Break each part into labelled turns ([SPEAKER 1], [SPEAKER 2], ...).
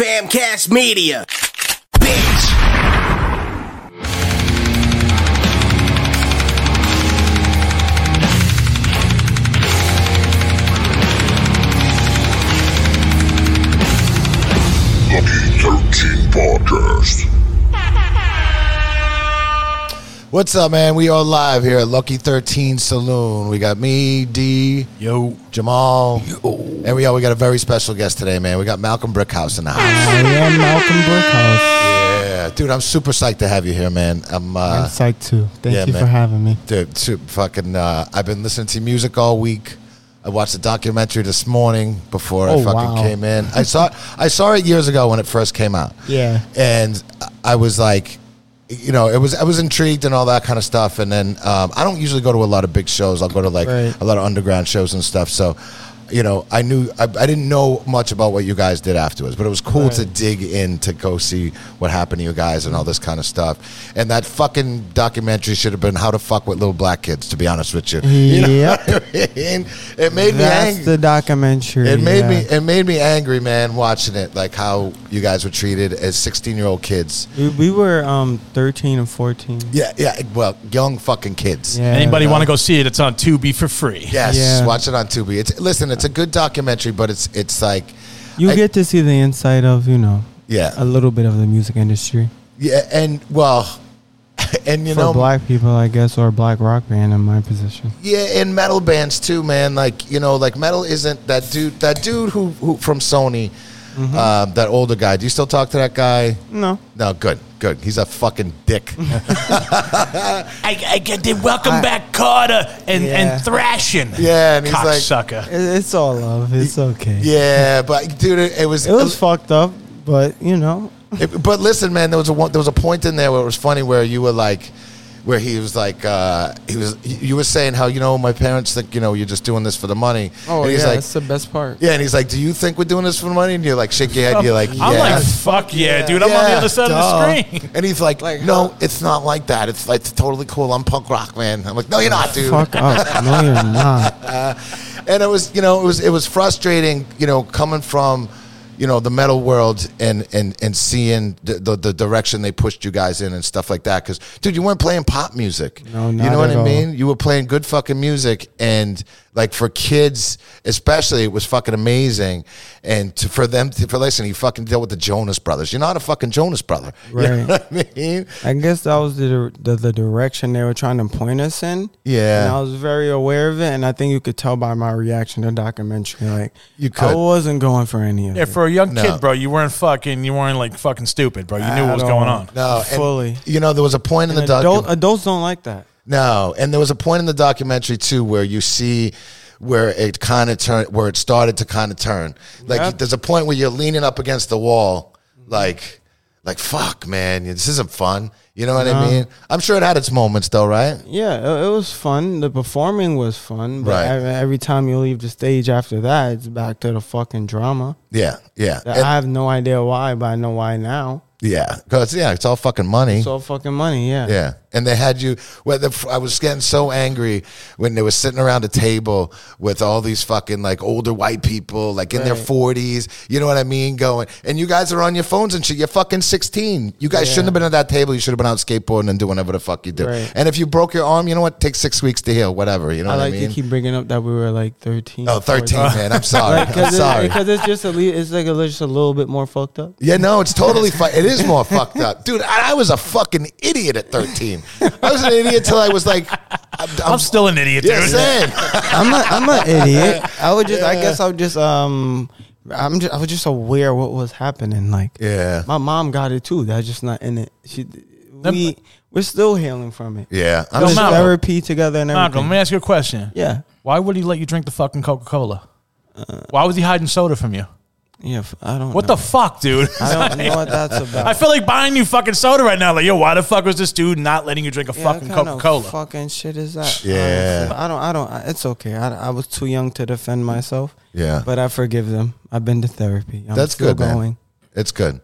[SPEAKER 1] Famcast Media. Bitch.
[SPEAKER 2] Lucky 13 Podcast.
[SPEAKER 3] What's up, man? We are live here at Lucky 13 Saloon. We got me, D, Yo, Jamal, and we all we got a very special guest today, man. We got Malcolm Brickhouse in the house.
[SPEAKER 4] Yeah, I'm Malcolm Brickhouse.
[SPEAKER 3] yeah, dude, I'm super psyched to have you here, man. I'm
[SPEAKER 4] I'm
[SPEAKER 3] uh,
[SPEAKER 4] psyched too. Thank
[SPEAKER 3] yeah,
[SPEAKER 4] you
[SPEAKER 3] man.
[SPEAKER 4] for having me.
[SPEAKER 3] dude, super fucking. Uh, I've been listening to music all week. I watched a documentary this morning before I
[SPEAKER 4] Oh,
[SPEAKER 3] fucking
[SPEAKER 4] wow.
[SPEAKER 3] came in. I saw I saw it years ago when it first came out.
[SPEAKER 4] Yeah.
[SPEAKER 3] and I was like, you know, it was I was intrigued and all that kind of stuff. And then um, I don't usually go to a lot of big shows. I'll go to like
[SPEAKER 4] Right.
[SPEAKER 3] a lot of underground shows and stuff. So, you know, I knew I, I didn't know much about what you guys did afterwards, but it was cool to
[SPEAKER 4] Right.
[SPEAKER 3] dig in to go see what happened to you guys and all this kind of stuff. And that fucking documentary should have been how to fuck with little black kids. To be honest with you, you know
[SPEAKER 4] Yep.
[SPEAKER 3] what I mean? it made me
[SPEAKER 4] That's
[SPEAKER 3] angry.
[SPEAKER 4] the documentary.
[SPEAKER 3] It made
[SPEAKER 4] yeah.
[SPEAKER 3] me it made me angry, man, watching it, like how you guys were treated as sixteen year old kids.
[SPEAKER 4] We, we were um 13 and 14.
[SPEAKER 3] Yeah, yeah. Well, young fucking kids.
[SPEAKER 4] Yeah.
[SPEAKER 5] Anybody
[SPEAKER 3] Yeah.
[SPEAKER 5] want to go see it? It's on Tubi for free.
[SPEAKER 3] Yes.
[SPEAKER 4] Yeah.
[SPEAKER 3] Watch it on Tubi. It's listen, it's a good documentary, but it's it's like
[SPEAKER 4] You
[SPEAKER 3] I-
[SPEAKER 4] get to see the inside of you know.
[SPEAKER 3] Yeah.
[SPEAKER 4] A little bit of the music industry
[SPEAKER 3] yeah, and well, and you
[SPEAKER 4] for
[SPEAKER 3] know,
[SPEAKER 4] black people, I guess, or a black rock band in my position.
[SPEAKER 3] yeah, and metal bands too, man. Like you know, like metal isn't that dude. That dude who, who from Sony,
[SPEAKER 4] Mm-hmm.
[SPEAKER 3] uh, that older guy. Do you still talk to that guy?
[SPEAKER 4] No.
[SPEAKER 3] No, good, good. He's a fucking dick.
[SPEAKER 5] I, I get the welcome back Carter and,
[SPEAKER 4] Yeah.
[SPEAKER 5] and thrashing.
[SPEAKER 3] Yeah, and he's like-
[SPEAKER 5] cocksucker.
[SPEAKER 4] It, it's all love. It's okay.
[SPEAKER 3] yeah, but dude, it, it was
[SPEAKER 4] It was fucked up, but you know.
[SPEAKER 3] It- but listen, man, there was a one, there was a point in there where it was funny where you were like, where he was like, uh, he was you were saying how you know my parents think you know you're just doing this for the money.
[SPEAKER 5] Oh,
[SPEAKER 3] and he's like,
[SPEAKER 4] the best part.
[SPEAKER 3] yeah, and he's like, do you think we're doing this for the money? And you're like, shake your head. You're like,
[SPEAKER 5] I'm like,
[SPEAKER 3] "Yes."
[SPEAKER 5] fuck yeah, dude. I'm on the
[SPEAKER 3] Yeah,
[SPEAKER 5] other side
[SPEAKER 3] duh.
[SPEAKER 5] of the screen.
[SPEAKER 3] And he's like, no, it's not like that. It's like it's totally cool. I'm punk rock, man. I'm like, no, you're not, dude.
[SPEAKER 4] Fuck up. No, you're not.
[SPEAKER 3] and it was you know it was it was frustrating you know coming from you know the metal world and and and seeing the the, the direction they pushed you guys in and stuff like that because dude you weren't playing pop music
[SPEAKER 4] No,
[SPEAKER 3] you
[SPEAKER 4] not
[SPEAKER 3] know what
[SPEAKER 4] at
[SPEAKER 3] I
[SPEAKER 4] all.
[SPEAKER 3] mean you were playing good fucking music and like for kids especially it was fucking amazing and to, for them to, for listen you fucking deal with the Jonas Brothers you're not a fucking Jonas brother you know
[SPEAKER 4] Right.
[SPEAKER 3] what I mean
[SPEAKER 4] I guess that was the, the the direction they were trying to point us in.
[SPEAKER 3] Yeah.
[SPEAKER 4] and I was very aware of it, and I think you could tell by my reaction to the documentary. Like
[SPEAKER 3] You could.
[SPEAKER 4] I wasn't going for any of
[SPEAKER 5] Yeah,
[SPEAKER 4] it.
[SPEAKER 5] for a young
[SPEAKER 3] No.
[SPEAKER 5] kid, bro, you weren't fucking, you weren't like fucking stupid, bro. You knew what was
[SPEAKER 4] At
[SPEAKER 5] going
[SPEAKER 4] all.
[SPEAKER 5] on.
[SPEAKER 3] no and,
[SPEAKER 4] Fully.
[SPEAKER 3] you know there was a point in
[SPEAKER 4] And
[SPEAKER 3] the doc-
[SPEAKER 4] adult, adults don't like that.
[SPEAKER 3] No, and there was a point in the documentary too where you see where it kind of turned, where it started to kind of turn. Like
[SPEAKER 4] Yeah.
[SPEAKER 3] there's a point where you're leaning up against the wall, like, like fuck, man, this isn't fun. You know what I mean? I'm sure it had its moments though, right?
[SPEAKER 4] Yeah, it, it was fun. The performing was fun, but
[SPEAKER 3] Right.
[SPEAKER 4] ev- every time you leave the stage after that, it's back to the fucking drama.
[SPEAKER 3] Yeah, yeah,
[SPEAKER 4] That
[SPEAKER 3] And-
[SPEAKER 4] I have no idea why, but I know why now.
[SPEAKER 3] yeah. Because yeah, it's all fucking money.
[SPEAKER 4] It's all fucking money. Yeah,
[SPEAKER 3] Yeah, and they had you. Well, the, I was getting so angry when they were sitting around a table with all these fucking like older white people, like in their
[SPEAKER 4] Right.
[SPEAKER 3] forties. You know what I mean? Going and you guys are on your phones and shit. You're fucking sixteen. You guys
[SPEAKER 4] Yeah.
[SPEAKER 3] shouldn't have been at that table. You should have been out skateboarding and doing whatever the fuck you do.
[SPEAKER 4] Right.
[SPEAKER 3] And if you broke your arm, you know what? Take six weeks to heal. Whatever. You know
[SPEAKER 4] I
[SPEAKER 3] what
[SPEAKER 4] like
[SPEAKER 3] I mean?
[SPEAKER 4] to keep bringing up that we were like thirteen.
[SPEAKER 3] oh, 13, man. I'm sorry.
[SPEAKER 4] Like,
[SPEAKER 3] I'm
[SPEAKER 4] cause it,
[SPEAKER 3] sorry.
[SPEAKER 4] because it's just a li- it's like a, li- just a little bit more fucked up.
[SPEAKER 3] Yeah, no, it's totally fu- It is more fucked up, dude. I, I was a fucking idiot at 13. I was an idiot till I was like, I'm,
[SPEAKER 5] I'm still an idiot, dude.
[SPEAKER 3] yeah, same.
[SPEAKER 4] I'm a, I'm an idiot. I would just I guess I would just um I'm just I was just aware what was happening. Like
[SPEAKER 3] Yeah.
[SPEAKER 4] my mom got it too. That's just not in it. She we we're still healing from it.
[SPEAKER 3] Yeah. I'm
[SPEAKER 4] There's
[SPEAKER 3] just-
[SPEAKER 5] Malcolm.
[SPEAKER 4] therapy together and everything.
[SPEAKER 5] Malcolm, let me ask you a question.
[SPEAKER 4] Yeah,
[SPEAKER 5] Why would he let you drink the fucking Coca Cola? Why was he hiding soda from you?
[SPEAKER 4] yeah. f- I don't.
[SPEAKER 5] What
[SPEAKER 4] know.
[SPEAKER 5] the fuck, dude?
[SPEAKER 4] I don't know what that's about.
[SPEAKER 5] I feel like buying you fucking soda right now. Like, yo, why the fuck was this dude not letting you drink a
[SPEAKER 4] Yeah,
[SPEAKER 5] fucking
[SPEAKER 4] what kind
[SPEAKER 5] Coca
[SPEAKER 4] of
[SPEAKER 5] Cola?
[SPEAKER 4] Fucking shit is that?
[SPEAKER 3] Yeah.
[SPEAKER 4] Honestly, I don't. I don't. I- It's okay. I, I was too young to defend myself.
[SPEAKER 3] Yeah.
[SPEAKER 4] But I forgive them. I've been to therapy. I'm
[SPEAKER 3] That's
[SPEAKER 4] still
[SPEAKER 3] good, man.
[SPEAKER 4] going.
[SPEAKER 3] It's good.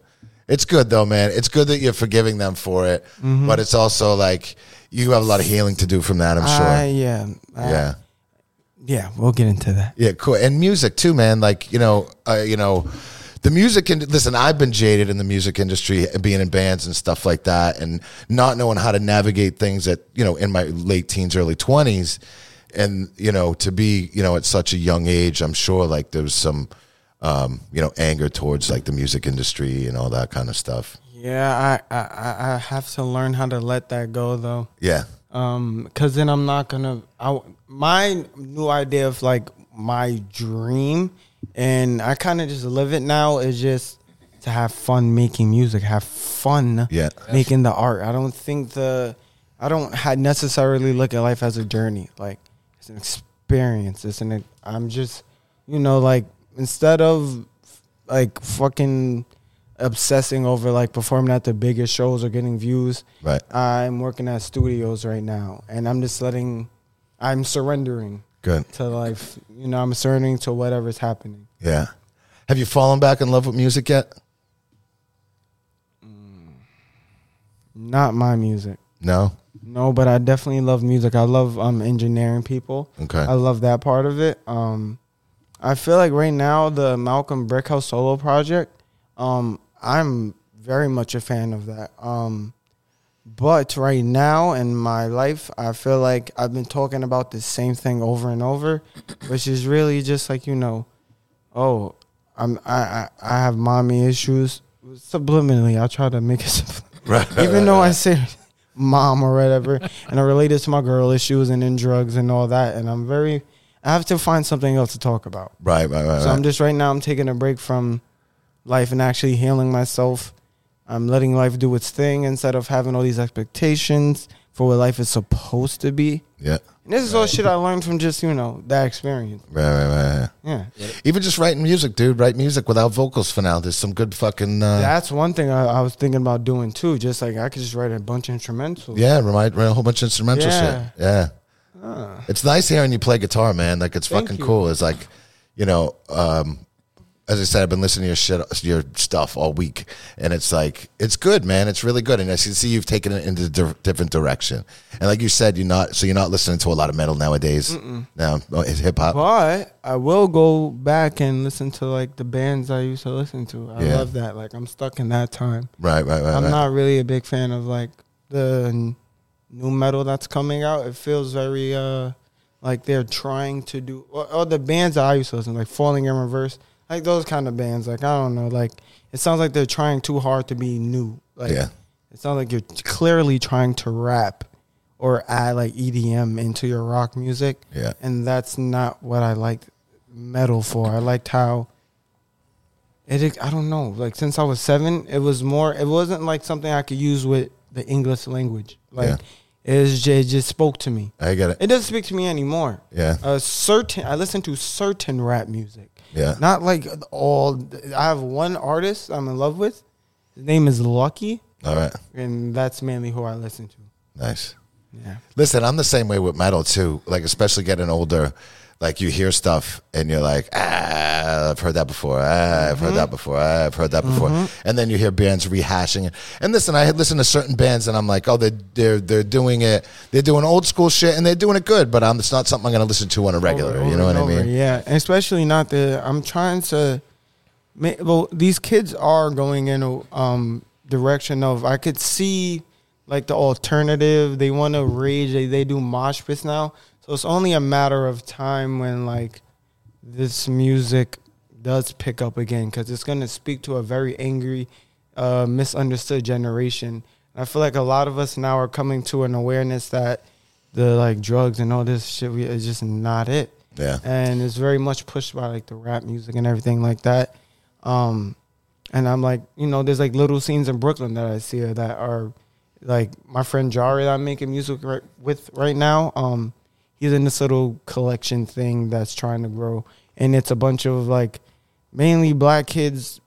[SPEAKER 3] It's good though, man. It's good that you're forgiving them for it,
[SPEAKER 4] Mm-hmm.
[SPEAKER 3] but it's also like you have a lot of healing to do from that. I'm sure.
[SPEAKER 4] I, yeah. I-
[SPEAKER 3] yeah.
[SPEAKER 4] Yeah. We'll get into that.
[SPEAKER 3] Yeah, cool. And music too, man. Like you know, uh, you know, the music and listen, I've been jaded in the music industry, being in bands and stuff like that, and not knowing how to navigate things at you know in my late teens, early twenties, and you know to be you know at such a young age, I'm sure like there was some um, you know anger towards like the music industry and all that kind of stuff.
[SPEAKER 4] Yeah, I, I, I- I have to learn how to let that go though.
[SPEAKER 3] Yeah,
[SPEAKER 4] Um, cause then I'm not gonna. I w- my new idea of like my dream, and I kind of just live it now. Is just to have fun making music, have fun,
[SPEAKER 3] Yeah.
[SPEAKER 4] making the art. I don't think the, I don't ha- necessarily look at life as a journey. Like it's an experience. It's an. I'm just, you know, like instead of like fucking obsessing over like performing at the biggest shows or getting views.
[SPEAKER 3] Right.
[SPEAKER 4] I'm working at studios right now, and I'm just letting, I'm surrendering
[SPEAKER 3] good.
[SPEAKER 4] to life. You know, I'm surrendering to whatever's happening.
[SPEAKER 3] Yeah, have you fallen back in love with music yet?
[SPEAKER 4] Not my music.
[SPEAKER 3] No.
[SPEAKER 4] No, but I definitely love music. I love um engineering people.
[SPEAKER 3] Okay.
[SPEAKER 4] I love that part of it. Um I feel like right now the Malcolm Brickhouse solo project, um, I'm very much a fan of that. Um but right now in my life, I feel like I've been talking about the same thing over and over, which is really just like, you know, oh, I'm I, I, I have mommy issues. Subliminally, I try to make it subliminal even though I say mom or whatever, and I relate it to my girl issues and then drugs and all that, and I'm very, I have to find something else to talk about.
[SPEAKER 3] Right, right, right.
[SPEAKER 4] So
[SPEAKER 3] right.
[SPEAKER 4] I'm just right now. I'm taking a break from life and actually healing myself. I'm letting life do its thing instead of having all these expectations for what life is supposed to be.
[SPEAKER 3] yeah.
[SPEAKER 4] And this is all shit I learned from just you know that experience.
[SPEAKER 3] Right, right, right, right.
[SPEAKER 4] Yeah,
[SPEAKER 3] Even just writing music, dude. Write music without vocals for now. There's some good fucking. Uh,
[SPEAKER 4] that's one thing I, I was thinking about doing too. Just like I could just write a bunch of instrumentals.
[SPEAKER 3] yeah, remind, write a whole bunch of instrumental
[SPEAKER 4] Yeah. Ah.
[SPEAKER 3] shit. Yeah. It's nice hearing you play guitar, man. Like it's fucking
[SPEAKER 4] you.
[SPEAKER 3] cool. It's like, you know, um, as I said, I've been listening to your shit, your stuff all week, and it's like it's good, man. It's really good, and I can see you've taken it into a di- different direction. And like you said, you're not so you're not listening to a lot of metal nowadays. Now oh, it's hip hop.
[SPEAKER 4] But I will go back and listen to like the bands I used to listen to. I
[SPEAKER 3] Yeah.
[SPEAKER 4] love that. Like I'm stuck in that time.
[SPEAKER 3] right, right, right.
[SPEAKER 4] I'm
[SPEAKER 3] right.
[SPEAKER 4] not really a big fan of like the n- new metal that's coming out. It feels very uh like they're trying to do or, or the bands that I used to listen to, like Falling in Reverse, like those kind of bands. Like I don't know, like it sounds like they're trying too hard to be new. Like
[SPEAKER 3] Yeah.
[SPEAKER 4] it sounds like you're clearly trying to rap or add like EDM into your rock music.
[SPEAKER 3] Yeah.
[SPEAKER 4] And that's not what I liked metal for. I liked how it I don't know. Like since I was seven, it was more it wasn't like something I could use with the English language. Like it, is, ju- it just spoke to me.
[SPEAKER 3] I get it.
[SPEAKER 4] It doesn't speak to me anymore.
[SPEAKER 3] Uh, Yeah.
[SPEAKER 4] A certain I listen to certain rap music.
[SPEAKER 3] Yeah.
[SPEAKER 4] Not like all I have one artist I'm in love with. His name is Lucky
[SPEAKER 3] all right,
[SPEAKER 4] and that's mainly who I listen to.
[SPEAKER 3] nice.
[SPEAKER 4] Yeah.
[SPEAKER 3] Listen, I'm the same way with metal too. Like, especially getting older, like you hear stuff and you're like, ah, I've heard that before. Ah, I've
[SPEAKER 4] Mm-hmm.
[SPEAKER 3] heard that before. Ah, I've heard that before. And then you hear bands rehashing it. And listen, I had listened to certain bands and I'm like, oh, they're they're they're doing it. They're doing old school shit and they're doing it good. But um, it's not something I'm gonna listen to on a regular.
[SPEAKER 4] Over
[SPEAKER 3] you
[SPEAKER 4] and
[SPEAKER 3] know what I
[SPEAKER 4] over,
[SPEAKER 3] mean?
[SPEAKER 4] Yeah, and especially not the. I'm trying to. ma- Well, these kids are going in a um, direction of I could see like the alternative. They want to rage. They they do mosh pits now, so it's only a matter of time when like this music does pick up again because it's going to speak to a very angry, uh, misunderstood generation. And I feel like a lot of us now are coming to an awareness that the like drugs and all this shit we, is just not it.
[SPEAKER 3] Yeah.
[SPEAKER 4] and it's very much pushed by like the rap music and everything like that. Um, and I'm like, you know, there's like little scenes in Brooklyn that I see that are like my friend Jari that I'm making music right, with right now. Um, he's in this little collection thing that's trying to grow, and it's a bunch of like mainly black kids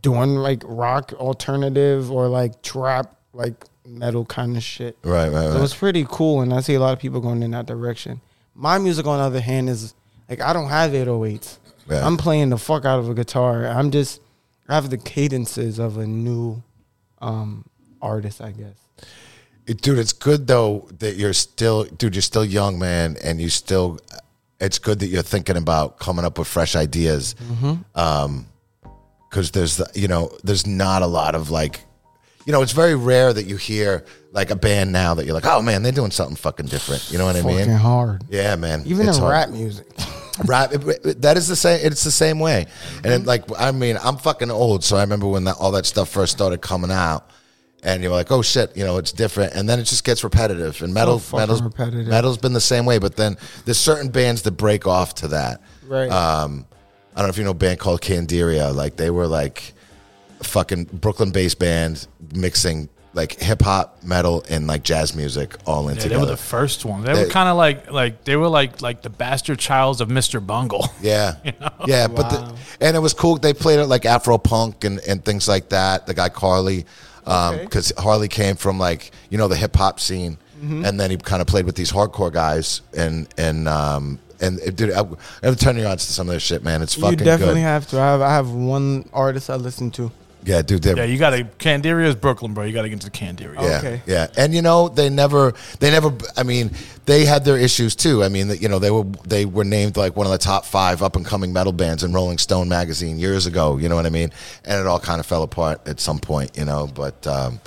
[SPEAKER 4] doing like rock alternative or like trap like metal kind of shit.
[SPEAKER 3] Right, right,
[SPEAKER 4] So
[SPEAKER 3] right.
[SPEAKER 4] it's pretty cool, and I see a lot of people going in that direction. My music, on the other hand, is like I don't have 808s.
[SPEAKER 3] Yeah.
[SPEAKER 4] I'm playing the fuck out of a guitar. I'm just I have the cadences of a new um, artist, I guess.
[SPEAKER 3] It- dude it's good though that you're still dude you're still young man and you still
[SPEAKER 4] Mm-hmm.
[SPEAKER 3] it's good that you're thinking about coming up with fresh ideas Um 'cause because there's the, you know there's not a lot of like you know it's very rare that you hear like a band now that you're like oh man they're doing something fucking different you know what I mean
[SPEAKER 4] Fucking hard.
[SPEAKER 3] yeah man
[SPEAKER 4] Even
[SPEAKER 3] it's
[SPEAKER 4] in
[SPEAKER 3] hard.
[SPEAKER 4] rap music.
[SPEAKER 3] Right, it- it- that is the same. It's the same way, and it, like I mean, I'm fucking old, so I remember when that, all that stuff first started coming out, and you're like, oh shit, you know, it's different, and then it just gets repetitive, and metal,
[SPEAKER 4] Oh, fucking
[SPEAKER 3] metal's
[SPEAKER 4] repetitive.
[SPEAKER 3] metal's been the same way, but then there's certain bands that break off to that.
[SPEAKER 4] Right.
[SPEAKER 3] Um, I don't know if you know a band called Candiria, like they were like a fucking Brooklyn-based band mixing like hip hop, metal, and like jazz music all in
[SPEAKER 5] Yeah, they
[SPEAKER 3] together.
[SPEAKER 5] were the first ones. They, were
[SPEAKER 3] They-
[SPEAKER 5] kind of like like they were like like the bastard childs of Mr. Bungle.
[SPEAKER 3] Yeah, yeah, but the,
[SPEAKER 4] Wow.
[SPEAKER 3] and it was cool. They played it like Afro punk and, and things like that. The guy Carly, because Harley came from like you know the hip hop scene,
[SPEAKER 4] Mm-hmm.
[SPEAKER 3] and then he kind of played with these hardcore guys and and um and it- dude, I, I'm gonna turn you on to some of this shit, man. It's
[SPEAKER 4] You
[SPEAKER 3] fucking
[SPEAKER 4] definitely
[SPEAKER 3] good.
[SPEAKER 4] have to. I have, I have one artist I listen to.
[SPEAKER 3] yeah, dude, they're-
[SPEAKER 5] Yeah, you got to Canderia's Brooklyn, bro. You got to get into the Canderia.
[SPEAKER 3] Yeah,
[SPEAKER 4] Okay.
[SPEAKER 3] yeah, and you know they never, they never. I mean, they had their issues too. I mean, that you know they were they were named like one of the top five up and coming metal bands in Rolling Stone magazine years ago. You know what I mean? And it all kind of fell apart at some point. You know, but um,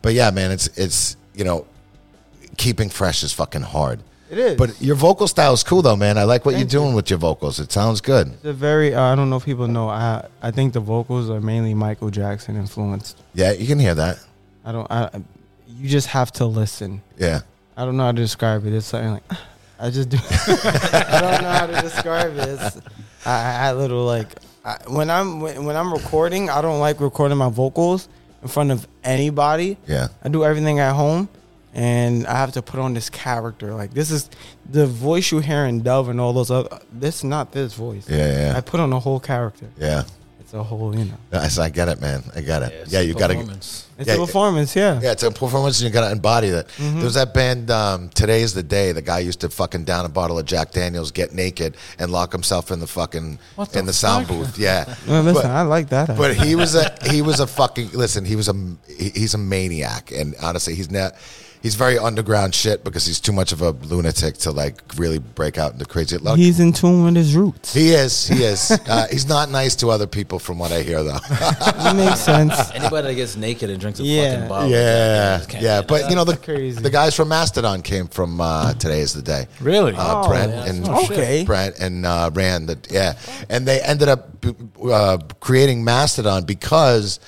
[SPEAKER 3] but yeah, man, it's it's you know keeping fresh is fucking hard.
[SPEAKER 4] It is.
[SPEAKER 3] But your vocal style is cool though, man. I like what you're doing with your vocals. It sounds good.
[SPEAKER 4] The very uh, I don't know if people know. I I think the vocals are mainly Michael Jackson influenced.
[SPEAKER 3] Yeah, you can hear that.
[SPEAKER 4] I don't. I you just have to listen.
[SPEAKER 3] Yeah.
[SPEAKER 4] I don't know how to describe it. It's something like I just do. I don't know how to describe it. It's, I, I little like I, when I'm when, when I'm recording. I don't like recording my vocals in front of anybody.
[SPEAKER 3] Yeah.
[SPEAKER 4] I do everything at home, and I have to put on this character. Like this is the voice you hear in Dove and all those other. This not this voice.
[SPEAKER 3] Yeah, yeah.
[SPEAKER 4] I put on a whole character.
[SPEAKER 3] Yeah.
[SPEAKER 4] It's a whole you know.
[SPEAKER 3] I, I get it, man. I get it. Yeah, you got to.
[SPEAKER 4] It's
[SPEAKER 3] Yeah,
[SPEAKER 4] a
[SPEAKER 3] yeah.
[SPEAKER 4] performance. Yeah.
[SPEAKER 3] Yeah, it's a performance, and you gotta embody that. There was that band. Um, Today's the day. The guy used to fucking down a bottle of Jack Daniels, get naked, and lock himself in the fucking
[SPEAKER 5] What the
[SPEAKER 3] in the sound
[SPEAKER 5] fuck?
[SPEAKER 3] booth. Yeah,
[SPEAKER 4] No, listen,
[SPEAKER 3] But-
[SPEAKER 4] I like that.
[SPEAKER 3] but he was a he was a fucking listen. He was a he- he's a maniac, and honestly, he's not. He's very underground shit because he's too much of a lunatic to like really break out into crazy. Look,
[SPEAKER 4] He's in tune with his roots.
[SPEAKER 3] he is. He is. uh, he's not nice to other people, from what I hear, though.
[SPEAKER 4] It makes sense.
[SPEAKER 6] Anybody that gets naked and drinks a
[SPEAKER 4] Yeah.
[SPEAKER 6] fucking bottle.
[SPEAKER 3] yeah,
[SPEAKER 6] Just can't
[SPEAKER 3] yeah.
[SPEAKER 6] handle
[SPEAKER 3] But you know the
[SPEAKER 4] crazy.
[SPEAKER 3] the guys from Mastodon came from uh, Today's the day.
[SPEAKER 5] Really?
[SPEAKER 3] uh,
[SPEAKER 4] Oh,
[SPEAKER 3] Brent
[SPEAKER 4] yeah,
[SPEAKER 3] and
[SPEAKER 4] that's not Okay. shit.
[SPEAKER 3] Brent and uh, Rand. The, yeah, and they ended up b- uh, creating Mastodon because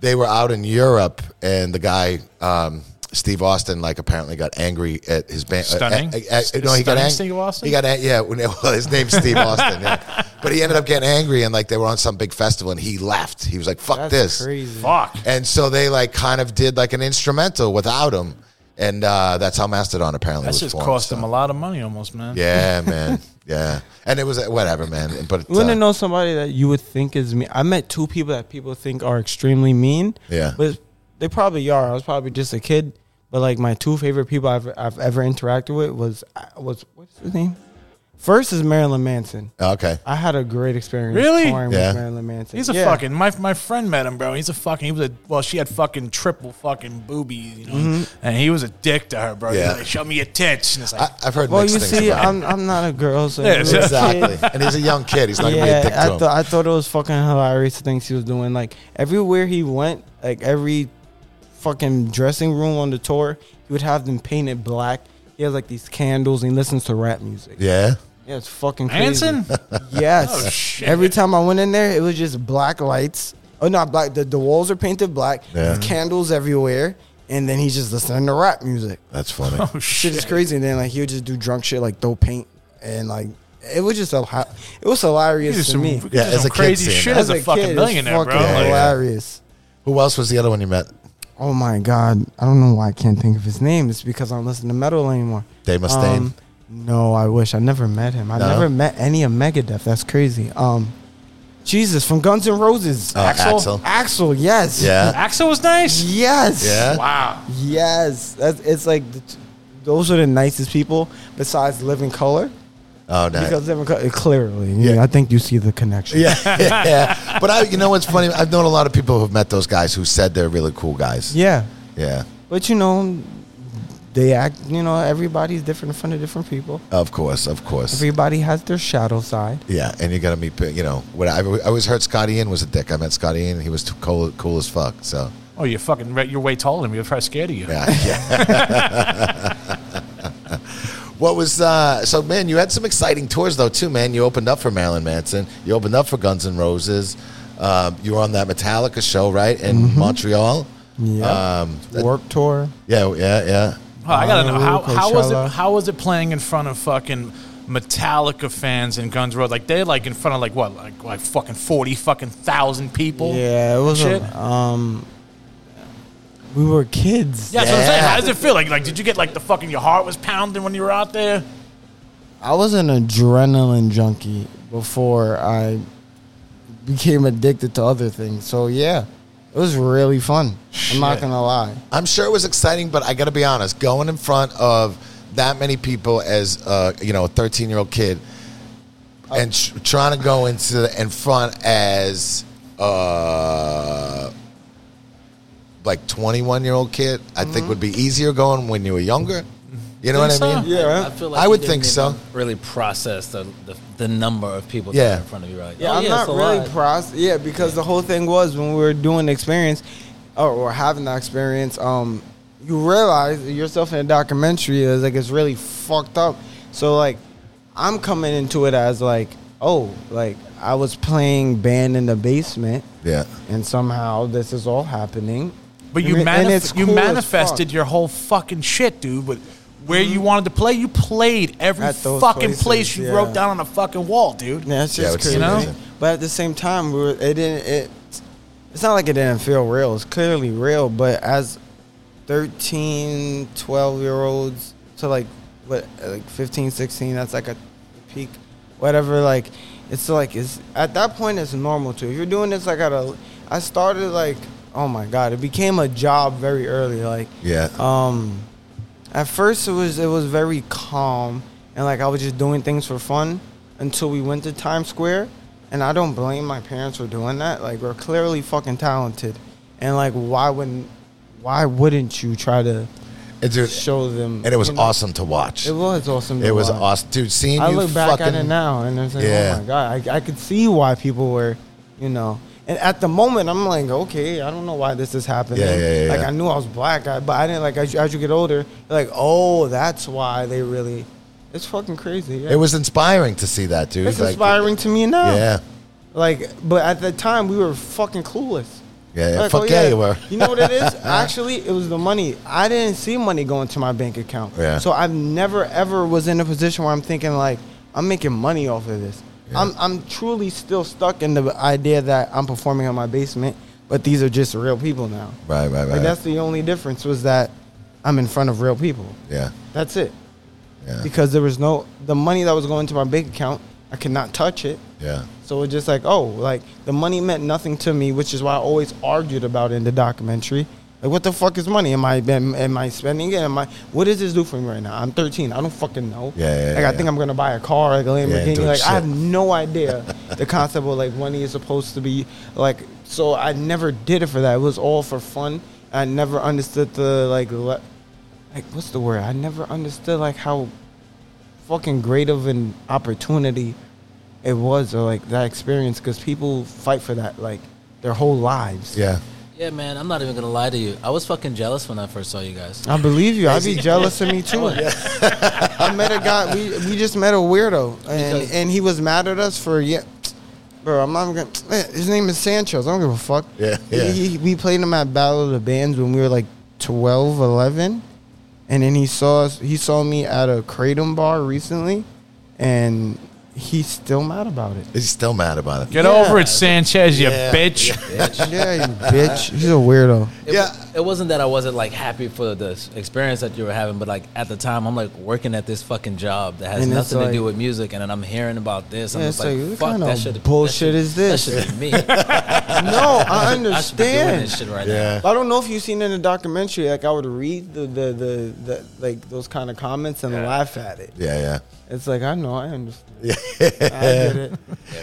[SPEAKER 3] they were out in Europe, and the guy um, Steve Austin like apparently got angry at his band.
[SPEAKER 5] Stunning?
[SPEAKER 3] uh, uh, uh, no, he got
[SPEAKER 5] Stunning
[SPEAKER 3] angry.
[SPEAKER 5] Steve Austin?
[SPEAKER 3] He got an- yeah. When, well, his name's Steve Austin, yeah. but he ended up getting angry, and like they were on some big festival, and he left. He was like, "Fuck
[SPEAKER 4] That's
[SPEAKER 3] this."
[SPEAKER 4] crazy.
[SPEAKER 5] Fuck.
[SPEAKER 3] And so they like kind of did like an instrumental without him. And uh, that's how Mastodon apparently
[SPEAKER 5] That
[SPEAKER 3] was
[SPEAKER 5] just
[SPEAKER 3] formed,
[SPEAKER 5] cost
[SPEAKER 3] so.
[SPEAKER 5] them a lot of money, almost, man.
[SPEAKER 3] Yeah, man. Yeah, and it was uh, whatever, man. But
[SPEAKER 4] You want
[SPEAKER 3] uh,
[SPEAKER 4] to know somebody that you would think is mean? I met two people that people think are extremely mean.
[SPEAKER 3] Yeah.
[SPEAKER 4] But they probably are. I was probably just a kid. But like my two favorite people I've, I've ever interacted with was was what's his name? First is Marilyn Manson.
[SPEAKER 3] oh, okay,
[SPEAKER 4] I had a great experience.
[SPEAKER 5] Really?
[SPEAKER 4] touring
[SPEAKER 3] Yeah.
[SPEAKER 4] With Marilyn Manson.
[SPEAKER 5] He's a
[SPEAKER 4] Yeah.
[SPEAKER 5] fucking my my friend met him, bro. He's a fucking he was a well, she had fucking triple fucking boobies, you know,
[SPEAKER 4] Mm-hmm.
[SPEAKER 5] and he was a dick to her, bro. He was
[SPEAKER 3] Yeah.
[SPEAKER 5] like, show me your tits, and it's like,
[SPEAKER 3] I, I've heard
[SPEAKER 4] Well,
[SPEAKER 3] mixed
[SPEAKER 4] you
[SPEAKER 3] things
[SPEAKER 4] see,
[SPEAKER 3] about him.
[SPEAKER 4] I'm I'm not a girl, so
[SPEAKER 5] Yeah,
[SPEAKER 4] it was a
[SPEAKER 3] exactly. and he's a young kid. He's not gonna be a dick to
[SPEAKER 4] I
[SPEAKER 3] him.
[SPEAKER 4] thought I thought it was fucking hilarious the things he was doing. Like everywhere he went, like every fucking dressing room on the tour, he would have them painted black. He has like these candles and he listens to rap music. Yeah,
[SPEAKER 3] yeah,
[SPEAKER 4] it's fucking crazy.
[SPEAKER 5] Hanson,
[SPEAKER 4] Yes.
[SPEAKER 5] Oh, shit.
[SPEAKER 4] Every time I went in there, it was just black lights. Oh no, black. The, the walls are painted black.
[SPEAKER 3] Yeah.
[SPEAKER 4] Candles everywhere, and then he's just listening to rap music.
[SPEAKER 3] that's funny.
[SPEAKER 5] oh
[SPEAKER 4] Shit
[SPEAKER 5] shit,
[SPEAKER 4] is crazy. And then like he would just do drunk shit, like throw paint and like it was just a hi- it was hilarious
[SPEAKER 5] He did
[SPEAKER 4] to
[SPEAKER 5] some,
[SPEAKER 4] me.
[SPEAKER 5] he did
[SPEAKER 3] Yeah, as
[SPEAKER 5] some
[SPEAKER 3] a kid
[SPEAKER 5] crazy
[SPEAKER 3] seeing
[SPEAKER 5] shit
[SPEAKER 3] that.
[SPEAKER 5] as, a, fucking
[SPEAKER 4] kid, it was
[SPEAKER 5] millionaire, bro.
[SPEAKER 4] fucking
[SPEAKER 3] Yeah,
[SPEAKER 5] Like,
[SPEAKER 3] yeah.
[SPEAKER 4] hilarious.
[SPEAKER 3] Who else was the other one you met?
[SPEAKER 4] Oh my god, I don't know why I can't think of his name. It's because I don't listen to metal anymore. Um,
[SPEAKER 3] Dave Mustaine?
[SPEAKER 4] no, I wish I never met him. I
[SPEAKER 3] No?
[SPEAKER 4] never met any of Megadeth. That's crazy. Um, Jesus from Guns N' Roses.
[SPEAKER 3] Oh, Axl? Axl.
[SPEAKER 4] Axel. Yes.
[SPEAKER 3] Yeah,
[SPEAKER 5] Axel was nice.
[SPEAKER 4] Yes.
[SPEAKER 3] yeah.
[SPEAKER 5] Wow,
[SPEAKER 4] Yes. That's, it's like the, t- those are the nicest people besides Living Color
[SPEAKER 3] Oh, nice.
[SPEAKER 4] because Living Color clearly. Yeah. I think you see the connection.
[SPEAKER 3] yeah, yeah. But I, you know what's funny? I've known a lot of people who've met those guys who said they're really cool guys.
[SPEAKER 4] Yeah.
[SPEAKER 3] yeah.
[SPEAKER 4] But you know, they act. You know, everybody's different in front of different people.
[SPEAKER 3] Of course, of course.
[SPEAKER 4] Everybody has their shadow side.
[SPEAKER 3] Yeah, and you gotta meet. You know, what I, I always heard Scotty Ian was a dick. I met Scotty Ian. He was too cool, cool as fuck. So
[SPEAKER 5] Oh, you're fucking. re- You're way taller than me. I'm probably scared of you.
[SPEAKER 3] yeah, yeah. what was uh, so? Man, you had some exciting tours though too. Man, you opened up for Marilyn Manson. You opened up for Guns N' Roses. Um, you were on that Metallica show, right, in Montreal.
[SPEAKER 4] Yeah.
[SPEAKER 3] Um, that-
[SPEAKER 4] Work tour.
[SPEAKER 3] yeah, yeah, yeah.
[SPEAKER 5] Oh, I gotta know how,
[SPEAKER 4] Honolulu,
[SPEAKER 5] how was it
[SPEAKER 4] Coachella.
[SPEAKER 5] how was it playing in front of fucking Metallica fans and Guns N' Roses? Like they like in front of like what like like fucking forty fucking thousand people.
[SPEAKER 4] Yeah, it was.
[SPEAKER 5] shit.
[SPEAKER 4] A, um, we were kids.
[SPEAKER 5] yeah, that's what I'm saying.
[SPEAKER 3] Yeah.
[SPEAKER 5] How does it feel? Like like did you get like the fucking your heart was pounding when you were out there?
[SPEAKER 4] I was an adrenaline junkie before I became addicted to other things. So yeah, it was really fun. I'm not gonna lie.
[SPEAKER 3] I'm sure it was exciting, but I got to be honest, going in front of that many people as uh, you know, a 13 year old kid, and tr- trying to go into the, in front as uh, like 21 year old kid, I
[SPEAKER 4] Mm-hmm.
[SPEAKER 3] think would be easier going when you were younger. You know what
[SPEAKER 5] Think
[SPEAKER 3] I
[SPEAKER 5] so?
[SPEAKER 3] mean?
[SPEAKER 4] Yeah.
[SPEAKER 6] feel
[SPEAKER 3] I
[SPEAKER 6] you
[SPEAKER 3] would
[SPEAKER 6] didn't
[SPEAKER 3] think so.
[SPEAKER 6] even Really process the, the the number of people that
[SPEAKER 3] Yeah.
[SPEAKER 6] are in front of you, right?
[SPEAKER 4] Yeah,
[SPEAKER 6] Oh,
[SPEAKER 4] I'm
[SPEAKER 6] it's
[SPEAKER 4] not
[SPEAKER 6] a
[SPEAKER 4] really
[SPEAKER 6] lot.
[SPEAKER 4] pros. Yeah, because the whole thing was when we were doing the experience, or, or having the experience, um, you realize yourself in a documentary is like it's really fucked up. So like, I'm coming into it as like, oh, like I was playing band in the basement,
[SPEAKER 3] Yeah.
[SPEAKER 4] and somehow this is all happening.
[SPEAKER 5] But
[SPEAKER 4] And
[SPEAKER 5] you
[SPEAKER 4] it- and
[SPEAKER 5] manif-
[SPEAKER 4] it's
[SPEAKER 5] you
[SPEAKER 4] cool as
[SPEAKER 5] manifested
[SPEAKER 4] fuck.
[SPEAKER 5] your whole fucking shit, dude. With where you wanted to play, you played every
[SPEAKER 4] At those
[SPEAKER 5] fucking
[SPEAKER 4] places,
[SPEAKER 5] place you
[SPEAKER 4] yeah.
[SPEAKER 5] wrote down on a fucking wall, dude.
[SPEAKER 4] Yeah, it's
[SPEAKER 3] Yeah,
[SPEAKER 4] just
[SPEAKER 3] it's
[SPEAKER 4] crazy.
[SPEAKER 3] amazing.
[SPEAKER 4] But at the same time, we were, it didn't. It, it's not like it didn't feel real. It's clearly real. But as 13, 12 year olds to like what, like 15, 16, that's like a peak, whatever. Like it's like it's at that point it's normal too. If you're doing this like at a, I started like oh my god, it became a job very early. Like
[SPEAKER 3] Yeah.
[SPEAKER 4] um at first it was it was very calm and like I was just doing things for fun until we went to Times Square and I don't blame my parents for doing that. Like we're clearly fucking talented. And like why wouldn't why wouldn't you try to
[SPEAKER 3] And, dude,
[SPEAKER 4] show them
[SPEAKER 3] and it was
[SPEAKER 4] you know?
[SPEAKER 3] awesome to watch.
[SPEAKER 4] It was awesome. to
[SPEAKER 3] It was
[SPEAKER 4] watch.
[SPEAKER 3] awesome, dude. Seeing
[SPEAKER 4] I
[SPEAKER 3] you
[SPEAKER 4] look back
[SPEAKER 3] fucking
[SPEAKER 4] at it now and I'm like,
[SPEAKER 3] Yeah.
[SPEAKER 4] oh my god, I, I could see why people were, you know. And at the moment, I'm like, okay, I don't know why this is happening.
[SPEAKER 3] Yeah, yeah, yeah,
[SPEAKER 4] like
[SPEAKER 3] yeah.
[SPEAKER 4] I knew I was black, I, but I didn't like as you, as you get older, you're like, oh, that's why they really. It's fucking crazy. Yeah.
[SPEAKER 3] it was inspiring to see that, dude.
[SPEAKER 4] It's
[SPEAKER 3] Like,
[SPEAKER 4] inspiring to me now.
[SPEAKER 3] Yeah.
[SPEAKER 4] Like, but at the time, we were fucking clueless.
[SPEAKER 3] Yeah, yeah.
[SPEAKER 4] Like,
[SPEAKER 3] Eh, fuck
[SPEAKER 4] oh,
[SPEAKER 3] yeah, you were.
[SPEAKER 4] You know what it is? Actually, it was the money. I didn't see money going to my bank account.
[SPEAKER 3] Yeah.
[SPEAKER 4] So I've never ever was in a position where I'm thinking like I'm making money off of this.
[SPEAKER 3] Yeah.
[SPEAKER 4] I'm I'm truly still stuck in the idea that I'm performing in my basement, but these are just real people now.
[SPEAKER 3] Right, right,
[SPEAKER 4] Like
[SPEAKER 3] right.
[SPEAKER 4] that's the only difference was that I'm in front of real people.
[SPEAKER 3] yeah,
[SPEAKER 4] That's it.
[SPEAKER 3] yeah,
[SPEAKER 4] Because there was no the money that was going to my bank account, I could not touch it.
[SPEAKER 3] yeah.
[SPEAKER 4] So it's just like, oh, like the money meant nothing to me, which is why I always argued about in the documentary. Like, what the fuck is money? Am I am, am I spending it? Am I? What does this do for me right now? I'm 13. I don't fucking know.
[SPEAKER 3] Yeah, yeah,
[SPEAKER 4] Like,
[SPEAKER 3] yeah,
[SPEAKER 4] I think
[SPEAKER 3] yeah.
[SPEAKER 4] I'm gonna buy a car, like a Lamborghini.
[SPEAKER 3] doing
[SPEAKER 4] like,
[SPEAKER 3] shit.
[SPEAKER 4] I have no idea the concept of like money is supposed to be like. So I never did it for that. It was all for fun. I never understood the like, le- like what's the word? I never understood like how fucking great of an opportunity it was or like that experience because people fight for that like their whole lives.
[SPEAKER 3] Yeah.
[SPEAKER 6] Yeah, man. I'm not even gonna lie to you. I was fucking jealous when I first saw you guys.
[SPEAKER 4] I believe you. I'd be jealous of me
[SPEAKER 3] Oh,
[SPEAKER 4] too. I met a guy. We, we just met a weirdo, and,
[SPEAKER 6] Because-
[SPEAKER 4] and he was mad at us for yeah, bro. I'm not gonna. eh, His name is Sanchez. I don't give a fuck.
[SPEAKER 3] Yeah,
[SPEAKER 4] He-
[SPEAKER 3] yeah.
[SPEAKER 4] He, we played him at Battle of the Bands when we were like 12, 11. and then he saw us. He saw me at a kratom bar recently, and he's still mad about it.
[SPEAKER 3] He's still mad about it.
[SPEAKER 5] Get over it, Sanchez, you bitch.
[SPEAKER 4] Yeah, you bitch. He's a weirdo.
[SPEAKER 6] It,
[SPEAKER 3] Yeah.
[SPEAKER 6] It wasn't that I wasn't like happy for the s- experience that you were having, but like at the time, I'm like working at this fucking job that has
[SPEAKER 4] And it's
[SPEAKER 6] nothing to do
[SPEAKER 4] like-
[SPEAKER 6] with music, and then I'm hearing about this. I'm
[SPEAKER 4] Yeah,
[SPEAKER 6] just
[SPEAKER 4] it's
[SPEAKER 6] like,
[SPEAKER 4] like, what
[SPEAKER 6] fuck
[SPEAKER 4] kind
[SPEAKER 6] that
[SPEAKER 4] of
[SPEAKER 6] shit. that
[SPEAKER 4] bullshit
[SPEAKER 6] shit-
[SPEAKER 4] is this?
[SPEAKER 6] That should be me. I
[SPEAKER 4] No, I
[SPEAKER 6] should be doing
[SPEAKER 4] understand.
[SPEAKER 6] this shit right now.
[SPEAKER 3] Yeah.
[SPEAKER 4] I don't know if you've seen in the documentary. Like I would read the the the, the like those kind of comments and laugh at it.
[SPEAKER 3] Yeah, yeah.
[SPEAKER 4] It's like I know, I understand. I get it.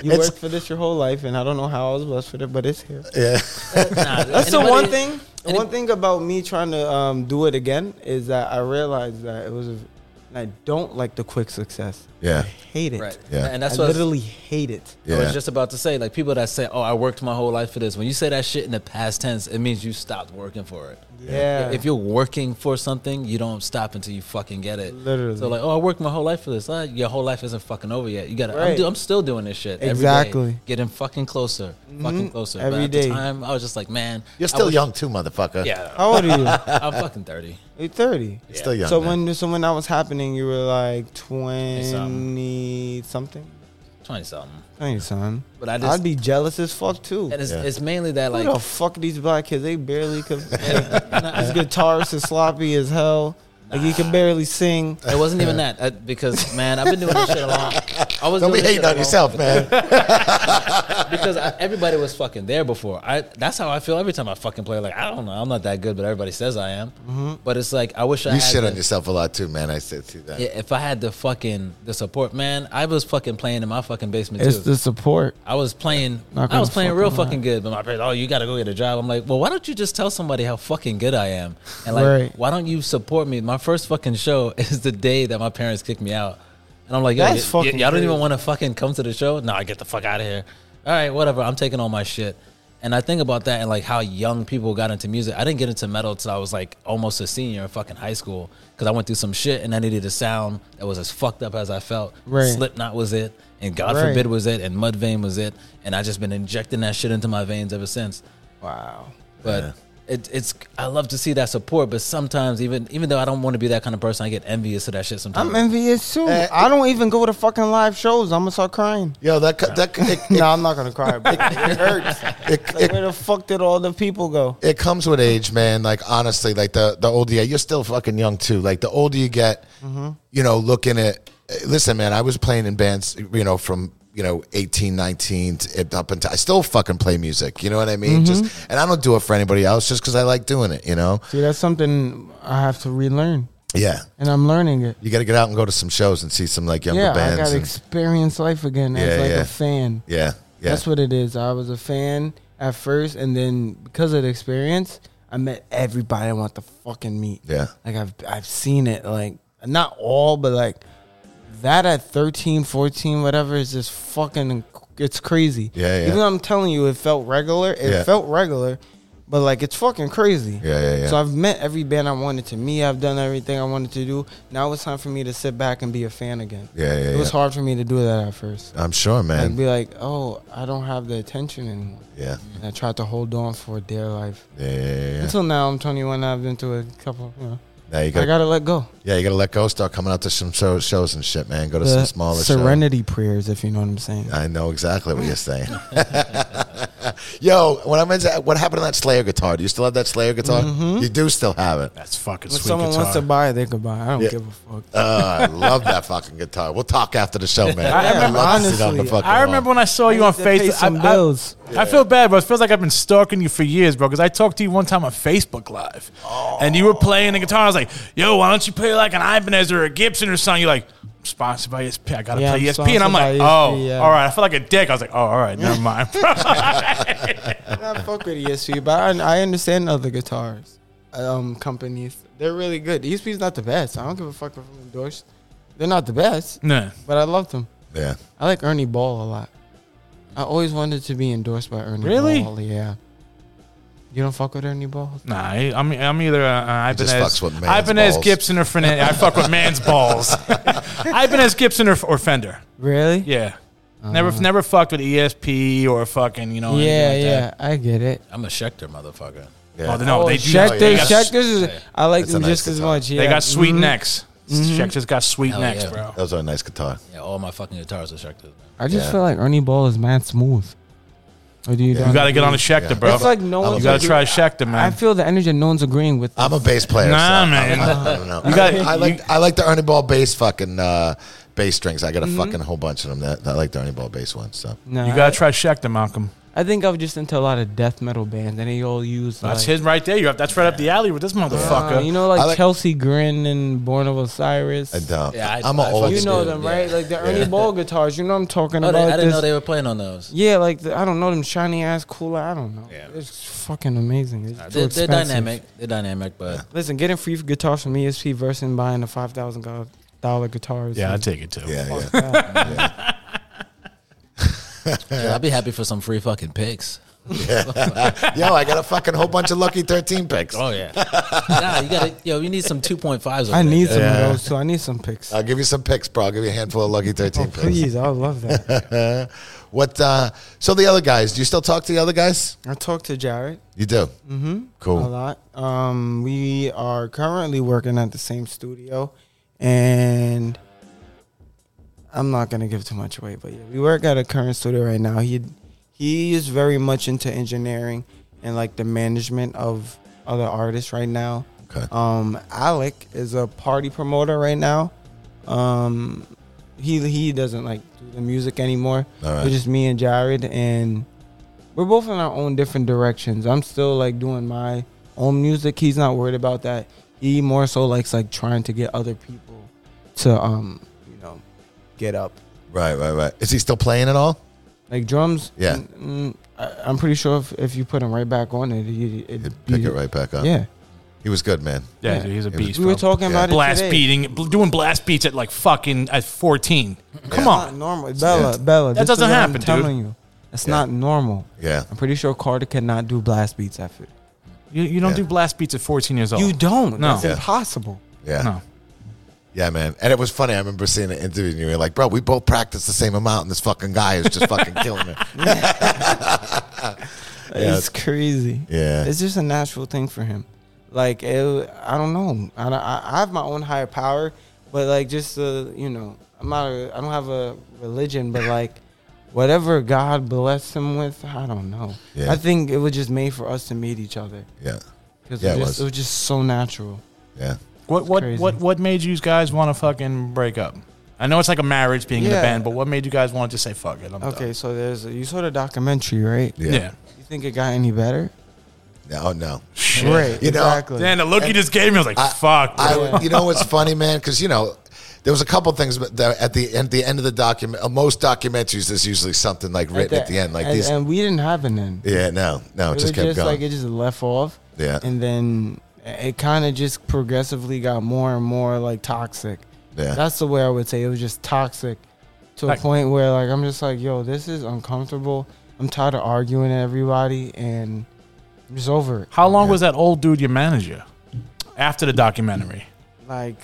[SPEAKER 4] You
[SPEAKER 3] It's-
[SPEAKER 4] worked for this your whole life, and I don't know how I was blessed with it, but it's here.
[SPEAKER 3] Yeah.
[SPEAKER 6] Nah,
[SPEAKER 4] That's the
[SPEAKER 6] anybody-
[SPEAKER 4] one thing. And one thing about me trying to um, do it again is that I realized that it was, a, and I don't like the quick success.
[SPEAKER 3] Yeah.
[SPEAKER 4] I hate it.
[SPEAKER 6] Right.
[SPEAKER 3] Yeah.
[SPEAKER 6] And that's
[SPEAKER 4] I
[SPEAKER 6] what I was-
[SPEAKER 4] literally hate it.
[SPEAKER 3] Yeah.
[SPEAKER 6] I was just about to say, like people that say, "Oh, I worked my whole life for this." When you say that shit in the past tense, it means you stopped working for it.
[SPEAKER 4] Yeah.
[SPEAKER 6] If you're working for something, you don't stop until you fucking get it.
[SPEAKER 4] Literally.
[SPEAKER 6] So like, oh, I worked my whole life for this. Ah, your whole life isn't fucking over yet. You gotta. I'm,
[SPEAKER 4] Right.
[SPEAKER 6] do, I'm still doing this shit. every day.
[SPEAKER 4] Exactly. Mm-hmm.
[SPEAKER 6] getting fucking closer. Fucking closer. but
[SPEAKER 4] Every
[SPEAKER 6] at
[SPEAKER 4] day.
[SPEAKER 6] The time, I was just like, man,
[SPEAKER 3] You're
[SPEAKER 6] I
[SPEAKER 3] still
[SPEAKER 6] wish-
[SPEAKER 3] young too, motherfucker.
[SPEAKER 6] Yeah.
[SPEAKER 4] How old are you?
[SPEAKER 6] I'm fucking thirty.
[SPEAKER 4] You're 30.
[SPEAKER 3] You're still young.
[SPEAKER 4] so
[SPEAKER 3] man.
[SPEAKER 4] when so when that was happening, you were like 20 something.
[SPEAKER 6] Twenty something.
[SPEAKER 4] Thank you, son.
[SPEAKER 6] But I just-
[SPEAKER 4] I'd be jealous as fuck too.
[SPEAKER 6] And it's,
[SPEAKER 3] Yeah.
[SPEAKER 6] it's mainly that like
[SPEAKER 4] Who the fuck these black kids? They barely could. his guitarist is sloppy as hell. Like he can barely sing.
[SPEAKER 6] It wasn't even that uh, because man, I've been doing this shit a long. I was
[SPEAKER 3] Don't be
[SPEAKER 6] doing this
[SPEAKER 3] hating on
[SPEAKER 6] shit a long-
[SPEAKER 3] yourself, man.
[SPEAKER 6] because I, everybody was fucking there before. I that's how I feel every time I fucking play. Like I don't know, I'm not that good, but everybody says I am. But it's like I wish I
[SPEAKER 3] you
[SPEAKER 6] had
[SPEAKER 3] shit
[SPEAKER 6] the,
[SPEAKER 3] on yourself a lot too, man. I said see that.
[SPEAKER 6] Yeah, if I had the fucking the support, man, I was fucking playing in my fucking basement
[SPEAKER 4] It's
[SPEAKER 6] too.
[SPEAKER 4] the support.
[SPEAKER 6] I was playing.
[SPEAKER 4] Not
[SPEAKER 6] I was
[SPEAKER 4] gonna
[SPEAKER 6] playing
[SPEAKER 4] fucking
[SPEAKER 6] real
[SPEAKER 4] lie.
[SPEAKER 6] fucking good, but my parents, oh, you got to go get a job. I'm like, well, why don't you just tell somebody how fucking good I am, and like,
[SPEAKER 4] Right.
[SPEAKER 6] why don't you support me? My first fucking show is the day that my parents kicked me out, and I'm like, yo, y-
[SPEAKER 4] That's
[SPEAKER 6] y-
[SPEAKER 4] fucking
[SPEAKER 6] y'all don't even
[SPEAKER 4] crazy.
[SPEAKER 6] want to fucking come to the show. No, I get the fuck out of here. All right, whatever. I'm taking all my shit, and I think about that and like how young people got into music. I didn't get into metal till I was like almost a senior in fucking high school because I went through some shit and I needed a sound that was as fucked up as I felt.
[SPEAKER 4] Right.
[SPEAKER 6] Slipknot was it, and God
[SPEAKER 4] Right.
[SPEAKER 6] forbid was it, and Mudvayne was it, and I just been injecting that shit into my veins ever since.
[SPEAKER 4] Wow.
[SPEAKER 6] But it, it's I love to see that support, but sometimes even even though I don't want to be that kind of person, I get envious of that shit sometimes.
[SPEAKER 4] I'm envious too. I don't even go to fucking live shows. I'm gonna start crying.
[SPEAKER 3] Yo, that cu- that it, it,
[SPEAKER 4] no, I'm not gonna cry. But it hurts.
[SPEAKER 3] it-
[SPEAKER 4] Like,
[SPEAKER 3] it-
[SPEAKER 4] where the fuck did all the people go?
[SPEAKER 3] it comes with age, man. Like honestly, like the the older you get, you're still fucking young too. Like the older you get,
[SPEAKER 4] Mm-hmm.
[SPEAKER 3] you know, looking at listen, man, I was playing in bands, you know, from you know 18 19 to- it- up until i still fucking play music you know what i mean
[SPEAKER 4] Mm-hmm.
[SPEAKER 3] just and i don't do it for anybody else just because i like doing it you know
[SPEAKER 4] See, that's something I have to relearn,
[SPEAKER 3] yeah
[SPEAKER 4] and I'm learning it.
[SPEAKER 3] you gotta get out and go to some shows and see some like younger
[SPEAKER 4] yeah, I
[SPEAKER 3] bands
[SPEAKER 4] gotta
[SPEAKER 3] and-
[SPEAKER 4] experience life again as
[SPEAKER 3] Yeah,
[SPEAKER 4] like
[SPEAKER 3] yeah.
[SPEAKER 4] a fan.
[SPEAKER 3] yeah yeah
[SPEAKER 4] That's what it is. I was a fan at first, and then because of the experience, I met everybody I want to fucking meet.
[SPEAKER 3] Yeah.
[SPEAKER 4] Like, I've, I've seen it. Like, not all, but like that at 13, 14, whatever is just fucking, it's crazy.
[SPEAKER 3] Yeah, yeah.
[SPEAKER 4] Even though I'm telling you, it felt regular. It
[SPEAKER 3] Yeah.
[SPEAKER 4] felt regular, but like, it's fucking crazy.
[SPEAKER 3] Yeah, yeah, yeah.
[SPEAKER 4] So I've met every band I wanted to meet. I've done everything I wanted to do. Now it's time for me to sit back and be a fan again.
[SPEAKER 3] Yeah, yeah,
[SPEAKER 4] It was
[SPEAKER 3] yeah.
[SPEAKER 4] hard for me to do that at first
[SPEAKER 3] i'm sure man
[SPEAKER 4] and be like, "Oh, I don't have the attention anymore."
[SPEAKER 3] yeah
[SPEAKER 4] And I tried to hold on for dear life.
[SPEAKER 3] yeah yeah, yeah, yeah.
[SPEAKER 4] Until now, I'm 21. I've been through a couple. You know,
[SPEAKER 3] Now you
[SPEAKER 4] I
[SPEAKER 3] gotta
[SPEAKER 4] gotta let go.
[SPEAKER 3] Yeah, you gotta let go. Start coming out to some show, shows and shit, man. Go to some smaller shows.
[SPEAKER 4] serenity prayers, if you know what I'm saying.
[SPEAKER 3] I know exactly what you're saying. Yo, when I mentioned what happened to that Slayer guitar? Do you still have that Slayer guitar?
[SPEAKER 4] Mm-hmm.
[SPEAKER 3] You do still have it.
[SPEAKER 5] That's fucking
[SPEAKER 4] If
[SPEAKER 5] sweet
[SPEAKER 4] someone
[SPEAKER 5] guitar.
[SPEAKER 4] wants to buy it, they could buy. it. I don't
[SPEAKER 3] Yeah.
[SPEAKER 4] give a fuck.
[SPEAKER 3] Uh, I love that fucking guitar. We'll talk after the show, man.
[SPEAKER 4] I remember-
[SPEAKER 3] love to sit on the
[SPEAKER 4] honestly,
[SPEAKER 3] fucking
[SPEAKER 5] I
[SPEAKER 3] wall.
[SPEAKER 5] remember when I saw you
[SPEAKER 4] I
[SPEAKER 5] on
[SPEAKER 4] need to pay
[SPEAKER 5] Facebook.
[SPEAKER 4] some
[SPEAKER 5] I, I-
[SPEAKER 4] bills.
[SPEAKER 5] I feel bad, bro. It feels like I've been stalking you for years, bro. Because I talked to you one time on Facebook Live, and you were playing the guitar. I was like, "Yo, why don't you play like an Ibanez or a Gibson or something?" You're like, "I'm "Sponsored by E ESP. I gotta
[SPEAKER 4] Yeah,
[SPEAKER 5] play
[SPEAKER 4] I'm
[SPEAKER 5] ESP." And I'm like,
[SPEAKER 4] sponsored by E
[SPEAKER 5] "Oh,
[SPEAKER 4] ESP, yeah.
[SPEAKER 5] all right." I feel like a dick. I was like, "Oh, all right, never mind."
[SPEAKER 4] I fuck with ESP, but I, I understand other guitars um, companies. They're really good. ESP's not the best. I don't give a fuck if I'm endorsed. They're not the best,
[SPEAKER 5] nah.
[SPEAKER 4] but I love them.
[SPEAKER 3] Yeah.
[SPEAKER 4] I like Ernie Ball a lot. I always wanted to be endorsed by Ernie
[SPEAKER 5] Really?
[SPEAKER 4] Ball. Yeah. You don't fuck with Ernie Ball?
[SPEAKER 5] Nah, I, I'm, I'm either uh, uh,
[SPEAKER 3] just
[SPEAKER 5] Ibanez,
[SPEAKER 3] fucks with man's
[SPEAKER 5] Ibanez
[SPEAKER 3] balls.
[SPEAKER 5] Gibson, or Fender. I fuck with man's balls. Ibanez Gibson or, or Fender.
[SPEAKER 4] Really?
[SPEAKER 5] Yeah, never never fucked with ESP or fucking you know.
[SPEAKER 4] Uh-huh. yeah,
[SPEAKER 5] anything
[SPEAKER 4] yeah.
[SPEAKER 5] like That.
[SPEAKER 4] I get it.
[SPEAKER 6] I'm a Schecter motherfucker.
[SPEAKER 3] Yeah.
[SPEAKER 5] Oh, no, they do.
[SPEAKER 4] Schecters,
[SPEAKER 5] they got,
[SPEAKER 4] Schecters is, I like
[SPEAKER 3] It's a
[SPEAKER 4] them
[SPEAKER 3] nice
[SPEAKER 4] just as
[SPEAKER 3] guitar.
[SPEAKER 4] much. Yeah.
[SPEAKER 5] They got sweet
[SPEAKER 4] Mhm.
[SPEAKER 5] necks. Schecter's got sweet
[SPEAKER 6] Hell
[SPEAKER 5] necks,
[SPEAKER 6] yeah.
[SPEAKER 5] bro.
[SPEAKER 3] That was a nice guitar.
[SPEAKER 6] Yeah, all my fucking guitars are Schecters. man.
[SPEAKER 4] I just
[SPEAKER 3] Yeah.
[SPEAKER 4] feel like Ernie Ball is mad smooth. Or do you?
[SPEAKER 5] You gotta get on a Schecter,
[SPEAKER 3] Yeah.
[SPEAKER 5] bro.
[SPEAKER 4] It's like no
[SPEAKER 3] I'm a
[SPEAKER 4] one's.
[SPEAKER 5] you gotta
[SPEAKER 3] bass-
[SPEAKER 5] try a Schecter, man.
[SPEAKER 4] I feel the energy. No one's agreeing with.
[SPEAKER 3] I'm a bass player.
[SPEAKER 5] Nah,
[SPEAKER 3] so
[SPEAKER 5] man.
[SPEAKER 3] I, I don't know.
[SPEAKER 5] You got-
[SPEAKER 3] I, I like
[SPEAKER 5] you-
[SPEAKER 3] I like the Ernie Ball bass fucking uh, bass strings. I got a fucking whole bunch of them. That I like the Ernie Ball bass ones. So
[SPEAKER 4] no,
[SPEAKER 5] you gotta try Schecter, Malcolm.
[SPEAKER 4] I think I'm just into a lot of death metal bands, and they all use
[SPEAKER 5] That's
[SPEAKER 4] like,
[SPEAKER 5] his right there. You have, that's right up the alley with this motherfucker.
[SPEAKER 4] Uh, you know, like,
[SPEAKER 3] I like-
[SPEAKER 4] Chelsea Grin and Born of Osiris.
[SPEAKER 3] I don't.
[SPEAKER 6] Yeah, I-
[SPEAKER 3] I'm an
[SPEAKER 6] I
[SPEAKER 3] old.
[SPEAKER 6] fucking
[SPEAKER 4] You know
[SPEAKER 6] do,
[SPEAKER 4] them,
[SPEAKER 6] yeah.
[SPEAKER 4] right? Like the Ernie Ball guitars. You know I'm talking
[SPEAKER 6] Oh, they,
[SPEAKER 4] about.
[SPEAKER 6] I didn't
[SPEAKER 4] this-
[SPEAKER 6] know they were playing on those.
[SPEAKER 4] Yeah, like the, I don't know them shiny ass cool. I don't know.
[SPEAKER 6] Yeah.
[SPEAKER 4] It's fucking amazing. It's too
[SPEAKER 6] They're, they're
[SPEAKER 4] expensive.
[SPEAKER 6] dynamic. They're dynamic, but
[SPEAKER 4] Listen, getting free guitars from ESP versus buying the five thousand dollar guitars.
[SPEAKER 5] Yeah,
[SPEAKER 4] and-
[SPEAKER 5] I take it too.
[SPEAKER 3] Yeah, yeah.
[SPEAKER 6] I'd be happy for some free fucking picks.
[SPEAKER 3] Yo, I got a fucking whole bunch of lucky 13 picks.
[SPEAKER 6] Oh yeah, nah, you gotta yo, you need some two point fives.
[SPEAKER 4] I need some of those too. I need some picks.
[SPEAKER 3] I'll give you some picks, bro. I'll give you a handful of lucky 13
[SPEAKER 4] Oh,
[SPEAKER 3] picks.
[SPEAKER 4] please, I would love that.
[SPEAKER 3] What, uh, so the other guys, do you still talk to the other guys?
[SPEAKER 4] I talked to Jared
[SPEAKER 3] You do? Mm-hmm.
[SPEAKER 4] a
[SPEAKER 3] Cool.
[SPEAKER 4] lot. Um, we are currently working at the same studio, and I'm not gonna give too much away, but yeah, we work at a current studio right now. He he is very much into engineering and like the management of other artists right now.
[SPEAKER 3] Okay.
[SPEAKER 4] Um, Alec is a party promoter right now. Um, he he doesn't like do the music anymore.
[SPEAKER 3] All right.
[SPEAKER 4] It's just me and Jared, and we're both in our own different directions. I'm still like doing my own music. He's not worried about that. He more so likes like trying to get other people to um you know get up
[SPEAKER 3] Right, right, right. Is he still playing at all?
[SPEAKER 4] like drums.
[SPEAKER 3] Yeah.
[SPEAKER 4] mm, mm, I, am pretty sure if, if you put him right back on it, it, it,
[SPEAKER 3] He'd pick it right back up.
[SPEAKER 4] Yeah,
[SPEAKER 3] He was good, man.
[SPEAKER 5] Yeah, dude, he's a beast.
[SPEAKER 4] we were
[SPEAKER 5] bro.
[SPEAKER 4] talking
[SPEAKER 3] Yeah.
[SPEAKER 4] about it
[SPEAKER 5] blast
[SPEAKER 4] today.
[SPEAKER 5] beating, bl- doing blast beats at like fucking at fourteen. Come
[SPEAKER 4] not
[SPEAKER 5] on,
[SPEAKER 4] normal. Bella, Bella.
[SPEAKER 5] That
[SPEAKER 4] this is
[SPEAKER 5] doesn't
[SPEAKER 4] what
[SPEAKER 5] happen,
[SPEAKER 4] I'm
[SPEAKER 5] dude.
[SPEAKER 4] telling you. That's not normal.
[SPEAKER 3] Yeah.
[SPEAKER 4] I'm pretty sure Carter cannot do blast beats after.
[SPEAKER 5] you, you don't
[SPEAKER 3] Yeah.
[SPEAKER 5] do blast beats at fourteen years old.
[SPEAKER 4] You don't.
[SPEAKER 5] No.
[SPEAKER 4] That's
[SPEAKER 5] Yeah.
[SPEAKER 4] impossible.
[SPEAKER 3] Yeah.
[SPEAKER 5] No,
[SPEAKER 3] Yeah, man. And it was funny. I remember seeing an interview and you were like, bro, we both practice the same amount and this fucking guy is just fucking killing it. Yeah.
[SPEAKER 4] It's crazy.
[SPEAKER 3] Yeah.
[SPEAKER 4] It's just a natural thing for him. Like, it, I don't know. I, don't- I, I have my own higher power, but like, just, uh, you know, I'm not, a, I don't have a religion, but like, whatever God blessed him with, I don't know.
[SPEAKER 3] Yeah.
[SPEAKER 4] I think it was just made for us to meet each other.
[SPEAKER 3] Yeah.
[SPEAKER 4] Because
[SPEAKER 3] Yeah,
[SPEAKER 4] it,
[SPEAKER 3] it
[SPEAKER 4] just-
[SPEAKER 3] was.
[SPEAKER 4] it was just so natural.
[SPEAKER 3] Yeah.
[SPEAKER 5] what what
[SPEAKER 4] crazy.
[SPEAKER 5] what what made you guys want to fucking break up? I know it's like a marriage being in a
[SPEAKER 4] Yeah.
[SPEAKER 5] band, but what made you guys want to just say fuck it? I'm done.
[SPEAKER 4] Okay, so there's you saw the documentary, right?
[SPEAKER 3] Yeah.
[SPEAKER 5] yeah.
[SPEAKER 4] You think it got any better?
[SPEAKER 3] No, Oh, no.
[SPEAKER 4] Right,
[SPEAKER 3] You know,
[SPEAKER 4] exactly.
[SPEAKER 5] Damn, the look he just gave me, I was like, fuck.
[SPEAKER 3] I,
[SPEAKER 5] bro.
[SPEAKER 3] You know what's funny, man? Because you know, there was a couple things but the- at the end, the end of the document. Uh, most documentaries, there's usually something like written at the, end, like
[SPEAKER 4] and,
[SPEAKER 3] these.
[SPEAKER 4] and we didn't have an end.
[SPEAKER 3] yeah, no, no, it,
[SPEAKER 4] It was
[SPEAKER 3] just kept
[SPEAKER 4] just
[SPEAKER 3] going.
[SPEAKER 4] like it just left off.
[SPEAKER 3] Yeah.
[SPEAKER 4] and then it kind of just progressively got more and more like toxic.
[SPEAKER 3] Yeah.
[SPEAKER 4] that's the way I would say it was just toxic to a
[SPEAKER 5] Like-
[SPEAKER 4] point where like I'm just like, yo, this is uncomfortable. I'm tired of arguing with everybody, and I'm just over it.
[SPEAKER 5] How long was that old dude your manager? After the documentary,
[SPEAKER 4] Like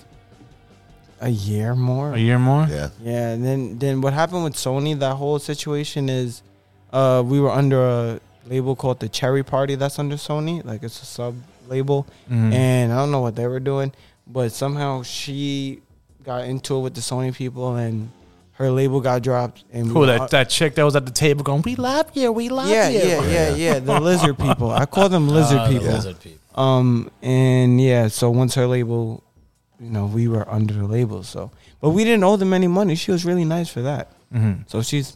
[SPEAKER 4] a year more,
[SPEAKER 5] a year more.
[SPEAKER 3] yeah,
[SPEAKER 4] Yeah, and then then what happened with Sony? That whole situation is, uh, we were under a label called the Cherry Party. That's under Sony, like it's a sub label,
[SPEAKER 6] Mm-hmm.
[SPEAKER 4] and I don't know what they were doing, but somehow she got into it with the Sony people, and her label got dropped. And we
[SPEAKER 5] Cool.
[SPEAKER 4] were-
[SPEAKER 5] That that chick that was at the table going, "We love you, we love
[SPEAKER 4] yeah,
[SPEAKER 5] you."
[SPEAKER 4] yeah, yeah, yeah. The lizard people. I call them lizard
[SPEAKER 6] Uh, the
[SPEAKER 4] people.
[SPEAKER 6] lizard people.
[SPEAKER 4] Um, and yeah, so once her label, you know, we were under the label, so but we didn't owe them any money. She was really nice for that. Mm-hmm. So she's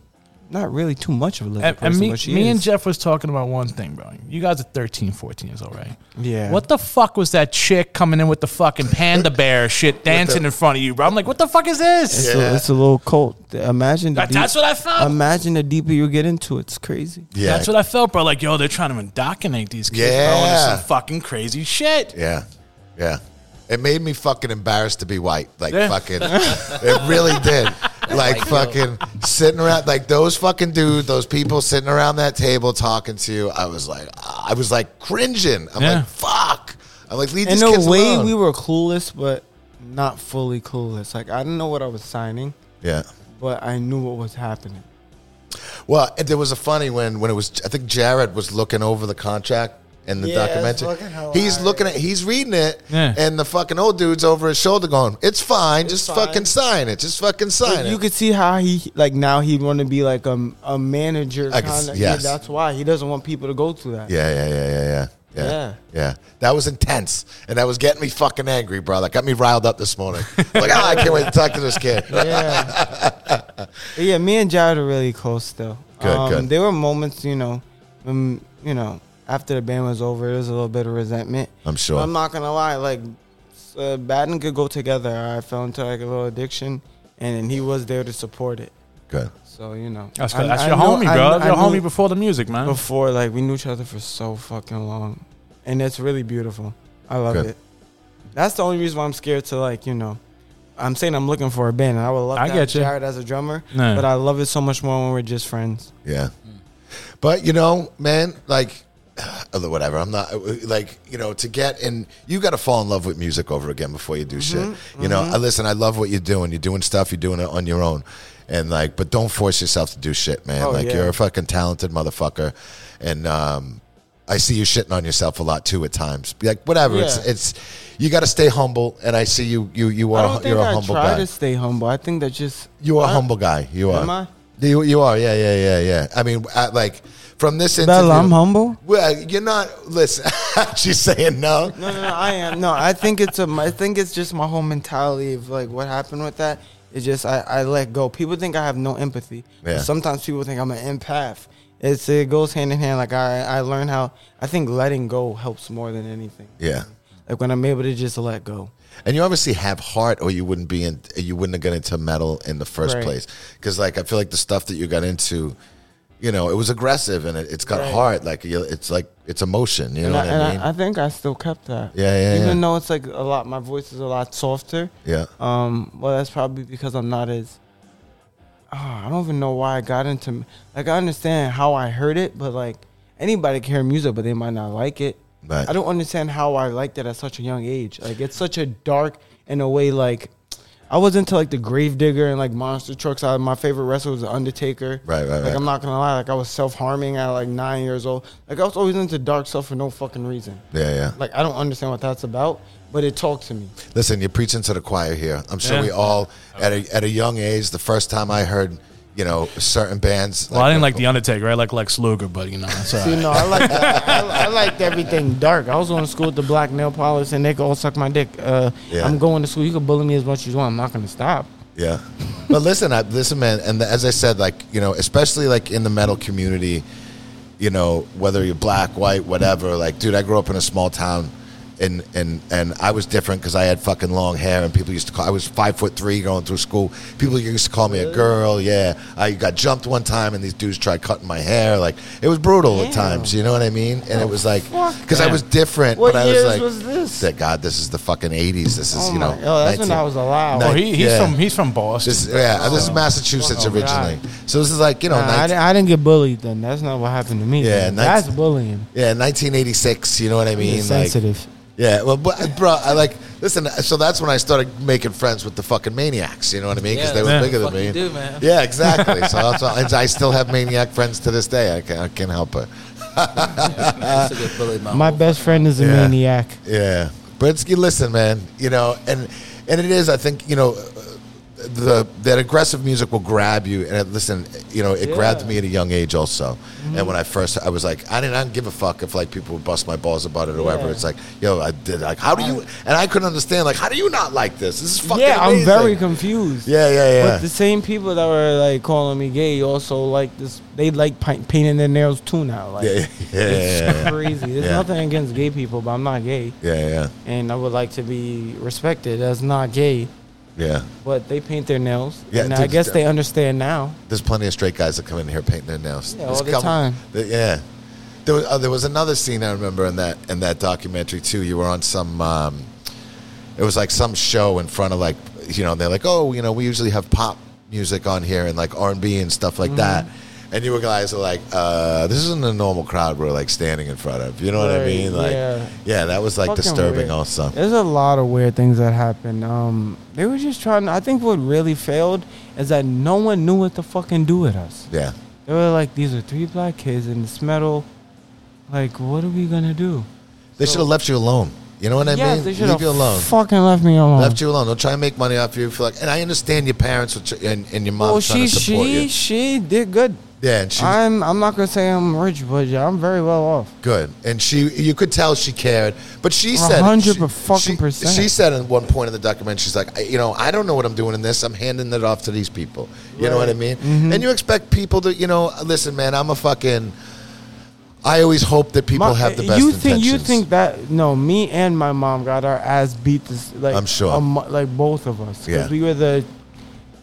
[SPEAKER 4] not really too much of a lizard
[SPEAKER 5] And,
[SPEAKER 4] person,
[SPEAKER 5] and me,
[SPEAKER 4] but she
[SPEAKER 5] me
[SPEAKER 4] is.
[SPEAKER 5] and Jeff was talking about one thing, bro. You guys are 13, 14 years old, right?
[SPEAKER 4] Yeah.
[SPEAKER 5] What the fuck was that chick coming in with the fucking panda bear shit dancing in front of you, bro? I'm like, what the fuck is this?
[SPEAKER 4] It's, a, it's a little cult. Imagine the
[SPEAKER 5] That- that's what I felt.
[SPEAKER 4] Imagine the deeper you get into it, it's crazy.
[SPEAKER 3] yeah.
[SPEAKER 5] That's what I felt, bro. Like, yo, they're trying to indoctrinate these kids, bro. And it's
[SPEAKER 3] Yeah.
[SPEAKER 5] some fucking crazy shit.
[SPEAKER 3] yeah, yeah. It made me fucking embarrassed to be white. Like
[SPEAKER 5] Yeah.
[SPEAKER 3] fucking, it really did. Like fucking sitting around, like those fucking dudes, those people sitting around that table talking to you. I was like, I was like cringing. I'm
[SPEAKER 5] Yeah.
[SPEAKER 3] like, fuck. I'm like, leave
[SPEAKER 4] In
[SPEAKER 3] these
[SPEAKER 4] a
[SPEAKER 3] kids
[SPEAKER 4] way,
[SPEAKER 3] alone.
[SPEAKER 4] we were clueless, but not fully clueless. Like I didn't know what I was signing,
[SPEAKER 3] yeah.
[SPEAKER 4] but I knew what was happening.
[SPEAKER 3] Well, and there was a funny when when it was. I think Jared was looking over the contract in the
[SPEAKER 4] Yeah, it's
[SPEAKER 3] documentary.
[SPEAKER 4] fucking
[SPEAKER 3] He's
[SPEAKER 4] hilarious.
[SPEAKER 3] looking at. He's reading it,
[SPEAKER 5] Yeah.
[SPEAKER 3] and the fucking old dude's over his shoulder going, "It's fine. just
[SPEAKER 4] fine."
[SPEAKER 3] fucking sign it. Just fucking sign
[SPEAKER 4] You
[SPEAKER 3] it."
[SPEAKER 4] could see how he like now he'd want to be like a, a manager.
[SPEAKER 3] I guess-
[SPEAKER 4] Kind of,
[SPEAKER 3] yes.
[SPEAKER 4] yeah, that's why he doesn't want people to go through that.
[SPEAKER 3] yeah, yeah, yeah, yeah, yeah. Yeah,
[SPEAKER 4] Yeah.
[SPEAKER 3] yeah. that was intense, and that was getting me fucking angry, bro. That got me riled up this morning. like, ah, I can't wait to talk to this kid.
[SPEAKER 4] Yeah. But yeah, me and Jared are really close still.
[SPEAKER 3] Good,
[SPEAKER 4] um,
[SPEAKER 3] good.
[SPEAKER 4] There were moments, you know, when, you know, after the band was over, there was a little bit of resentment.
[SPEAKER 3] I'm sure.
[SPEAKER 4] But I'm not gonna lie, like s- uh, bad and good go together. I fell into like a little addiction, and, he was there to support it.
[SPEAKER 3] Good.
[SPEAKER 4] So you know,
[SPEAKER 5] That's,
[SPEAKER 4] I-
[SPEAKER 5] that's
[SPEAKER 4] I
[SPEAKER 5] your
[SPEAKER 4] knew-
[SPEAKER 5] homie,
[SPEAKER 4] I
[SPEAKER 5] bro.
[SPEAKER 4] knew-
[SPEAKER 5] That's your
[SPEAKER 4] I knew
[SPEAKER 5] homie before the music, man.
[SPEAKER 4] before, like we knew each other for so fucking long, and it's really beautiful. I love
[SPEAKER 3] Good.
[SPEAKER 4] it. That's the only reason why I'm scared to like you know. I'm saying I'm looking for a band, and I would love
[SPEAKER 5] I
[SPEAKER 4] to have
[SPEAKER 5] get you.
[SPEAKER 4] Jared as a drummer,
[SPEAKER 5] Nah.
[SPEAKER 4] but I love it so much more when we're just friends.
[SPEAKER 3] Yeah. But you know, man, like although whatever. I'm not like you know to get and you got to fall in love with music over again before you do
[SPEAKER 4] Mm-hmm,
[SPEAKER 3] shit. You know, I listen. I love what you're doing. You're doing stuff. You're doing it on your own, and like, but don't force yourself to do shit, man.
[SPEAKER 4] Oh,
[SPEAKER 3] like
[SPEAKER 4] yeah.
[SPEAKER 3] you're a fucking talented motherfucker, and um, I see you shitting on yourself a lot too at times. Be Like whatever. It's
[SPEAKER 4] Yeah.
[SPEAKER 3] it's you got to stay humble, and I see you you you
[SPEAKER 4] I
[SPEAKER 3] are
[SPEAKER 4] don't think
[SPEAKER 3] you're a
[SPEAKER 4] I
[SPEAKER 3] humble
[SPEAKER 4] try
[SPEAKER 3] guy.
[SPEAKER 4] to stay humble. I think that just
[SPEAKER 3] You are a
[SPEAKER 4] I-
[SPEAKER 3] humble guy. You are.
[SPEAKER 4] Am I?
[SPEAKER 3] You, you are. Yeah, yeah, yeah, yeah. I mean, I, like from this interview,
[SPEAKER 4] Bella, I'm humble.
[SPEAKER 3] Well, you're not. Listen, she's saying no.
[SPEAKER 4] No, no, no, I am. No, I think it's a. I think it's just my whole mentality of like what happened with that. It's just I, I let go. People think I have no empathy.
[SPEAKER 3] Yeah.
[SPEAKER 4] Sometimes people think I'm an empath. It's it goes hand in hand. Like I I learn how I think letting go helps more than anything.
[SPEAKER 3] Yeah,
[SPEAKER 4] Like when I'm able to just let go.
[SPEAKER 3] and you obviously have heart, or you wouldn't be in. You wouldn't have got into metal in the first
[SPEAKER 4] Right.
[SPEAKER 3] place. Because like I feel like the stuff that you got into, you know, it was aggressive and it, it's got heart. Like you, it's like it's emotion. You
[SPEAKER 4] And,
[SPEAKER 3] know
[SPEAKER 4] I,
[SPEAKER 3] what
[SPEAKER 4] and
[SPEAKER 3] I mean?
[SPEAKER 4] I, I think I still kept that.
[SPEAKER 3] Yeah, yeah,
[SPEAKER 4] Even
[SPEAKER 3] yeah.
[SPEAKER 4] though it's like a lot, my voice is a lot softer.
[SPEAKER 3] yeah,
[SPEAKER 4] Um, well, that's probably because I'm not as. Oh, I don't even know why I got into. Like, I understand how I heard it, but like anybody can hear music, but they might not like it.
[SPEAKER 3] Right.
[SPEAKER 4] I don't understand how I liked it at such a young age. Like, it's such a dark in a way. Like, I was into like the Gravedigger and like Monster Trucks. I, my favorite wrestler was the Undertaker.
[SPEAKER 3] Right, right,
[SPEAKER 4] Like,
[SPEAKER 3] right.
[SPEAKER 4] I'm not gonna lie. Like, I was self harming at like nine years old. Like, I was always into dark stuff for no fucking reason.
[SPEAKER 3] yeah, yeah.
[SPEAKER 4] Like, I don't understand what that's about, but it talked to me.
[SPEAKER 3] Listen, you're preaching to the choir here. I'm sure
[SPEAKER 5] Yeah.
[SPEAKER 3] we all
[SPEAKER 4] Oh.
[SPEAKER 3] at a at a young age. The first time I heard, you know, certain bands. uh,
[SPEAKER 5] well, I didn't like The Undertaker. I like Lex Luger, but you know, that's all
[SPEAKER 4] See,
[SPEAKER 5] right.
[SPEAKER 4] no, I like that. I, I liked everything dark. I was going to school with the black nail polish, and they could all suck my dick. Uh,
[SPEAKER 3] Yeah.
[SPEAKER 4] I'm going to school. You can bully me as much as you want. I'm not going to stop.
[SPEAKER 3] Yeah. But listen, I, listen, man, and as I said, like you know, especially like in the metal community, you know, whether you're black, white, whatever. Like, dude, I grew up in a small town, and and and I was different because I had fucking long hair, and people used to call. I was five foot three going through school. People used to call me a girl. Yeah, I got jumped one time, and these dudes tried cutting my hair. Like, it was brutal at times. You know what I mean? And it was like
[SPEAKER 4] fuck
[SPEAKER 3] because I was different,
[SPEAKER 4] What
[SPEAKER 3] but
[SPEAKER 4] years
[SPEAKER 3] I was like,
[SPEAKER 4] was this?
[SPEAKER 3] "Thank God, this is the fucking '80s. This is
[SPEAKER 4] Oh
[SPEAKER 3] you know,
[SPEAKER 4] my- oh, that's when I was allowed.
[SPEAKER 5] Oh, he, he's
[SPEAKER 3] yeah.
[SPEAKER 5] from he's from Boston.
[SPEAKER 3] This, yeah, this is Massachusetts
[SPEAKER 4] Oh, God.
[SPEAKER 3] originally. So this is like you know,
[SPEAKER 4] Nah, I,
[SPEAKER 3] 19
[SPEAKER 4] didn't, I didn't get bullied then. That's not what happened to me.
[SPEAKER 3] Yeah,
[SPEAKER 4] man.
[SPEAKER 3] nice-
[SPEAKER 4] that's bullying.
[SPEAKER 3] yeah, 1986. You know what I mean?
[SPEAKER 4] Being sensitive.
[SPEAKER 3] Like, yeah, well, but, bro, I like listen. So that's when I started making friends with the fucking maniacs. You know what I mean? Because
[SPEAKER 6] Yeah,
[SPEAKER 3] they were
[SPEAKER 6] that's
[SPEAKER 3] bigger
[SPEAKER 6] what
[SPEAKER 3] than me.
[SPEAKER 6] the fuck you do, man.
[SPEAKER 3] Yeah, exactly. so that's all, and I still have maniac friends to this day. I, can, I can't help it.
[SPEAKER 6] I used to get bullied my
[SPEAKER 4] My
[SPEAKER 6] whole
[SPEAKER 4] best friend is a
[SPEAKER 3] oh. Yeah.
[SPEAKER 4] maniac.
[SPEAKER 3] Yeah, but it's, you listen, man. You know, and and it is. I think you know, uh, the that aggressive music will grab you. And it, listen, you know, it grabbed me at a young age also.
[SPEAKER 4] Mm-hmm.
[SPEAKER 3] And when I first, I was like, I didn't, I didn't give a fuck if like people would bust my balls about it or whatever.
[SPEAKER 4] Yeah.
[SPEAKER 3] It's like, yo, I did like, how do you? And I couldn't understand like, how do you not like this? This is fucking.
[SPEAKER 4] Yeah, I'm
[SPEAKER 3] amazing.
[SPEAKER 4] very confused.
[SPEAKER 3] Yeah, yeah, yeah.
[SPEAKER 4] But the same people that were like calling me gay also like this. They like paint, painting their nails too now. Like,
[SPEAKER 3] yeah, yeah, yeah, yeah,
[SPEAKER 4] it's crazy. There's
[SPEAKER 3] Yeah.
[SPEAKER 4] nothing against gay people, but I'm not gay.
[SPEAKER 3] yeah, yeah,
[SPEAKER 4] and I would like to be respected as not gay,
[SPEAKER 3] yeah.
[SPEAKER 4] but they paint their nails.
[SPEAKER 3] Yeah,
[SPEAKER 4] Yeah, and I
[SPEAKER 3] dude,
[SPEAKER 4] guess
[SPEAKER 3] yeah.
[SPEAKER 4] they understand now.
[SPEAKER 3] There's plenty of straight guys that come in here painting their nails
[SPEAKER 4] Yeah,
[SPEAKER 3] It's
[SPEAKER 4] all the
[SPEAKER 3] come-
[SPEAKER 4] time.
[SPEAKER 3] the- yeah, there was, uh, there was another scene I remember in that in that documentary too. You were on some, um, it was like some show in front of like you know and they're like oh you know we usually have pop music on here and like R and B and stuff
[SPEAKER 4] Mm-hmm.
[SPEAKER 3] like that. And you guys are like, uh, this isn't a normal crowd we're like standing in front of. You know what I
[SPEAKER 4] Right,
[SPEAKER 3] mean? Like,
[SPEAKER 4] yeah.
[SPEAKER 3] yeah, that was like
[SPEAKER 4] Fucking
[SPEAKER 3] disturbing
[SPEAKER 4] weird.
[SPEAKER 3] also.
[SPEAKER 4] There's a lot of weird things that happen. Um, they were just trying. I think what really failed is that no one knew what to fucking do with us.
[SPEAKER 3] Yeah,
[SPEAKER 4] They were like, these are three black kids in this metal. Like, what are we gonna do?
[SPEAKER 3] they should have left you alone. You know what I
[SPEAKER 4] yes,
[SPEAKER 3] mean?
[SPEAKER 4] they should
[SPEAKER 3] Leave
[SPEAKER 4] have
[SPEAKER 3] you alone.
[SPEAKER 4] fucking left me alone.
[SPEAKER 3] Left you alone. Don't try and make money off you. Feel like, and I understand your parents were tr- and, and your mom
[SPEAKER 4] well,
[SPEAKER 3] trying
[SPEAKER 4] Oh, she
[SPEAKER 3] to support
[SPEAKER 4] she
[SPEAKER 3] you.
[SPEAKER 4] she did good.
[SPEAKER 3] Yeah, and she was
[SPEAKER 4] I'm I'm not gonna say I'm rich, but yeah, I'm very well off.
[SPEAKER 3] good, and she you could tell she cared, but she said
[SPEAKER 4] A hundred
[SPEAKER 3] she-
[SPEAKER 4] per fucking
[SPEAKER 3] she-
[SPEAKER 4] percent.
[SPEAKER 3] She said at one point in the documentary, she's like, I, you know, I don't know what I'm doing in this. I'm handing it off to these people. You know what I mean?
[SPEAKER 4] Mm-hmm.
[SPEAKER 3] And you expect people to, you know, listen, man, I'm a fucking. I always hope that people
[SPEAKER 4] My-
[SPEAKER 3] have the best.
[SPEAKER 4] you think you
[SPEAKER 3] intentions.
[SPEAKER 4] think that no? Me and my mom got our ass beat. This like
[SPEAKER 3] I'm sure.
[SPEAKER 4] a mo- like both of us. 'cause
[SPEAKER 3] Yeah.
[SPEAKER 4] we were the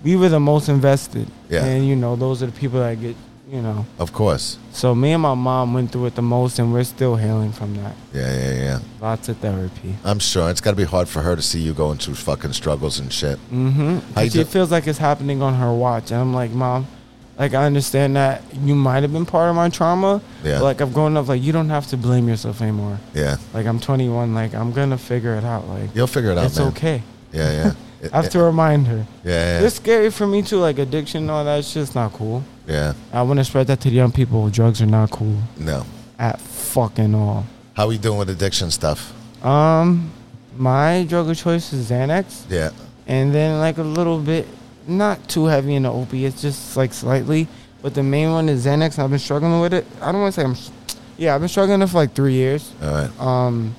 [SPEAKER 4] we were the most invested.
[SPEAKER 3] Yeah.
[SPEAKER 4] and you know those are the people that get you know.
[SPEAKER 3] Of course.
[SPEAKER 4] So me and my mom went through it the most, and we're still healing from that.
[SPEAKER 3] Yeah, yeah, yeah.
[SPEAKER 4] Lots of therapy.
[SPEAKER 3] I'm sure it's got to be hard for her to see you going through fucking struggles and shit.
[SPEAKER 4] Mm-hmm.
[SPEAKER 3] How you
[SPEAKER 4] she
[SPEAKER 3] do-
[SPEAKER 4] feels like it's happening on her watch, and I'm like, mom, like I understand that you might have been part of my trauma.
[SPEAKER 3] Yeah.
[SPEAKER 4] but, like I've grown up. Like you don't have to blame yourself anymore.
[SPEAKER 3] Yeah,
[SPEAKER 4] Like I'm 21. Like I'm gonna figure it out. Like
[SPEAKER 3] you'll figure it out,
[SPEAKER 4] it's
[SPEAKER 3] man.
[SPEAKER 4] okay.
[SPEAKER 3] Yeah, yeah. It-
[SPEAKER 4] I have to remind her.
[SPEAKER 3] yeah, yeah,
[SPEAKER 4] It's scary for me too. Like addiction, and all that shit's not cool.
[SPEAKER 3] yeah.
[SPEAKER 4] I want to spread that to the young people. Drugs are not cool
[SPEAKER 3] No.
[SPEAKER 4] at fucking all.
[SPEAKER 3] How we doing with addiction stuff?
[SPEAKER 4] Um, my drug of choice is Xanax,
[SPEAKER 3] Yeah.
[SPEAKER 4] and then like a little bit, not too heavy in the opiates, just like slightly. But the main one is Xanax. and I've been struggling with it. I don't want to say I'm, s- yeah, I've been struggling with it for like three years.
[SPEAKER 3] All right.
[SPEAKER 4] Um,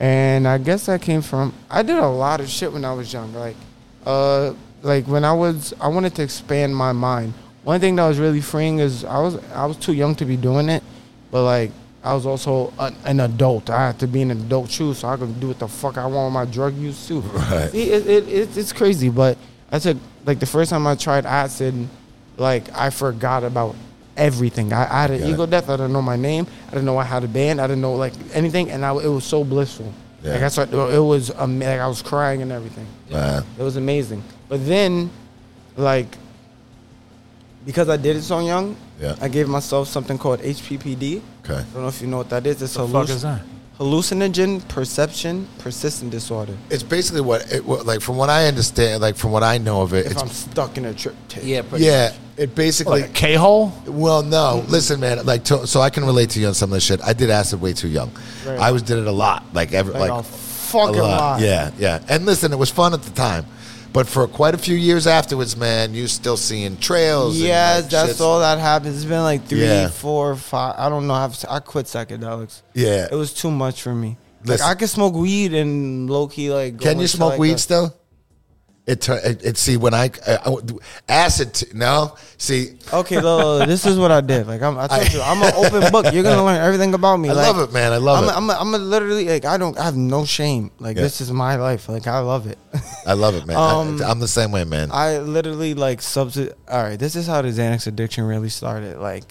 [SPEAKER 4] and I guess that came from I did a lot of shit when I was younger. Like, uh, like when I was I wanted to expand my mind. One thing that was really freeing is I was I was too young to be doing it, but like I was also a, an adult. I had to be an adult too, so I could do what the fuck I want with my drug use too.
[SPEAKER 3] Right.
[SPEAKER 4] See, it, it, it, it's crazy, but I took like the first time I tried acid, like I forgot about everything. I, I had an
[SPEAKER 3] Got it.
[SPEAKER 4] ego death. I didn't know my name. I didn't know I had a band. I didn't know like anything, and I, it was so blissful.
[SPEAKER 3] Yeah.
[SPEAKER 4] Like I saw, it was um, like I was crying and everything.
[SPEAKER 3] Uh,
[SPEAKER 4] It was amazing. But then, like, because I did it so young,
[SPEAKER 3] Yeah.
[SPEAKER 4] I gave myself something called HPPD.
[SPEAKER 3] okay.
[SPEAKER 4] I don't know if you know what that is. It's
[SPEAKER 5] The fuck is that?
[SPEAKER 4] hallucinogen perception persistent disorder.
[SPEAKER 3] It's basically what, it, what, like, from what I understand, like, from what I know of it,
[SPEAKER 4] If I'm
[SPEAKER 3] it's,
[SPEAKER 4] stuck in a trip tape.
[SPEAKER 6] Yeah, pretty
[SPEAKER 3] yeah, it basically,
[SPEAKER 5] Like a K hole?
[SPEAKER 3] well, no, listen, man, like, to, so I can relate to you on some of this shit. I did acid way too young.
[SPEAKER 4] Right.
[SPEAKER 3] I was did it a lot, like, every,
[SPEAKER 4] Like,
[SPEAKER 3] like,
[SPEAKER 4] a fucking
[SPEAKER 3] a lot.
[SPEAKER 4] lot.
[SPEAKER 3] Yeah, yeah. And listen, it was fun at the time. But for quite a few years afterwards, man, you still seeing trails. and,
[SPEAKER 4] Yes,
[SPEAKER 3] like,
[SPEAKER 4] that's
[SPEAKER 3] shits.
[SPEAKER 4] all that happens. It's been like three,
[SPEAKER 3] Yeah.
[SPEAKER 4] four, five. I don't know. I've, I quit psychedelics.
[SPEAKER 3] Yeah.
[SPEAKER 4] It was too much for me.
[SPEAKER 3] Listen.
[SPEAKER 4] like I could smoke weed and low key like. go
[SPEAKER 3] Can you
[SPEAKER 4] into,
[SPEAKER 3] smoke
[SPEAKER 4] like,
[SPEAKER 3] weed
[SPEAKER 4] a-
[SPEAKER 3] still? It, tur- it, it see when I, I- I- acid t- no see
[SPEAKER 4] Okay, look, look, look, this is what I did. Like I'm, I told you, I'm an open book. You're gonna learn everything about me.
[SPEAKER 3] I
[SPEAKER 4] like,
[SPEAKER 3] love it man I love
[SPEAKER 4] I'm,
[SPEAKER 3] it
[SPEAKER 4] a, I'm, a, I'm a literally like I don't I have no shame. Like
[SPEAKER 3] Yeah.
[SPEAKER 4] this is my life. Like I love it.
[SPEAKER 3] I love it, man.
[SPEAKER 4] Um,
[SPEAKER 3] I, I'm the same way, man.
[SPEAKER 4] I literally like substitute. All right, this is how the Xanax addiction really started. Like,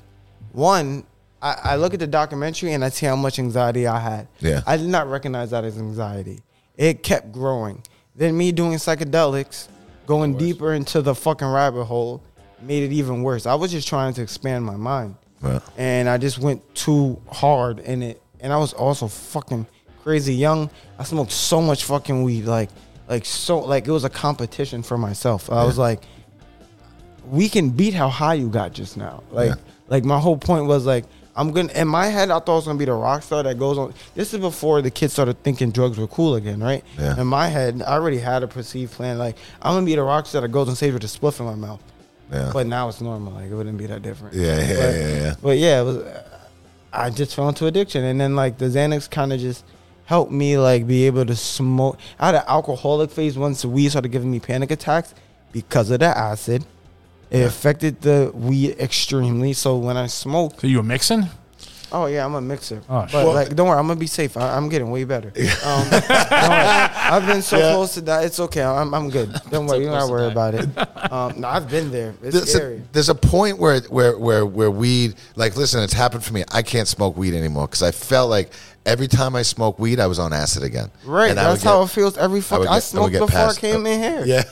[SPEAKER 4] one, I, I look at the documentary and I see how much anxiety I had.
[SPEAKER 3] Yeah.
[SPEAKER 4] I did not recognize that as anxiety. It kept growing. Then me doing psychedelics, going deeper into the fucking rabbit hole, made it even worse. I was just trying to expand my mind,
[SPEAKER 3] Right.
[SPEAKER 4] and I just went too hard in it. And I was also fucking crazy young. I smoked so much fucking weed, like, like so, like it was a competition for myself. I was like, we can beat how high you got just now. Like
[SPEAKER 3] Yeah.
[SPEAKER 4] like my whole point was like I'm gonna in my head I thought I was gonna be the rock star that goes on. This is before the kids started thinking drugs were cool again, right?
[SPEAKER 3] Yeah.
[SPEAKER 4] In my head, I already had a perceived plan. Like I'm gonna be the rock star that goes on stage with a spliff in my mouth.
[SPEAKER 3] Yeah.
[SPEAKER 4] But now it's normal. Like it wouldn't be that different.
[SPEAKER 3] Yeah, yeah,
[SPEAKER 4] but,
[SPEAKER 3] yeah, yeah.
[SPEAKER 4] But yeah, it was. I just fell into addiction, and then like the Xanax kind of just helped me like be able to smoke. I had an alcoholic phase once the weed started giving me panic attacks because of the acid. It affected the weed extremely. So when I smoke,
[SPEAKER 5] So you were mixing?
[SPEAKER 4] oh yeah, I'm a mixer.
[SPEAKER 5] Oh,
[SPEAKER 4] but
[SPEAKER 5] shit.
[SPEAKER 4] like, don't worry, I'm gonna be safe. I, I'm getting way better. Um, don't worry. I've been so close to that. It's okay. I'm, I'm good. Don't worry. You don't gotta
[SPEAKER 6] close to
[SPEAKER 4] worry
[SPEAKER 6] that.
[SPEAKER 4] about it. Um, no, I've been there. It's
[SPEAKER 3] there's,
[SPEAKER 4] scary.
[SPEAKER 3] a, there's a point where where where where weed like listen, it's happened for me. I can't smoke weed anymore because I felt like every time I smoked weed, I was on acid again.
[SPEAKER 4] Right,
[SPEAKER 3] And I would
[SPEAKER 4] that's how
[SPEAKER 3] get-
[SPEAKER 4] it feels
[SPEAKER 3] I
[SPEAKER 4] every
[SPEAKER 3] would
[SPEAKER 4] fuck. I,
[SPEAKER 3] get- would
[SPEAKER 4] smoked
[SPEAKER 3] get
[SPEAKER 4] before
[SPEAKER 3] passed-
[SPEAKER 4] I came in here.
[SPEAKER 3] Yeah,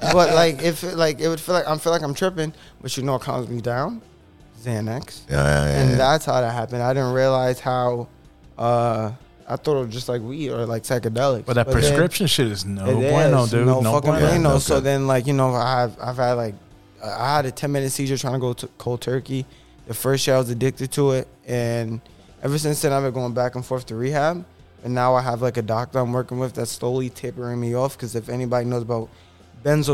[SPEAKER 4] but like if it, like it would feel like I feel like I'm tripping, but you know what calms me down? Xanax.
[SPEAKER 3] Yeah, yeah, yeah,
[SPEAKER 4] and
[SPEAKER 3] yeah.
[SPEAKER 4] that's how that happened. I didn't realize how. uh I thought it was just like weed or like psychedelics.
[SPEAKER 5] But that
[SPEAKER 4] then-
[SPEAKER 5] prescription shit is no
[SPEAKER 4] it
[SPEAKER 5] bueno,
[SPEAKER 4] is.
[SPEAKER 5] dude.
[SPEAKER 4] No,
[SPEAKER 5] No,
[SPEAKER 4] fucking
[SPEAKER 5] bueno.
[SPEAKER 4] bueno.
[SPEAKER 3] no
[SPEAKER 4] so
[SPEAKER 3] good.
[SPEAKER 4] then, like you know, I've I've had like uh, I had a ten minute seizure trying to go to cold turkey. The first year I was addicted to it, and ever since then I've been going back and forth to rehab. And now I have like a doctor I'm working with that's slowly tapering me off because if anybody knows about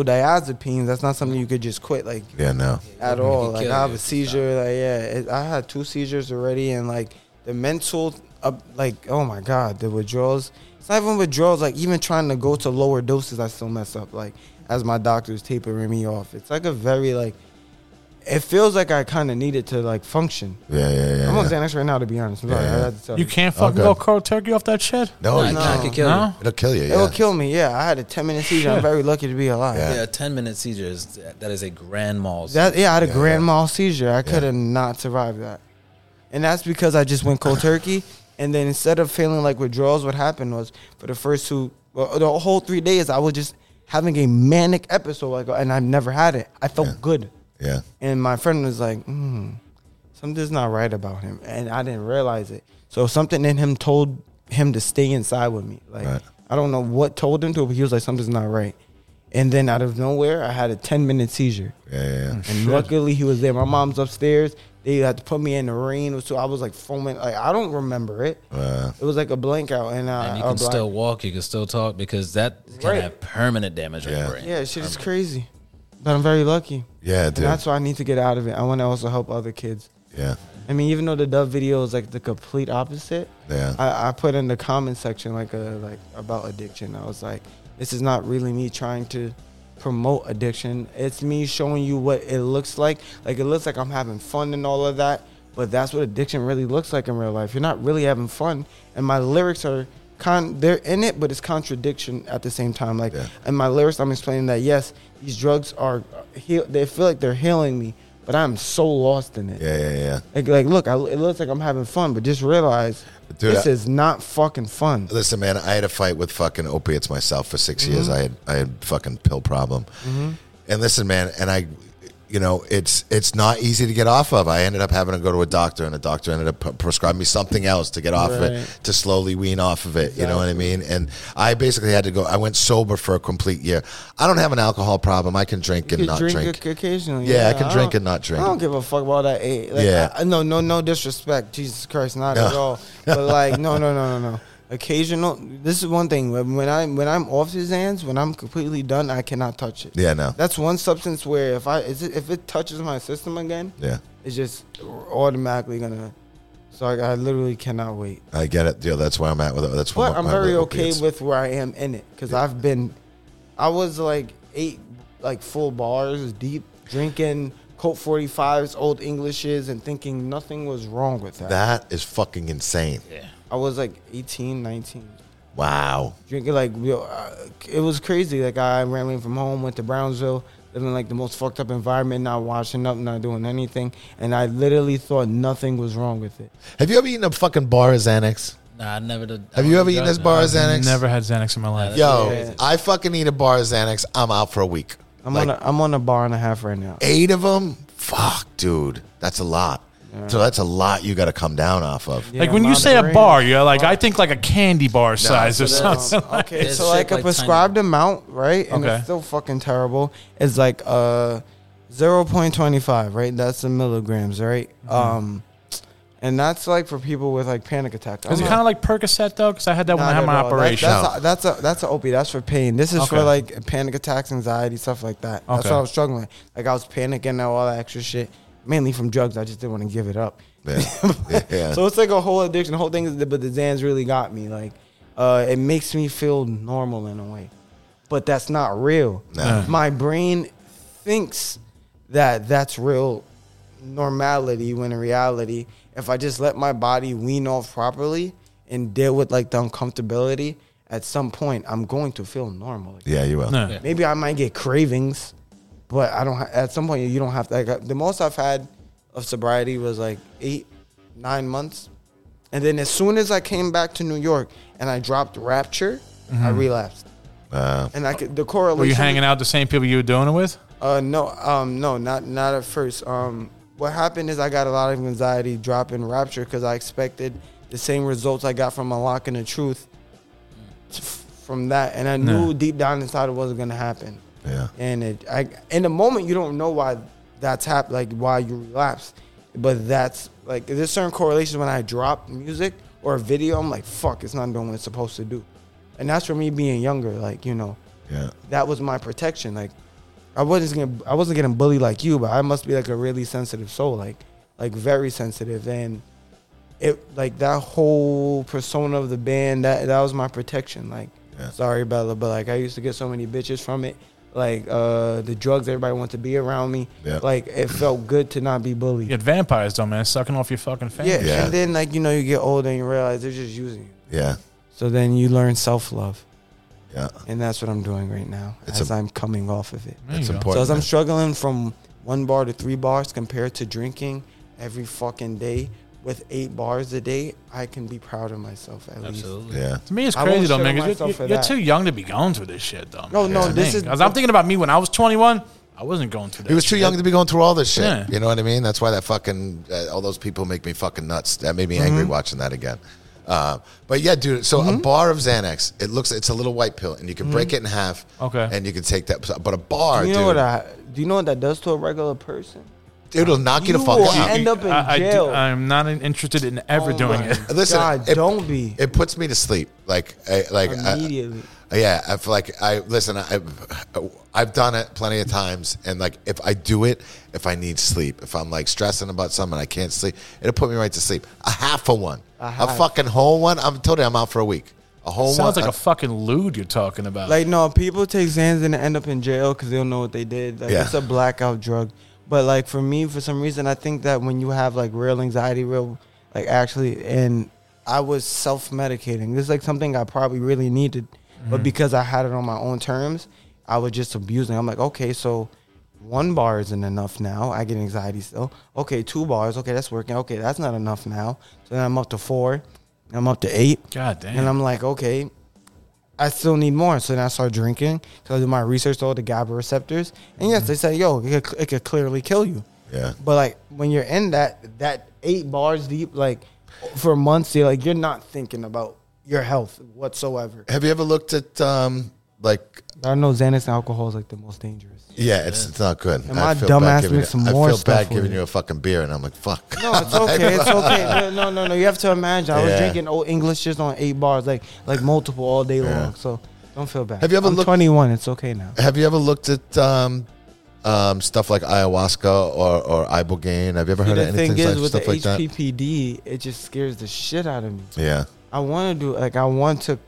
[SPEAKER 4] benzodiazepines. That's not something you could just quit like
[SPEAKER 3] Yeah, no.
[SPEAKER 4] at all. Like
[SPEAKER 6] kill
[SPEAKER 4] I have
[SPEAKER 6] you.
[SPEAKER 4] a seizure. Like yeah, it, I had two seizures already, and like the mental, up, like oh my god, the withdrawals. It's not even withdrawals. Like even trying to go to lower doses, I still mess up. Like as my doctor's tapering me off. It's like a very like. It feels like I kind of need it to like function.
[SPEAKER 3] Yeah, yeah, yeah.
[SPEAKER 4] I'm on
[SPEAKER 3] yeah.
[SPEAKER 4] Xanax right now, to be honest. I'm sorry,
[SPEAKER 3] Yeah.
[SPEAKER 4] I had to tell
[SPEAKER 5] You
[SPEAKER 4] you.
[SPEAKER 5] can't fucking
[SPEAKER 3] Okay.
[SPEAKER 5] go cold turkey off that shit.
[SPEAKER 3] No,
[SPEAKER 6] Nah,
[SPEAKER 3] you
[SPEAKER 6] nah, it
[SPEAKER 3] can't.
[SPEAKER 6] oh, could kill
[SPEAKER 5] No?
[SPEAKER 6] you.
[SPEAKER 3] it'll kill you.
[SPEAKER 4] It
[SPEAKER 3] Yeah.
[SPEAKER 4] will kill me. Yeah, I had a 10 minute seizure. I'm very lucky to be alive.
[SPEAKER 3] Yeah.
[SPEAKER 4] Yeah,
[SPEAKER 6] Yeah, ten minute seizure is that is a grand mal.
[SPEAKER 4] that, yeah I had a grand mal seizure. I could have not survived that. And that's because I just went cold turkey. And then instead of feeling like withdrawals, what happened was for the first two, well, the whole three days, I was just having a manic episode. Like, and I've never had it. I felt good.
[SPEAKER 3] Yeah.
[SPEAKER 4] And my friend was like, hmm, something's not right about him. And I didn't realize it. So something in him told him to stay inside with me. Like,
[SPEAKER 3] Right.
[SPEAKER 4] I don't know what told him to, but he was like, something's not right. And then out of nowhere, I had a 10 minute seizure.
[SPEAKER 3] Yeah, yeah, yeah.
[SPEAKER 4] And luckily, he was there. My mom's upstairs. They had to put me in the rain. So I was like foaming. Like, I don't remember it.
[SPEAKER 3] Uh,
[SPEAKER 4] It was like a blank out. And, uh,
[SPEAKER 6] and you
[SPEAKER 4] a
[SPEAKER 6] can
[SPEAKER 4] black-
[SPEAKER 6] still walk, you can still talk because that can
[SPEAKER 4] Right.
[SPEAKER 6] have permanent damage on
[SPEAKER 3] Yeah.
[SPEAKER 6] your brain.
[SPEAKER 4] Yeah, shit is crazy. But I'm very lucky.
[SPEAKER 3] Um. yeah,
[SPEAKER 4] And
[SPEAKER 3] dude.
[SPEAKER 4] that's why I need to get out of it. I want to also help other kids.
[SPEAKER 3] yeah.
[SPEAKER 4] I mean, even though the Dove video is like the complete opposite,
[SPEAKER 3] Yeah.
[SPEAKER 4] I, I put in the comment section like a like about addiction. I was like, this is not really me trying to promote addiction. It's me showing you what it looks like. Like it looks like I'm having fun and all of that, but that's what addiction really looks like in real life. You're not really having fun, and my lyrics are con they're in it, but it's contradiction at the same time. Like
[SPEAKER 3] Yeah.
[SPEAKER 4] in my lyrics, I'm explaining that yes, these drugs are uh, heal. They feel like they're healing me, but I'm so lost in it.
[SPEAKER 3] Yeah, yeah, yeah.
[SPEAKER 4] Like, like look, I, it looks like I'm having fun, but just realize
[SPEAKER 3] Dude,
[SPEAKER 4] this
[SPEAKER 3] I-
[SPEAKER 4] is not fucking fun.
[SPEAKER 3] Listen, man, I had a fight with fucking opiates myself for 6
[SPEAKER 4] Mm-hmm.
[SPEAKER 3] years. I had I had fucking pill problem. And listen, man, and I, you know, it's it's not easy to get off of. I ended up having to go to a doctor, and the doctor ended up pre- prescribing me something else to get off of it,
[SPEAKER 4] Right.
[SPEAKER 3] to slowly wean off of it. You know what I mean? And I basically had to go. I went sober for a complete year. I don't have an alcohol problem. I can drink and
[SPEAKER 4] You
[SPEAKER 3] not
[SPEAKER 4] drink,
[SPEAKER 3] drink.
[SPEAKER 4] oc- occasionally.
[SPEAKER 3] Yeah, I can drink
[SPEAKER 4] don't-
[SPEAKER 3] and not drink.
[SPEAKER 4] I don't give a fuck about that. eh, Like,
[SPEAKER 3] Yeah.
[SPEAKER 4] yeah. I, no, no, no disrespect. Jesus Christ, not at
[SPEAKER 3] No.
[SPEAKER 4] all. But like, no, no, no, no, no. Occasional. This is one thing. When when I when I'm off the Xans, when I'm completely done, I cannot touch it.
[SPEAKER 3] Yeah, no.
[SPEAKER 4] That's one substance where if I is it, if it touches my system again,
[SPEAKER 3] yeah.
[SPEAKER 4] it's just automatically gonna. So I, I literally cannot wait.
[SPEAKER 3] I get it, dude. That's where I'm at with it. That's where
[SPEAKER 4] But I'm
[SPEAKER 3] my-
[SPEAKER 4] very
[SPEAKER 3] my
[SPEAKER 4] okay
[SPEAKER 3] opiates.
[SPEAKER 4] with where I am in it because I've been, I was like eight, like full bars deep, drinking Colt 45s, old Englishes, and thinking nothing was wrong with that.
[SPEAKER 3] that. Is fucking insane.
[SPEAKER 4] I was like 18, 19.
[SPEAKER 3] Wow.
[SPEAKER 4] Drinking like, yo, uh, it was crazy. Like, I ran away from home, went to Brownsville, living like the most fucked up environment, not washing up, not doing anything. And I literally thought nothing was wrong with it.
[SPEAKER 3] Have you ever eaten a fucking bar of Xanax?
[SPEAKER 6] Um, Nah, I never did. I
[SPEAKER 3] Have you
[SPEAKER 6] don't
[SPEAKER 3] ever
[SPEAKER 6] do
[SPEAKER 3] eaten
[SPEAKER 6] drugs,
[SPEAKER 3] this bar
[SPEAKER 6] nah.
[SPEAKER 3] of Xanax?
[SPEAKER 5] Never had Xanax in my life.
[SPEAKER 3] Yo,
[SPEAKER 4] Yeah.
[SPEAKER 3] I fucking eat a bar of Xanax. I'm out for a week.
[SPEAKER 4] I'm,
[SPEAKER 3] like
[SPEAKER 4] on a, I'm on a bar and a half right now.
[SPEAKER 3] eight of them. Fuck, dude, that's a lot. So that's a lot you got to come down off of.
[SPEAKER 5] Like
[SPEAKER 4] Yeah,
[SPEAKER 5] when you
[SPEAKER 4] my
[SPEAKER 5] say a
[SPEAKER 4] brain
[SPEAKER 5] bar,
[SPEAKER 4] is
[SPEAKER 5] you're like I think like a candy bar size or
[SPEAKER 6] so that's-
[SPEAKER 5] something. like-
[SPEAKER 4] Okay,
[SPEAKER 6] It's
[SPEAKER 4] so like
[SPEAKER 6] shaped
[SPEAKER 4] a
[SPEAKER 6] like
[SPEAKER 4] prescribed amount, right? And
[SPEAKER 5] Okay.
[SPEAKER 4] it's still fucking terrible. It's like uh, zero point twenty five, right? That's the milligrams, right?
[SPEAKER 5] Mm-hmm.
[SPEAKER 4] Um, and that's like for people with like panic attack.
[SPEAKER 5] Is it kind of like Percocet though? Because I had that when I had my operation.
[SPEAKER 4] That's, that's a that's a opiate. That's for pain. This is for
[SPEAKER 5] Okay.
[SPEAKER 4] like panic attacks, anxiety, stuff like that. That's
[SPEAKER 5] Okay.
[SPEAKER 4] what I was struggling. with. Like I was panicking and all that extra shit, mainly from drugs. I just didn't want to give it up.
[SPEAKER 3] Yeah. Yeah.
[SPEAKER 4] So it's like a whole addiction. The whole thing is, but the Zans really got me. Like, uh, it makes me feel normal in a way, but that's not real.
[SPEAKER 3] No.
[SPEAKER 4] My brain thinks that that's real normality when in reality, if I just let my body wean off properly and deal with like the uncomfortability, at some point I'm going to feel normal. again.
[SPEAKER 3] yeah, you will.
[SPEAKER 5] No.
[SPEAKER 4] Maybe I might get cravings, but I don't. Ha- at some point, you don't have to. Like, uh, the most I've had of sobriety was like eight, nine months, and then as soon as I came back to New York and I dropped Rapture, I relapsed.
[SPEAKER 3] Uh,
[SPEAKER 4] And I could the correlation.
[SPEAKER 5] Mm-hmm. Were you hanging out with the same people you were doing it with?
[SPEAKER 4] Uh, no, um, no, not not at first. Um, what happened is I got a lot of anxiety dropping Rapture because I expected the same results I got from unlocking the truth t- f- from that, and I knew deep down inside it wasn't gonna happen.
[SPEAKER 3] Yeah.
[SPEAKER 4] And it, I, in the moment, you don't know why that's happened, like why you relapse, but that's like there's certain correlations when I drop music or a video, I'm like, fuck, it's not doing what it's supposed to do, and that's for me being younger, like you know.
[SPEAKER 3] Yeah.
[SPEAKER 4] that was my protection. Like, I wasn't gonna, I wasn't getting bullied like you, but I must be like a really sensitive soul, like, like very sensitive, and it like that whole persona of the band that that was my protection. Like,
[SPEAKER 3] Yeah.
[SPEAKER 4] sorry Bella, but like I used to get so many bitches from it. Like uh, the drugs, everybody wanted to be around me.
[SPEAKER 3] Yeah.
[SPEAKER 4] Like it felt good to not be bullied.
[SPEAKER 5] You had vampires, though, man, sucking off your fucking family.
[SPEAKER 4] Yeah.
[SPEAKER 3] Yeah.
[SPEAKER 4] And then like you know you get older and you realize they're just using you.
[SPEAKER 3] Yeah.
[SPEAKER 4] So then you learn self love.
[SPEAKER 3] Yeah.
[SPEAKER 4] And that's what I'm doing right now
[SPEAKER 3] It's
[SPEAKER 4] as
[SPEAKER 3] a-
[SPEAKER 4] i I'm coming off of it.
[SPEAKER 5] There you
[SPEAKER 3] It's
[SPEAKER 5] go.
[SPEAKER 4] So
[SPEAKER 3] important.
[SPEAKER 4] as I'm
[SPEAKER 3] man.
[SPEAKER 4] struggling from one bar to three bars compared to drinking every fucking day with eight bars a day, I can be proud of myself at least.
[SPEAKER 6] Absolutely.
[SPEAKER 3] yeah.
[SPEAKER 5] To me, it's
[SPEAKER 4] I won't
[SPEAKER 5] crazy though,
[SPEAKER 4] shit
[SPEAKER 5] man.
[SPEAKER 4] on
[SPEAKER 5] 'cause
[SPEAKER 4] myself
[SPEAKER 5] you're,
[SPEAKER 4] for
[SPEAKER 5] you're
[SPEAKER 4] that.
[SPEAKER 5] too young to be going through this shit, though.
[SPEAKER 4] No,
[SPEAKER 5] man.
[SPEAKER 4] no,
[SPEAKER 5] That's the
[SPEAKER 4] this
[SPEAKER 5] thing.
[SPEAKER 4] is-
[SPEAKER 5] 'Cause I'm thinking about me when I was 21. I wasn't going through that.
[SPEAKER 3] He was too
[SPEAKER 5] shit.
[SPEAKER 3] young to be going through all this shit.
[SPEAKER 5] Yeah.
[SPEAKER 3] You know what I mean? That's why that fucking uh, all those people make me fucking nuts. That made me
[SPEAKER 4] Mm-hmm.
[SPEAKER 3] angry watching that again. Uh, but yeah, dude. So a bar of Xanax, it looks it's a little white pill, and you can break it in half.
[SPEAKER 5] Okay.
[SPEAKER 3] And you can take that, but a bar,
[SPEAKER 4] Mm. You know
[SPEAKER 3] dude,
[SPEAKER 4] what I, do you know what that does to a regular person?
[SPEAKER 3] it'll knock you,
[SPEAKER 4] You
[SPEAKER 3] the fuck
[SPEAKER 4] will
[SPEAKER 3] out.
[SPEAKER 4] end up in
[SPEAKER 5] I,
[SPEAKER 4] jail.
[SPEAKER 5] I am not in- interested in ever
[SPEAKER 4] Oh
[SPEAKER 5] doing
[SPEAKER 4] my
[SPEAKER 5] it.
[SPEAKER 3] Listen,
[SPEAKER 4] God,
[SPEAKER 3] it-
[SPEAKER 4] don't be
[SPEAKER 3] it puts me to sleep. Like, I, like I-
[SPEAKER 4] immediately.
[SPEAKER 3] yeah, I feel like I listen. I, I've done it plenty of times, and like if I do it, if I need sleep, if I'm like stressing about something, I can't sleep. It'll put me right to sleep. A half a one, a,
[SPEAKER 4] half.
[SPEAKER 3] fucking whole one. I'm totally. I'm out for a week. A whole
[SPEAKER 5] Sounds
[SPEAKER 3] one.
[SPEAKER 5] like a fucking lewd you're talking about.
[SPEAKER 4] like no, people take Xans and end up in jail because they don't know what they did. Like
[SPEAKER 3] Yeah.
[SPEAKER 4] it's a blackout drug. But like for me, for some reason, I think that when you have like real anxiety, real like actually, and I was self medicating. This is like something I probably really needed, but
[SPEAKER 5] Mm-hmm.
[SPEAKER 4] because I had it on my own terms, I was just abusing. I'm like, okay, so one bar isn't enough now. I get anxiety still. Okay, two bars. Okay, that's working. Okay, that's not enough now. So then I'm up to four. I'm up to eight.
[SPEAKER 5] God damn.
[SPEAKER 4] And I'm like, okay, I still need more. So then I start drinking. So I do my research on the GABA receptors. And yes, they say, yo, it could, it could clearly kill you.
[SPEAKER 3] Yeah.
[SPEAKER 4] But like when you're in that that eight bars deep, like for months, you're like you're not thinking about your health whatsoever.
[SPEAKER 3] Have you ever looked at um like?
[SPEAKER 4] I know Xanax and alcohol is like the most dangerous.
[SPEAKER 3] Yeah, it's, it's not good.
[SPEAKER 4] And my dumb
[SPEAKER 3] bad
[SPEAKER 4] ass
[SPEAKER 3] giving
[SPEAKER 4] mixed
[SPEAKER 3] you-
[SPEAKER 4] some
[SPEAKER 3] I
[SPEAKER 4] more
[SPEAKER 3] feel
[SPEAKER 4] stuff
[SPEAKER 3] bad
[SPEAKER 4] with
[SPEAKER 3] giving
[SPEAKER 4] it.
[SPEAKER 3] you a fucking beer, and I'm like, fuck.
[SPEAKER 4] No, it's okay. It's okay. No, no, no. You have to imagine. I was
[SPEAKER 3] Yeah.
[SPEAKER 4] drinking old English just on eight bars, like like multiple all day long. So don't feel bad.
[SPEAKER 3] Have you ever
[SPEAKER 4] I'm
[SPEAKER 3] looked-
[SPEAKER 4] 21. It's okay now.
[SPEAKER 3] Have you ever looked at um, um, stuff like ayahuasca or, or ibogaine? Have you ever heard
[SPEAKER 4] the
[SPEAKER 3] of anything
[SPEAKER 4] thing is,
[SPEAKER 3] like,
[SPEAKER 4] with the
[SPEAKER 3] stuff like that?
[SPEAKER 4] HPPD, it just scares the shit out of me.
[SPEAKER 3] Yeah,
[SPEAKER 4] I want to do like I want to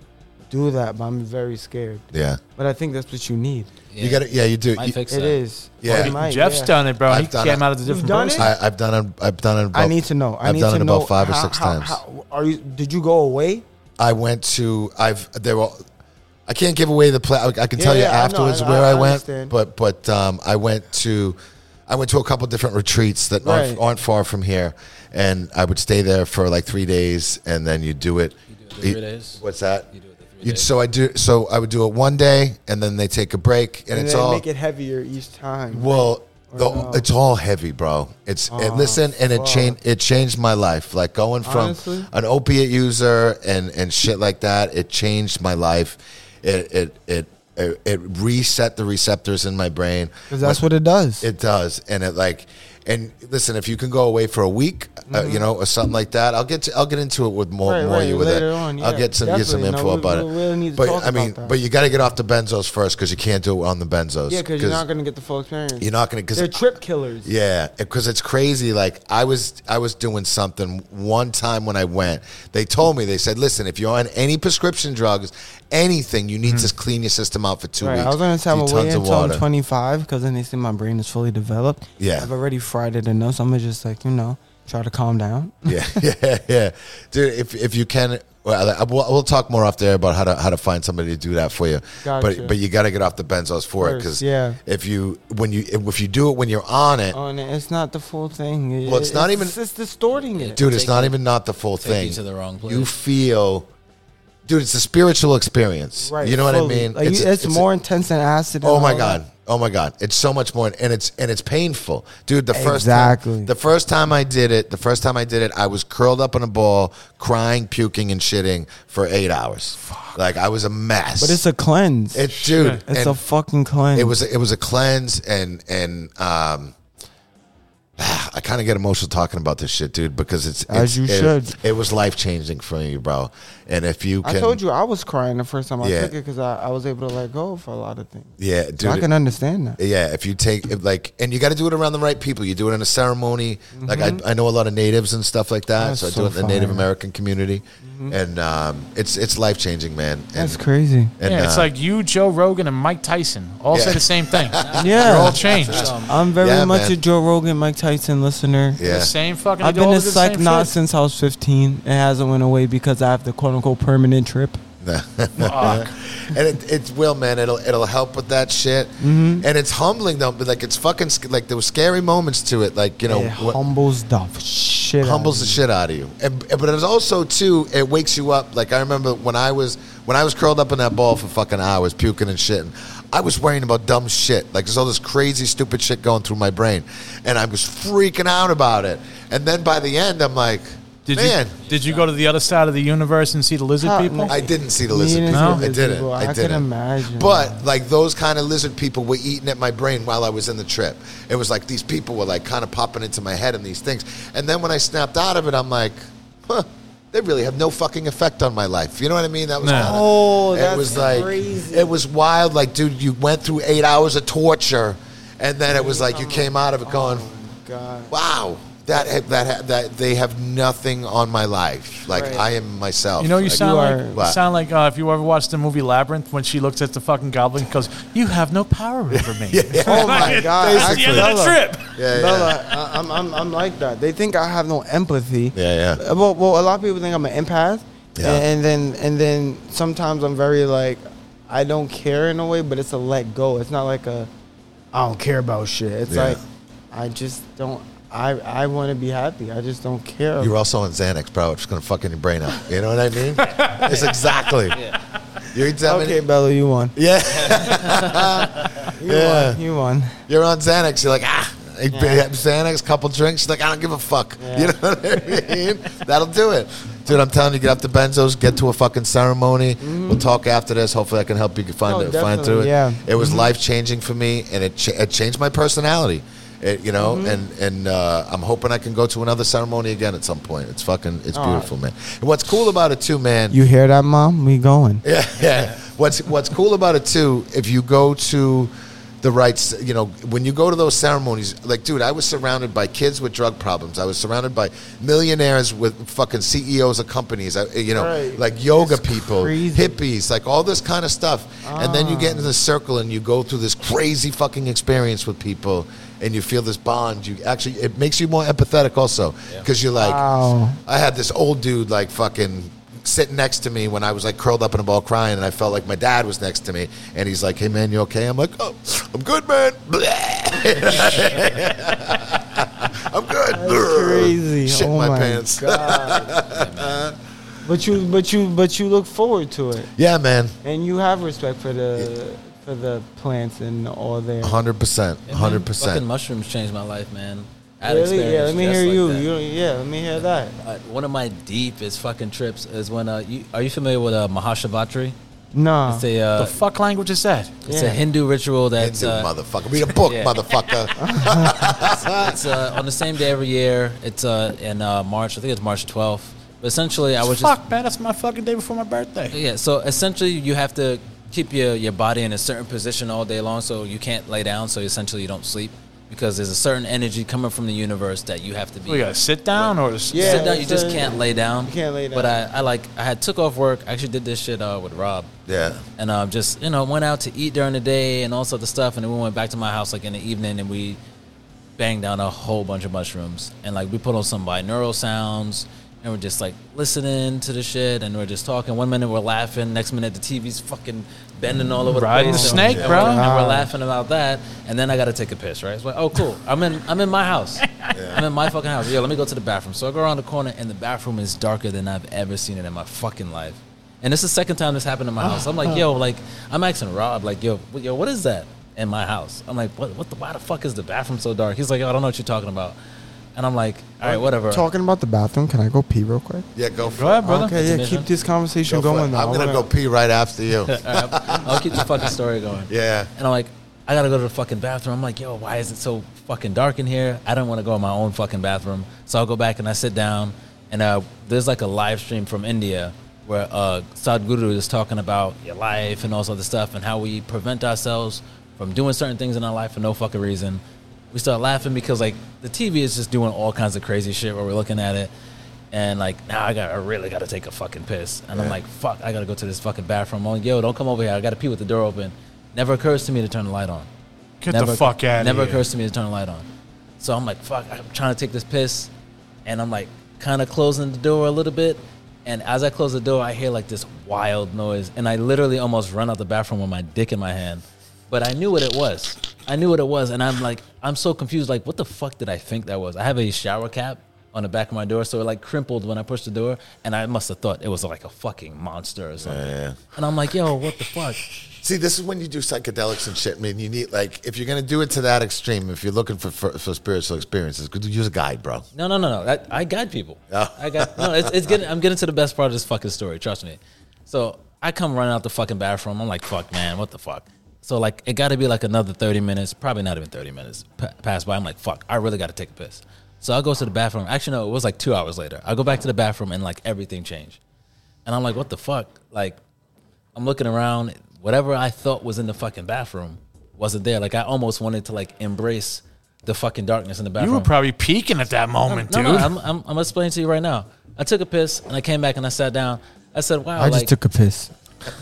[SPEAKER 4] do that, but I'm very scared.
[SPEAKER 3] yeah.
[SPEAKER 4] But I think that's what you need.
[SPEAKER 3] You got to Yeah, you do.
[SPEAKER 6] Might
[SPEAKER 3] You-
[SPEAKER 6] fix
[SPEAKER 4] It
[SPEAKER 6] that.
[SPEAKER 4] is.
[SPEAKER 3] Yeah.
[SPEAKER 4] It might,
[SPEAKER 5] Jeff's
[SPEAKER 4] yeah.
[SPEAKER 5] done it, bro.
[SPEAKER 3] I've
[SPEAKER 5] he
[SPEAKER 3] done
[SPEAKER 5] came
[SPEAKER 3] it.
[SPEAKER 5] out as a different
[SPEAKER 4] You've done
[SPEAKER 5] person.
[SPEAKER 4] it?
[SPEAKER 3] I, I've done it. I've done it. About,
[SPEAKER 4] I need to know. I
[SPEAKER 3] have
[SPEAKER 4] need
[SPEAKER 3] done
[SPEAKER 4] to
[SPEAKER 3] it
[SPEAKER 4] know
[SPEAKER 3] about five or
[SPEAKER 4] how-
[SPEAKER 3] six
[SPEAKER 4] how-
[SPEAKER 3] times.
[SPEAKER 4] how- are you? Did you go away?
[SPEAKER 3] I went to. I've there were. I can't give away the play. I, I can
[SPEAKER 4] Yeah,
[SPEAKER 3] tell you
[SPEAKER 4] yeah, I know,
[SPEAKER 3] afterwards
[SPEAKER 4] I-
[SPEAKER 3] where
[SPEAKER 4] I
[SPEAKER 3] I, went,
[SPEAKER 4] understand.
[SPEAKER 3] but but um, I went to. I went to a couple different retreats that aren't,
[SPEAKER 4] Right.
[SPEAKER 3] aren't far from here, and I would stay there for like three days, and then you do it.
[SPEAKER 6] do it the three days.
[SPEAKER 3] What's that?
[SPEAKER 6] You do it the three
[SPEAKER 3] You'd-
[SPEAKER 6] days.
[SPEAKER 3] So I do. So I would do it one day, and then they take a break, and,
[SPEAKER 4] And
[SPEAKER 3] it's
[SPEAKER 4] then
[SPEAKER 3] all
[SPEAKER 4] make it heavier each time.
[SPEAKER 3] Well, the,
[SPEAKER 4] no?
[SPEAKER 3] it's all heavy, bro. It's it,
[SPEAKER 4] Ah,
[SPEAKER 3] listen, and it changed. It changed my life. Like going from
[SPEAKER 4] Honestly?
[SPEAKER 3] an opiate user and and shit like that. It changed my life. It it it it, it reset the receptors in my brain.
[SPEAKER 4] 'Cause that's what it does.
[SPEAKER 3] It does, and it like, and listen, if you can go away for a week, uh, you know, or something like that, I'll get to, I'll get into it with more
[SPEAKER 4] Mm-hmm. Right,
[SPEAKER 3] more
[SPEAKER 4] right,
[SPEAKER 3] you with
[SPEAKER 4] later
[SPEAKER 3] it.
[SPEAKER 4] on,
[SPEAKER 3] I'll
[SPEAKER 4] yeah,
[SPEAKER 3] get some get some
[SPEAKER 4] definitely. No,
[SPEAKER 3] info
[SPEAKER 4] we-
[SPEAKER 3] about
[SPEAKER 4] we
[SPEAKER 3] it.
[SPEAKER 4] really need to
[SPEAKER 3] but
[SPEAKER 4] talk
[SPEAKER 3] I mean,
[SPEAKER 4] about that.
[SPEAKER 3] but you got to get off the benzos first because you can't do it on the benzos.
[SPEAKER 4] yeah, because you're not going to get the full experience.
[SPEAKER 3] you're not gonna because
[SPEAKER 4] They're trip killers.
[SPEAKER 3] yeah, because it's crazy. Like I was, I was doing something one time when I went. They told me they said, "Listen, if you're on any prescription drugs, anything, you need to clean your system out for two
[SPEAKER 4] Mm-hmm. Right,
[SPEAKER 3] weeks.
[SPEAKER 4] I was gonna say I'm
[SPEAKER 3] Do
[SPEAKER 4] gonna wait until I'm 25 because then they say my brain is fully developed.
[SPEAKER 3] Yeah.
[SPEAKER 4] I've already fried it enough, so I'm gonna just like you know try to calm down.
[SPEAKER 3] yeah, yeah, yeah, dude. If if you can, well, I- we'll, we'll talk more off there about how to how to find somebody to do that for you.
[SPEAKER 4] Gotcha.
[SPEAKER 3] But but you got to get off the benzos for it
[SPEAKER 4] First,
[SPEAKER 3] 'cause it because
[SPEAKER 4] yeah.
[SPEAKER 3] if you when you if you do it when you're on it,
[SPEAKER 4] On it, it's not the full thing. It-
[SPEAKER 3] Well, it's not even-
[SPEAKER 4] It's, distorting it.
[SPEAKER 3] dude, it's
[SPEAKER 6] Take
[SPEAKER 3] not
[SPEAKER 6] you-
[SPEAKER 3] even not the full
[SPEAKER 6] take you
[SPEAKER 3] thing.
[SPEAKER 6] to the wrong place.
[SPEAKER 3] You feel. Dude, it's a spiritual experience. Right, you know
[SPEAKER 4] fully.
[SPEAKER 3] what I mean?
[SPEAKER 4] Like, you- it's, more intense than acid. and
[SPEAKER 3] Oh my
[SPEAKER 4] all that.
[SPEAKER 3] god. Oh my god. It's so much more and it's and it's painful. Dude, the first
[SPEAKER 4] Exactly.
[SPEAKER 3] time, the first time I did it, the first time I did it, I was curled up in a ball, crying, puking and shitting for 8 hours. Like I was a mess.
[SPEAKER 4] But it's a cleanse.
[SPEAKER 3] it, dude,
[SPEAKER 4] it's
[SPEAKER 3] and
[SPEAKER 4] a fucking cleanse.
[SPEAKER 3] it was it was a cleanse and and um I kind of get emotional talking about this shit, dude, because it's, it's
[SPEAKER 4] As you
[SPEAKER 3] it-
[SPEAKER 4] should.
[SPEAKER 3] It was life changing for me, bro. And if you
[SPEAKER 4] I
[SPEAKER 3] can,
[SPEAKER 4] told you I was crying the first time I
[SPEAKER 3] Yeah.
[SPEAKER 4] took it because I, I was able to let go for a lot of things.
[SPEAKER 3] yeah, dude,
[SPEAKER 4] So I can understand that.
[SPEAKER 3] Yeah, if you take if, like, and you got to do it around the right people. You do it in a ceremony. Like I, I know a lot of natives and stuff like that,
[SPEAKER 4] Mm-hmm. That's
[SPEAKER 3] so I do
[SPEAKER 4] so
[SPEAKER 3] it in the Native
[SPEAKER 4] fire. Mm-hmm.
[SPEAKER 3] American community, and um, it's it's life changing, man. And,
[SPEAKER 4] That's crazy.
[SPEAKER 3] and,
[SPEAKER 5] yeah, it's
[SPEAKER 3] uh,
[SPEAKER 5] like you, Joe Rogan, and Mike Tyson all
[SPEAKER 3] Yeah.
[SPEAKER 5] say the same thing. They're all
[SPEAKER 4] Yeah,
[SPEAKER 5] changed.
[SPEAKER 4] I'm very
[SPEAKER 3] Yeah,
[SPEAKER 4] much
[SPEAKER 3] man.
[SPEAKER 4] a Joe Rogan, Mike Tyson listener.
[SPEAKER 3] yeah.
[SPEAKER 5] The same fucking.
[SPEAKER 4] I've
[SPEAKER 5] they all
[SPEAKER 4] been
[SPEAKER 5] do
[SPEAKER 4] a
[SPEAKER 5] the
[SPEAKER 4] psych
[SPEAKER 5] same
[SPEAKER 4] not
[SPEAKER 5] shit.
[SPEAKER 4] since I was 15. It hasn't went away because I have the quote unquote permanent trip.
[SPEAKER 5] Fuck.
[SPEAKER 3] and it, it will, man. It'll it'll help with that shit.
[SPEAKER 4] Mm-hmm.
[SPEAKER 3] And it's humbling though, but like it's fucking sc- like there were scary moments to it. Like you know,
[SPEAKER 4] it
[SPEAKER 3] what-
[SPEAKER 4] humbles the shit. out of
[SPEAKER 3] humbles the
[SPEAKER 4] me.
[SPEAKER 3] shit out of you. And, and- but it's also too, it wakes you up. Like I remember when I was when I was curled up in that ball for fucking hours, puking and shitting. I was worrying about dumb shit. Like there's all this crazy, stupid shit going through my brain, and I was freaking out about it. And then by the end, I'm like,
[SPEAKER 5] Did
[SPEAKER 3] man.
[SPEAKER 5] you did you go to the other side of the universe and see the lizard
[SPEAKER 4] Huh,
[SPEAKER 5] people?
[SPEAKER 4] no.
[SPEAKER 3] I didn't see the
[SPEAKER 4] Me
[SPEAKER 3] lizard
[SPEAKER 4] and
[SPEAKER 3] people.
[SPEAKER 5] his
[SPEAKER 3] I didn't.
[SPEAKER 4] people,
[SPEAKER 3] I
[SPEAKER 4] I
[SPEAKER 3] didn't.
[SPEAKER 4] can imagine.
[SPEAKER 3] But like those kind of lizard people were eating at my brain while I was in the trip. It was like these people were like kind of popping into my head and these things. And then when I snapped out of it, I'm like, huh, they really have no fucking effect on my life. You know what I mean? That was
[SPEAKER 5] No.
[SPEAKER 3] kinda-
[SPEAKER 4] Oh,
[SPEAKER 3] it
[SPEAKER 4] that's
[SPEAKER 3] was like
[SPEAKER 4] crazy.
[SPEAKER 3] it was wild. Like, dude, you went through eight hours of torture, and then it was like you came out of it going,
[SPEAKER 4] God.
[SPEAKER 3] wow. That, that that they have nothing on my life. Like I am myself.
[SPEAKER 5] You know, you
[SPEAKER 3] Like,
[SPEAKER 5] sound
[SPEAKER 4] you
[SPEAKER 5] like
[SPEAKER 4] are-
[SPEAKER 5] you
[SPEAKER 3] What?
[SPEAKER 5] sound like uh, if you ever watched the movie Labyrinth when she looks at the fucking goblin and goes, "You have no power over me."
[SPEAKER 4] Oh my
[SPEAKER 5] Like,
[SPEAKER 4] God.
[SPEAKER 5] That's the end of the
[SPEAKER 4] Basically.
[SPEAKER 5] trip.
[SPEAKER 3] yeah, yeah.
[SPEAKER 4] Bella, I, I'm, I'm, I'm like that. They think I have no empathy.
[SPEAKER 3] Yeah, yeah.
[SPEAKER 4] Uh, Well, well, a lot of people think I'm an empath.
[SPEAKER 3] Yeah.
[SPEAKER 4] And, and then and then sometimes I'm very like, I don't care in a way, but it's a let go. It's not like a, I don't care about shit. It's
[SPEAKER 3] Yeah.
[SPEAKER 4] like, I just don't. I I want to be happy. I just don't care.
[SPEAKER 3] You're also on Xanax, bro. It's gonna fucking your brain up. You know what I mean? It's exactly. You're examining.
[SPEAKER 4] okay, Bella, you won.
[SPEAKER 3] Yeah,
[SPEAKER 4] You
[SPEAKER 3] Yeah.
[SPEAKER 4] won. You won.
[SPEAKER 3] you're on Xanax. You're like ah. I have Xanax, couple drinks. She's like, I don't give a fuck. You know what I mean? That'll do it, dude. I'm telling you, get up to Benzo's, get to a fucking ceremony. We'll talk after this. Hopefully, I can help you find
[SPEAKER 4] No,
[SPEAKER 3] it, find
[SPEAKER 4] Mm-hmm. Oh, definitely,
[SPEAKER 3] through it.
[SPEAKER 4] yeah. Mm-hmm.
[SPEAKER 3] It was life changing for me, and it, ch- it changed my personality. It, you know,
[SPEAKER 4] Mm-hmm.
[SPEAKER 3] and and uh, I'm hoping I can go to another ceremony again at some point. It's fucking, it's beautiful, man. And what's cool about it too, man.
[SPEAKER 4] You hear that, mom? We going.
[SPEAKER 3] Yeah, yeah. What's What's cool about it too? If you go to the right, you know, when you go to those ceremonies, like, dude, I was surrounded by kids with drug problems. I was surrounded by millionaires with fucking CEOs of companies. I, you know,
[SPEAKER 4] Right.
[SPEAKER 3] like yoga
[SPEAKER 4] It's
[SPEAKER 3] people,
[SPEAKER 4] crazy. Ah.
[SPEAKER 3] hippies, like all this kind of stuff. And then you get into the circle and you go through this crazy fucking experience with people. And you feel this bond. You actually, it makes you more empathetic, also, because you're like,
[SPEAKER 4] Wow.
[SPEAKER 3] I had this old dude like fucking sitting next to me when I was like curled up in a ball crying, and I felt like my dad was next to me. And he's like, "Hey man, you okay?" I'm like, "Oh, I'm good, man. I'm good."
[SPEAKER 4] Crazy.
[SPEAKER 3] Shit in
[SPEAKER 4] oh
[SPEAKER 3] my,
[SPEAKER 4] my,
[SPEAKER 3] pants.
[SPEAKER 4] God. but you but you but you look forward to it.
[SPEAKER 3] yeah, man.
[SPEAKER 4] And you have respect for the for the plants and all their.
[SPEAKER 3] Hundred percent. Hundred
[SPEAKER 6] Fucking
[SPEAKER 3] percent.
[SPEAKER 6] mushrooms changed my life, man. I had
[SPEAKER 4] Really? Yeah.
[SPEAKER 6] experience
[SPEAKER 4] Let me
[SPEAKER 6] just
[SPEAKER 4] hear
[SPEAKER 6] like
[SPEAKER 4] you.
[SPEAKER 6] that.
[SPEAKER 4] you. don't- Yeah. Let me hear that.
[SPEAKER 6] Uh, one of my deepest fucking trips is when uh, you, are you familiar with uh, Mahashivatri?
[SPEAKER 4] No.
[SPEAKER 6] It's a uh,
[SPEAKER 5] The fuck language is that?
[SPEAKER 6] it's
[SPEAKER 4] Yeah.
[SPEAKER 6] a Hindu ritual that's
[SPEAKER 3] Hindu
[SPEAKER 6] uh,
[SPEAKER 3] motherfucker. Read a book,
[SPEAKER 6] Yeah.
[SPEAKER 3] motherfucker.
[SPEAKER 6] it's uh, on the same day every year. It's uh, in uh, March. I think it's March 12th. But essentially, I was
[SPEAKER 5] fuck, man. That's my fucking day before my birthday.
[SPEAKER 6] just yeah. So essentially, you have to keep your, your body in a certain position all day long, so you can't lay down. So essentially, you don't sleep because there's a certain energy coming from the universe that you have to be.
[SPEAKER 5] We gotta sit down or s-
[SPEAKER 4] Yeah.
[SPEAKER 6] sit down. You just
[SPEAKER 4] so-
[SPEAKER 6] can't lay down.
[SPEAKER 4] You can't lay
[SPEAKER 6] But I,
[SPEAKER 4] down.
[SPEAKER 6] I like I had took off work. I actually did this shit uh, with Rob.
[SPEAKER 3] yeah.
[SPEAKER 6] And um, just you know went out to eat during the day and all sorts of stuff, and then we went back to my house like in the evening, and we banged down a whole bunch of mushrooms, and like we put on some binaural sounds, and we're just like listening to the shit, and we're just talking. One minute we're laughing, next minute the TV's fucking bending all over
[SPEAKER 5] Riding
[SPEAKER 6] the
[SPEAKER 5] the
[SPEAKER 6] place. and-
[SPEAKER 5] snake,
[SPEAKER 6] and
[SPEAKER 5] bro.
[SPEAKER 6] we're- And we're laughing about that, and then I got to take a piss, right? It's like, oh cool, I'm in I'm in my house, I'm in my fucking house. Yo, let me go to the bathroom. So I go around the corner, and the bathroom is darker than I've ever seen it in my fucking life. And it's the second time this happened in my house. I'm like, yo, like, I'm asking Rob, like, yo, wh- yo, what is that in my house? I'm like, what, what the, why the fuck is the bathroom so dark? He's like, yo, I don't know what you're talking about. And I'm like, all right, whatever.
[SPEAKER 4] Talking about the bathroom, can I go pee real quick?
[SPEAKER 3] Yeah. Go for
[SPEAKER 5] Go ahead,
[SPEAKER 3] it.
[SPEAKER 5] brother.
[SPEAKER 4] okay, yeah.
[SPEAKER 6] mission.
[SPEAKER 4] Keep this conversation
[SPEAKER 3] Go for it.
[SPEAKER 4] going. though.
[SPEAKER 3] I'm gonna go pee right after you.
[SPEAKER 6] All right, I'll keep the fucking story going.
[SPEAKER 3] yeah.
[SPEAKER 6] And I'm like, I gotta go to the fucking bathroom. I'm like, yo, why is it so fucking dark in here? I don't want to go in my own fucking bathroom. So I'll go back and I sit down. And uh, there's like a live stream from India where uh, Sadhguru is talking about your life and all this other stuff and how we prevent ourselves from doing certain things in our life for no fucking reason. We start laughing because like the TV is just doing all kinds of crazy shit where we're looking at it and like now I got I really gotta take a fucking piss. And I'm like, fuck, I gotta go to this fucking bathroom. I'm like, yo, don't come over here. I gotta pee with the door open. Never occurs to me to turn the light on.
[SPEAKER 5] Get
[SPEAKER 6] never,
[SPEAKER 5] the fuck out
[SPEAKER 6] Never
[SPEAKER 5] of here.
[SPEAKER 6] occurs to me to turn the light on. So I'm like, fuck, I'm trying to take this piss. And I'm like kind of closing the door a little bit. And as I close the door, I hear like this wild noise. And I literally almost run out the bathroom with my dick in my hand. But I knew what it was. I knew what it was. And I'm like, I'm so confused. Like, what the fuck did I think that was? I have a shower cap on the back of my door. So it like crimpled when I pushed the door. And I must have thought it was like a fucking monster or something. And I'm like, yo, what the fuck?
[SPEAKER 3] See, this is when you do psychedelics and shit. I mean, you need like if you're gonna do it to that extreme, if you're looking for for, for spiritual experiences, good use a guide, bro.
[SPEAKER 6] No, no, no, no. That, I guide people. I got no. It's, it's getting. I'm getting to the best part of this fucking story. Trust me. So I come running out the fucking bathroom. I'm like, fuck, man, what the fuck. So like, it got to be like another thirty minutes. Probably not even thirty minutes pa- pass by. I'm like, fuck, I really got to take a piss. So I go to the bathroom. Actually, no, it was like two hours later. I go back to the bathroom and like everything changed. And I'm like, what the fuck? Like, I'm looking around. Whatever I thought was in the fucking bathroom wasn't there. Like, I almost wanted to like embrace the fucking darkness in the bathroom.
[SPEAKER 5] You were probably peeking at that moment,
[SPEAKER 6] No,
[SPEAKER 5] dude.
[SPEAKER 6] no, I'm, I'm, I'm explaining to you right now. I took a piss and I came back and I sat down. I said, "Wow!"
[SPEAKER 4] I just
[SPEAKER 6] like-
[SPEAKER 4] took a piss.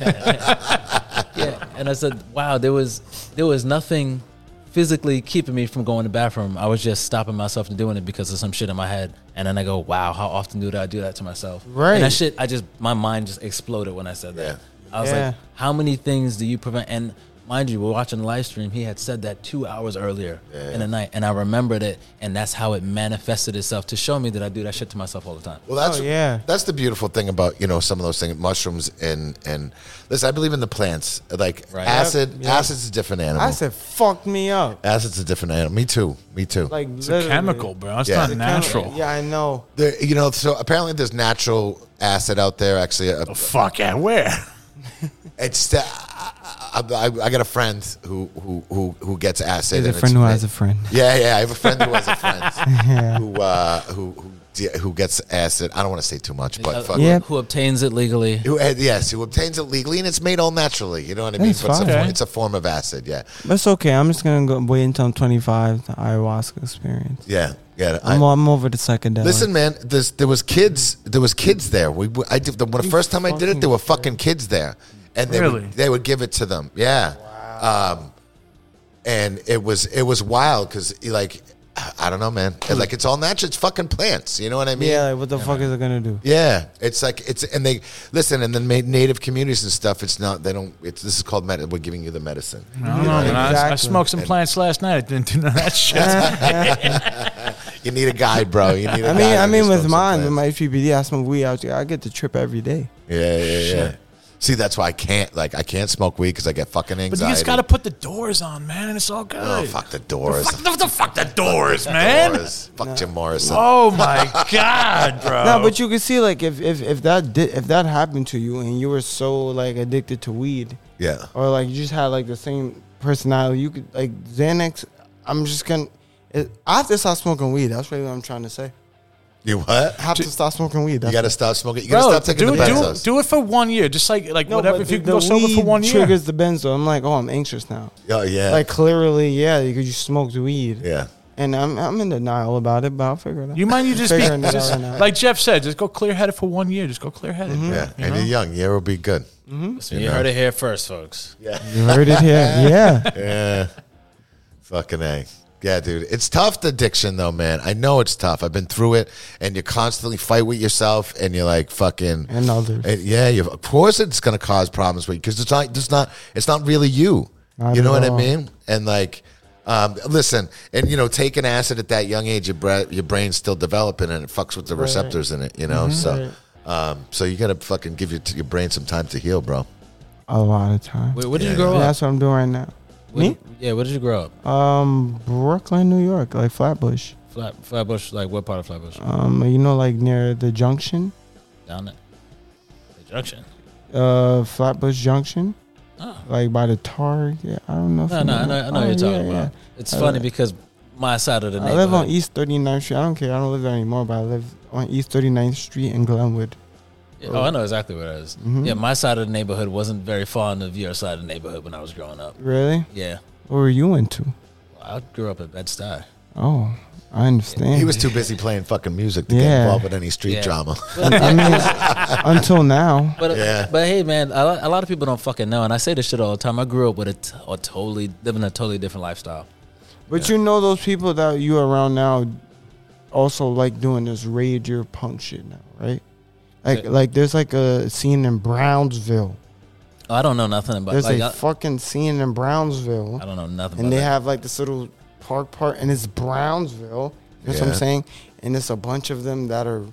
[SPEAKER 6] yeah, and I said, "Wow, there was there was nothing physically keeping me from going to the bathroom. I was just stopping myself from doing it because of some shit in my head." And then I go, "Wow, how often do I do that to myself?"
[SPEAKER 4] Right.
[SPEAKER 6] And that shit, I just my mind just exploded when I said that. I was
[SPEAKER 4] Yeah.
[SPEAKER 6] like, "How many things do you prevent?" And mind you, we're watching the live stream. He had said that two hours earlier in the night, and I remembered it, and that's how it manifested itself to show me that I do that shit to myself all the time.
[SPEAKER 3] Well, that's
[SPEAKER 4] Oh, yeah.
[SPEAKER 3] That's the beautiful thing about you know some of those things, mushrooms and and listen. I believe in the plants. Like
[SPEAKER 6] Right.
[SPEAKER 3] acid,
[SPEAKER 4] Yep, yeah.
[SPEAKER 3] acid's a different animal.
[SPEAKER 4] I said, fuck me up.
[SPEAKER 3] acid's a different animal. Me too. Me too.
[SPEAKER 4] Like
[SPEAKER 5] it's a chemical, bro. It's
[SPEAKER 3] Yeah.
[SPEAKER 5] not
[SPEAKER 3] It's a
[SPEAKER 5] natural.
[SPEAKER 4] Yeah, I know.
[SPEAKER 3] There- you know, so apparently there's natural acid out there. Actually, a,
[SPEAKER 5] Fuck at where?
[SPEAKER 3] it's the, I, I, I got a friend who who who, who gets acid.
[SPEAKER 4] There's a
[SPEAKER 3] and
[SPEAKER 4] friend
[SPEAKER 3] it's-
[SPEAKER 4] who has a friend.
[SPEAKER 3] Yeah, yeah. I have a friend who has a friend who uh, who who de- who gets acid. I don't want to say too much, but fuck.
[SPEAKER 4] Yeah.
[SPEAKER 6] Uh, Who obtains it legally?
[SPEAKER 3] Who, uh, yes, who obtains it legally and it's made all naturally. You know what I mean?
[SPEAKER 4] That's
[SPEAKER 3] But it's, a,
[SPEAKER 4] fine.
[SPEAKER 3] form-
[SPEAKER 5] Okay.
[SPEAKER 3] it's a form of acid. Yeah,
[SPEAKER 4] That's okay. I'm just gonna go wait until I'm 25. The ayahuasca experience.
[SPEAKER 3] yeah, yeah. I-
[SPEAKER 4] I'm, I'm over the psychedelic.
[SPEAKER 3] Listen, man, there's, there was kids. There was kids there. We, we- I did the, when the first time I did it, there were fucking kids there, and they
[SPEAKER 5] Really?
[SPEAKER 3] would, they would give it to them. Yeah. Um, and it was it was wild because like I- I don't know, man. And, Like it's all natural. It's fucking plants. You know what I mean?
[SPEAKER 4] yeah, like, what the fuck is it gonna do?
[SPEAKER 3] Yeah, it's like it's and they listen and then made native communities and stuff. It's not they don't. It's this is called med. We're giving you the medicine.
[SPEAKER 5] I don't know. man. I- I,
[SPEAKER 4] Exactly.
[SPEAKER 5] smoked some plants last night. I didn't do none of that shit.
[SPEAKER 3] You need a guide, bro. You need. A
[SPEAKER 4] I
[SPEAKER 3] guide
[SPEAKER 4] mean, I
[SPEAKER 3] when you
[SPEAKER 4] mean,
[SPEAKER 3] smoke
[SPEAKER 4] with
[SPEAKER 3] some
[SPEAKER 4] mine, with
[SPEAKER 3] plants.
[SPEAKER 4] my HPPD, I smoke weed out here. I get the trip every day.
[SPEAKER 3] yeah, yeah, yeah. See, that's why I can't like I can't smoke weed because I get fucking anxiety.
[SPEAKER 5] But you just got to put the doors on, man, and it's all good.
[SPEAKER 3] Oh, fuck the doors.
[SPEAKER 5] Fuck the, the fuck the doors, man.
[SPEAKER 3] Morris. Fuck Jim Morrison.
[SPEAKER 5] Oh my god, bro.
[SPEAKER 4] No, but you can see like if if if that did if that happened to you and you were so like addicted to weed
[SPEAKER 3] Yeah.
[SPEAKER 4] or like you just had like the same personality, you could like Xanax. I'm just gonna. It, I have to stop smoking weed. That's really what I'm trying to say.
[SPEAKER 3] You what?
[SPEAKER 4] I have to stop smoking weed.
[SPEAKER 3] You
[SPEAKER 4] That's
[SPEAKER 3] gotta stop smoking. You
[SPEAKER 5] Bro,
[SPEAKER 3] gotta stop taking
[SPEAKER 5] do,
[SPEAKER 3] the
[SPEAKER 5] do,
[SPEAKER 3] benzos.
[SPEAKER 5] do it for one year, just like like
[SPEAKER 4] No,
[SPEAKER 5] whatever.
[SPEAKER 4] but
[SPEAKER 5] If you
[SPEAKER 4] the-
[SPEAKER 5] can go
[SPEAKER 4] the
[SPEAKER 5] sober for
[SPEAKER 4] weed
[SPEAKER 5] one year,
[SPEAKER 4] triggers the benzo. I'm like, oh, I'm anxious now.
[SPEAKER 3] oh yeah.
[SPEAKER 4] Like clearly, yeah, because you smoked weed.
[SPEAKER 3] yeah.
[SPEAKER 4] And I'm I'm in denial about it, but I'll figure it out.
[SPEAKER 5] you might need to just be
[SPEAKER 4] Figuring it out
[SPEAKER 5] just-
[SPEAKER 4] right now.
[SPEAKER 5] like Jeff said, just go clear headed for one year. Just go clear headed.
[SPEAKER 3] Mm-hmm. Yeah. And you're young. Year will be good.
[SPEAKER 6] So you heard it here first, folks.
[SPEAKER 4] You heard it here. Yeah.
[SPEAKER 3] Yeah. Fucking A. Yeah, dude. It's tough the addiction though, man. I know it's tough. I've been through it and you constantly fight with yourself and you're like fucking
[SPEAKER 4] And others.
[SPEAKER 3] And, yeah, you of course it's gonna cause problems with you because it's not it's not it's not really you.
[SPEAKER 4] Not
[SPEAKER 3] you know
[SPEAKER 4] at
[SPEAKER 3] what I
[SPEAKER 4] all.
[SPEAKER 3] mean? And like um, listen, and you know, taking acid at that young age, your bra- your brain's still developing, and it fucks with the receptors in it. You
[SPEAKER 4] Mm-hmm.
[SPEAKER 3] know, so um, so you gotta fucking give your your brain some time to heal, bro.
[SPEAKER 4] A lot of times.
[SPEAKER 6] Where, where did
[SPEAKER 3] Yeah.
[SPEAKER 6] you grow up?
[SPEAKER 4] That's what I'm doing right now.
[SPEAKER 6] Where-
[SPEAKER 4] Me?
[SPEAKER 6] Yeah, where did you grow up?
[SPEAKER 4] Um, Brooklyn, New York, like Flatbush.
[SPEAKER 6] Flat, Flatbush, like what part of Flatbush?
[SPEAKER 4] Um, you know, like near the junction,
[SPEAKER 6] Down at the junction.
[SPEAKER 4] uh, Flatbush Junction.
[SPEAKER 6] Oh,
[SPEAKER 4] like by the Target. I don't know. if
[SPEAKER 6] No,
[SPEAKER 4] you
[SPEAKER 6] no, I know, I know what
[SPEAKER 4] Oh,
[SPEAKER 6] you're
[SPEAKER 4] yeah,
[SPEAKER 6] talking
[SPEAKER 4] yeah.
[SPEAKER 6] about. It's
[SPEAKER 4] I
[SPEAKER 6] funny
[SPEAKER 4] live-
[SPEAKER 6] because my side of the
[SPEAKER 4] I
[SPEAKER 6] neighborhood.
[SPEAKER 4] live on East 39th Street. I don't care. I don't live there anymore, but I live on East 39th Street in Glenwood.
[SPEAKER 6] Oh, I know exactly where it is.
[SPEAKER 4] Mm-hmm.
[SPEAKER 6] Yeah, my side of the neighborhood wasn't very fond of your side of the neighborhood when I was growing up.
[SPEAKER 4] Really?
[SPEAKER 6] Yeah,
[SPEAKER 4] What were you into?
[SPEAKER 6] I grew up at Bed Stuy.
[SPEAKER 4] Oh, I understand.
[SPEAKER 3] He was too busy playing fucking music to get
[SPEAKER 4] Yeah.
[SPEAKER 3] involved with any street
[SPEAKER 6] Yeah.
[SPEAKER 3] drama.
[SPEAKER 4] I mean, until now.
[SPEAKER 6] But
[SPEAKER 3] Yeah.
[SPEAKER 6] but hey, man, a lot, a lot of people don't fucking know, and I say this shit all the time. I grew up with a, t- a totally living a totally different lifestyle.
[SPEAKER 4] But you know those people that you around now also like doing this rage your punk shit now, right? Like
[SPEAKER 6] Yeah.
[SPEAKER 4] like there's like a scene in Brownsville.
[SPEAKER 6] I don't know nothing about.
[SPEAKER 4] There's
[SPEAKER 6] Like,
[SPEAKER 4] a
[SPEAKER 6] I,
[SPEAKER 4] fucking scene in Brownsville.
[SPEAKER 6] I don't know nothing.
[SPEAKER 4] and
[SPEAKER 6] about
[SPEAKER 4] they
[SPEAKER 6] that.
[SPEAKER 4] have like this little park part and it's Brownsville. You know what I'm
[SPEAKER 3] Yeah.
[SPEAKER 4] saying? And it's a bunch of them that are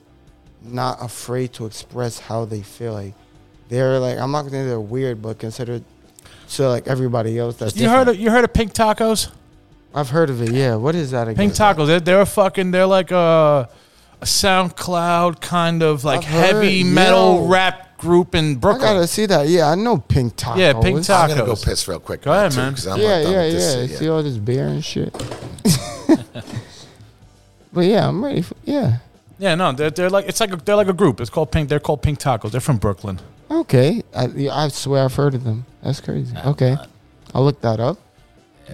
[SPEAKER 4] not afraid to express how they feel. Like they're like I'm not gonna say they're weird, but considered to like everybody else that's
[SPEAKER 5] You heard of, you heard of Pink Tacos?
[SPEAKER 4] I've heard of it, yeah. What is that again?
[SPEAKER 5] Pink Tacos. They're, they're fucking. They're like a, a SoundCloud kind of like
[SPEAKER 4] I've heard,
[SPEAKER 5] heavy
[SPEAKER 4] yo.
[SPEAKER 5] metal rap group in
[SPEAKER 4] I gotta
[SPEAKER 5] Brooklyn.
[SPEAKER 4] see that. Yeah, I know pink tacos.
[SPEAKER 5] Yeah, Pink Tacos.
[SPEAKER 3] I'm gonna go piss real quick.
[SPEAKER 5] Go ahead,
[SPEAKER 3] too,
[SPEAKER 5] man.
[SPEAKER 3] 'cause I'm
[SPEAKER 4] yeah,
[SPEAKER 3] not done
[SPEAKER 4] yeah,
[SPEAKER 3] with this
[SPEAKER 4] yeah.
[SPEAKER 3] shit yet.
[SPEAKER 4] See all this beer and shit. but yeah, I'm ready. For, yeah.
[SPEAKER 5] Yeah, no, they're, they're like it's like a, they're like a group. It's called Pink. They're called Pink Tacos. They're from Brooklyn.
[SPEAKER 4] Okay. I, yeah, I swear I've heard of them. That's crazy. okay. I'll look that up.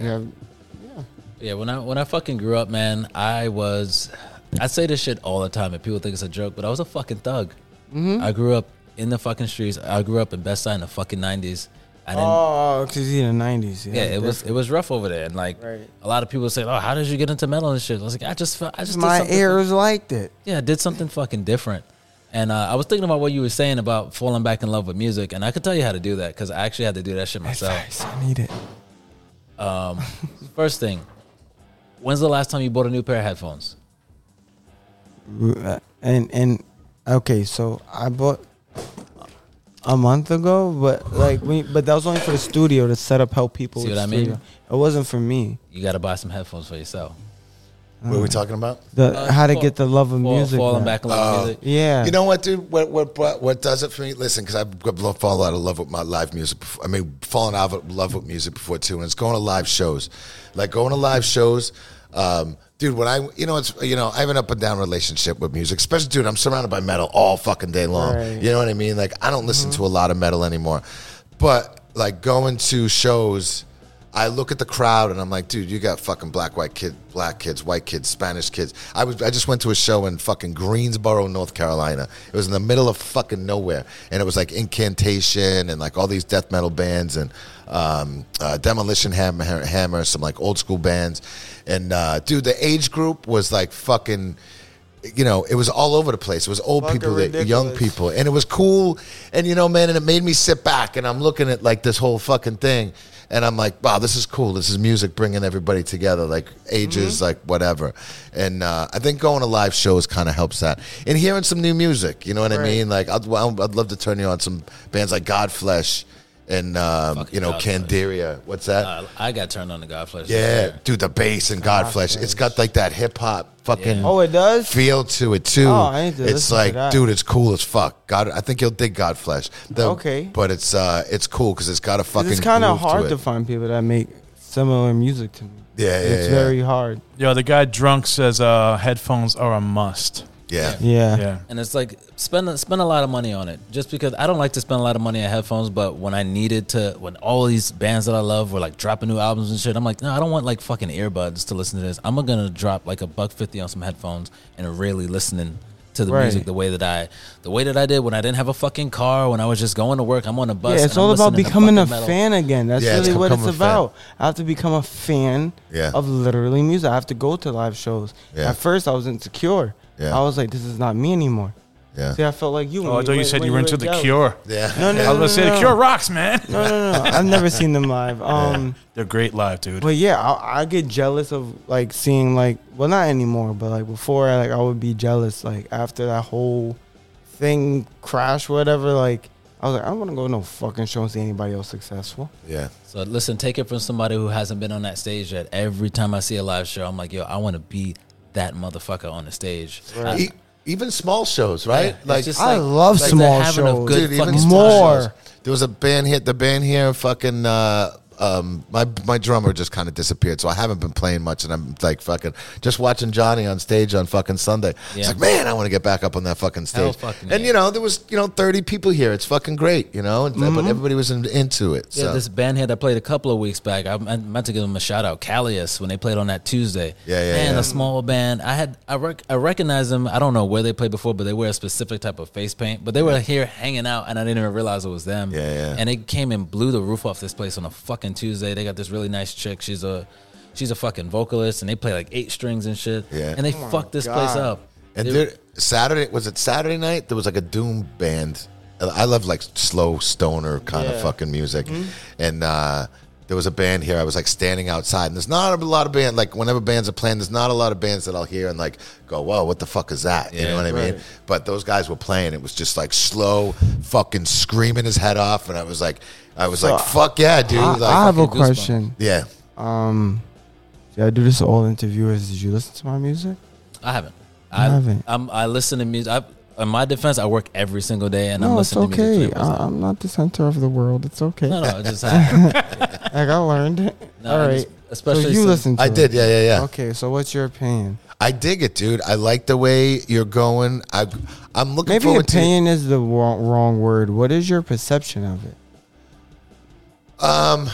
[SPEAKER 4] Yeah.
[SPEAKER 6] Yeah, when I when I fucking grew up, man, I was I say this shit all the time and people think it's a joke, but I was a fucking thug.
[SPEAKER 4] Mm-hmm.
[SPEAKER 6] I grew up in the fucking streets. I grew up in Best Side in the fucking nineties. I didn't
[SPEAKER 4] Oh, because he's in the 90s.
[SPEAKER 6] Yeah, it was it was rough over there. And like
[SPEAKER 4] Right.
[SPEAKER 6] a lot of people say, Oh, how did you get into metal and shit? I was like, I just felt I just did
[SPEAKER 4] My
[SPEAKER 6] something-
[SPEAKER 4] ears liked it.
[SPEAKER 6] Yeah, I did something fucking different. And uh, I was thinking about what you were saying about falling back in love with music, and I could tell you how to do that because I actually had to do that shit myself.
[SPEAKER 4] Nice. I need it.
[SPEAKER 6] First thing, when's the last time you bought a new pair of headphones?
[SPEAKER 4] Uh, And, and, okay, so I bought a month ago, but like, we, but that was only for the studio to set up, help people.
[SPEAKER 6] See
[SPEAKER 4] with
[SPEAKER 6] what
[SPEAKER 4] the
[SPEAKER 6] I mean?
[SPEAKER 4] studio. It wasn't for me.
[SPEAKER 6] You got to buy some headphones for yourself.
[SPEAKER 3] What are we talking about?
[SPEAKER 4] The
[SPEAKER 6] Uh,
[SPEAKER 4] how to
[SPEAKER 6] fall-
[SPEAKER 4] get the love of
[SPEAKER 6] fall-
[SPEAKER 4] music. man.
[SPEAKER 6] falling back in love with music.
[SPEAKER 4] Yeah.
[SPEAKER 3] You know what, dude? What what what, what does it for me? Listen, because I've got- lo- fallen out of love with my live music. Before. I mean, fallen out of love with music before too, and it's going to live shows, like going to live shows. Um, dude, when I you know it's you know I have an up and down relationship with music. Especially, dude, I'm surrounded by metal all fucking day long.
[SPEAKER 4] Right.
[SPEAKER 3] You know what I mean? Like I don't listen to a lot of metal anymore, but like going to shows. I look at the crowd and I'm like, dude, you got fucking black, white kid, black kids, white kids, Spanish kids. I was, I just went to a show in fucking Greensboro, North Carolina. It was in the middle of fucking nowhere, and it was like Incantation and like all these death metal bands and um, uh, Demolition Hammer, Hammer, some like old school bands, and uh, dude, the age group was like fucking you know, it was all over the place. It was old
[SPEAKER 4] Fucking
[SPEAKER 3] people, that- young
[SPEAKER 4] ridiculous.
[SPEAKER 3] people, and it was cool. And you know, man, and it made me sit back and I'm looking at like this whole fucking thing, and I'm like, wow, this is cool. This is music bringing everybody together, like ages,
[SPEAKER 4] Mm-hmm.
[SPEAKER 3] like whatever. And uh, I think going to live shows kind of helps that, and hearing some new music. You know what I mean? Like, I'd, I'd I'd love to turn you on some bands like Godflesh and um, you know
[SPEAKER 6] Godflesh.
[SPEAKER 3] Candiria. What's that?
[SPEAKER 6] Uh, I got turned on to Godflesh.
[SPEAKER 3] yeah, dude, the bass and Godflesh. It's got like that hip hop fucking
[SPEAKER 4] oh, it does.
[SPEAKER 3] feel to it too.
[SPEAKER 4] Oh, I need to
[SPEAKER 3] it's
[SPEAKER 4] listen to
[SPEAKER 3] like,
[SPEAKER 4] that.
[SPEAKER 3] dude, it's cool as fuck. God, I think you'll dig Godflesh. The-
[SPEAKER 4] Okay.
[SPEAKER 3] but it's uh, it's cool because it's got a
[SPEAKER 4] 'Cause
[SPEAKER 3] fucking.
[SPEAKER 4] It's kind of
[SPEAKER 3] groove
[SPEAKER 4] hard
[SPEAKER 3] it.
[SPEAKER 4] to find people that make similar music to me.
[SPEAKER 3] Yeah, yeah,
[SPEAKER 4] it's
[SPEAKER 3] yeah.
[SPEAKER 4] very hard.
[SPEAKER 5] Yo, the guy drunk says uh, headphones are a must.
[SPEAKER 3] yeah.
[SPEAKER 4] Yeah.
[SPEAKER 5] Yeah.
[SPEAKER 6] And it's like spend spend a lot of money on it, just because I don't like to spend a lot of money on headphones. But when I needed to, when all these bands that I love were like dropping new albums and shit, I'm like, no, I don't want like fucking earbuds to listen to this. I'm gonna drop like a buck fifty on some headphones and really listening to the
[SPEAKER 4] Right.
[SPEAKER 6] music the way that I the way that I did when I didn't have a fucking car, when I was just going to work. I'm on a bus.
[SPEAKER 4] Yeah,
[SPEAKER 6] and
[SPEAKER 4] it's
[SPEAKER 6] I'm
[SPEAKER 4] all about
[SPEAKER 6] listening to
[SPEAKER 4] becoming a
[SPEAKER 6] fucking metal.
[SPEAKER 4] fan again. That's
[SPEAKER 3] Yeah, it's
[SPEAKER 4] really what it's
[SPEAKER 3] become a fan.
[SPEAKER 4] about. I have to become a fan
[SPEAKER 3] Yeah.
[SPEAKER 4] of literally music. I have to go to live shows.
[SPEAKER 3] Yeah.
[SPEAKER 4] At first, I was insecure.
[SPEAKER 3] Yeah.
[SPEAKER 4] I was like, this is not me anymore.
[SPEAKER 3] Yeah.
[SPEAKER 4] See, I felt like you. when
[SPEAKER 5] Oh, I thought you
[SPEAKER 4] when-
[SPEAKER 5] said
[SPEAKER 4] when
[SPEAKER 5] you were into
[SPEAKER 4] were
[SPEAKER 5] the
[SPEAKER 4] young.
[SPEAKER 5] Cure.
[SPEAKER 3] Yeah.
[SPEAKER 4] No, no,
[SPEAKER 5] I
[SPEAKER 4] no, no,
[SPEAKER 5] was gonna say
[SPEAKER 4] no.
[SPEAKER 5] the Cure rocks, man.
[SPEAKER 4] No, no, no. I've never seen them live. Um,
[SPEAKER 5] They're great live, dude.
[SPEAKER 4] But yeah, I, I get jealous of like seeing like well not anymore, but like before, like I would be jealous like after that whole thing crash whatever. Like I was like, I don't want to go to no fucking show and see anybody else successful.
[SPEAKER 3] Yeah.
[SPEAKER 6] So listen, take it from somebody who hasn't been on that stage yet. Every time I see a live show, I'm like, yo, I want to be that motherfucker on the stage. I-
[SPEAKER 3] E- even small shows, right?
[SPEAKER 6] It's
[SPEAKER 3] like
[SPEAKER 6] just
[SPEAKER 4] I love
[SPEAKER 6] they're
[SPEAKER 4] small
[SPEAKER 6] having a
[SPEAKER 4] shows.
[SPEAKER 6] good
[SPEAKER 3] Dude,
[SPEAKER 6] fucking
[SPEAKER 3] even
[SPEAKER 6] time.
[SPEAKER 4] more.
[SPEAKER 3] There was a band hit the band here. Fucking uh, um, my my drummer just kind of disappeared, so I haven't been playing much, and I'm like fucking just watching Johnny on stage on fucking Sunday. It's
[SPEAKER 6] Yeah.
[SPEAKER 3] like, man, I want to get back up on that fucking
[SPEAKER 6] Hell
[SPEAKER 3] stage.
[SPEAKER 6] fucking
[SPEAKER 3] and
[SPEAKER 6] yeah.
[SPEAKER 3] you know, there was you know 30 people here. It's fucking great, you know. And, But everybody was in, into it.
[SPEAKER 6] Mm-hmm. Yeah,
[SPEAKER 3] so.
[SPEAKER 6] this band here that played a couple of weeks back. I I meant to give them a shout out, Callias, when they played on that Tuesday.
[SPEAKER 3] Yeah, yeah,
[SPEAKER 6] Man,
[SPEAKER 3] yeah.
[SPEAKER 6] a small band. I had I rec- I recognize them. I don't know where they played before, but they wear a specific type of face paint. But they were here hanging out, and I didn't even realize it was them.
[SPEAKER 3] Yeah, yeah.
[SPEAKER 6] And they came and blew the roof off this place on a fucking Tuesday. They got this really nice chick. She's a she's a fucking vocalist, and they play like eight strings and shit.
[SPEAKER 3] Yeah.
[SPEAKER 6] And they fucked this place
[SPEAKER 4] Oh God.
[SPEAKER 6] up.
[SPEAKER 3] And
[SPEAKER 6] They-
[SPEAKER 3] there, Saturday was it Saturday night? There was like a doom band. I love like slow stoner kind of
[SPEAKER 4] Yeah. Mm-hmm.
[SPEAKER 3] fucking music, and uh, there was a band here. I was like standing outside, and there's not a lot of band. Like whenever bands are playing, there's not a lot of bands that I'll hear and like go, "Whoa, what the fuck is that?" You know what I mean? But those guys were playing. It was just like slow, fucking screaming his head off, and I was like, I was like, "Fuck yeah, dude!"
[SPEAKER 4] I,
[SPEAKER 3] like,
[SPEAKER 4] I have a
[SPEAKER 6] fucking goosebumps.
[SPEAKER 4] question.
[SPEAKER 3] yeah.
[SPEAKER 4] Um, yeah, I do this to all interviewers. Did you listen to my music?
[SPEAKER 6] I haven't.
[SPEAKER 4] I haven't.
[SPEAKER 6] I'm, I listen to music. I, in my defense, I work every single day, and I'm
[SPEAKER 4] No, it's
[SPEAKER 6] listening to
[SPEAKER 4] okay.
[SPEAKER 6] music. 24/7.
[SPEAKER 4] I, I'm not the center of the world. It's okay.
[SPEAKER 6] No, no, it just happened.
[SPEAKER 4] Like I learned it.
[SPEAKER 6] No,
[SPEAKER 4] all
[SPEAKER 6] and
[SPEAKER 4] right.
[SPEAKER 6] es- especially
[SPEAKER 4] so you
[SPEAKER 6] since-
[SPEAKER 4] listen. To
[SPEAKER 3] I
[SPEAKER 4] it.
[SPEAKER 3] did, yeah, yeah, yeah.
[SPEAKER 4] Okay, so what's your opinion?
[SPEAKER 3] I dig it, dude. I like the way you're going. I, I'm looking
[SPEAKER 4] Maybe
[SPEAKER 3] forward to.
[SPEAKER 4] opinion is the wrong, wrong word. What is your perception of it? Um,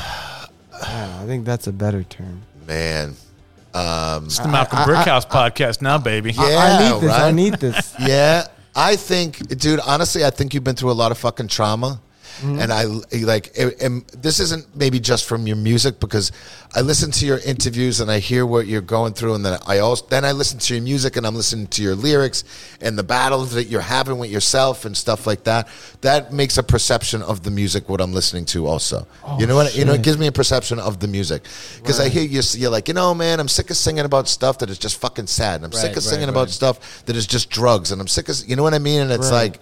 [SPEAKER 4] I think that's a better term.
[SPEAKER 3] Man.
[SPEAKER 5] It's the Malcolm Brickhouse podcast now, baby.
[SPEAKER 4] I- I,
[SPEAKER 3] Yeah,
[SPEAKER 4] need this. I
[SPEAKER 3] right?
[SPEAKER 4] need this.
[SPEAKER 3] Yeah. I think, dude, honestly, I think you've been through a lot of fucking trauma.
[SPEAKER 6] Mm-hmm.
[SPEAKER 3] And I like, and this isn't maybe just from your music because I listen to your interviews and I hear what you're going through, and then I also then I listen to your music and I'm listening to your lyrics and the battles that you're having with yourself and stuff like that. That makes a perception of the music what I'm listening to also.
[SPEAKER 6] Oh,
[SPEAKER 3] you know what? You know, it gives me a perception of the music because I hear you. You're like, you know, man, I'm sick of singing about stuff that is just fucking sad, and I'm sick
[SPEAKER 6] Right,
[SPEAKER 3] of singing
[SPEAKER 6] right,
[SPEAKER 3] about
[SPEAKER 6] right.
[SPEAKER 3] stuff that is just drugs, and I'm sick of you know what I mean. And it's
[SPEAKER 4] Right.
[SPEAKER 3] like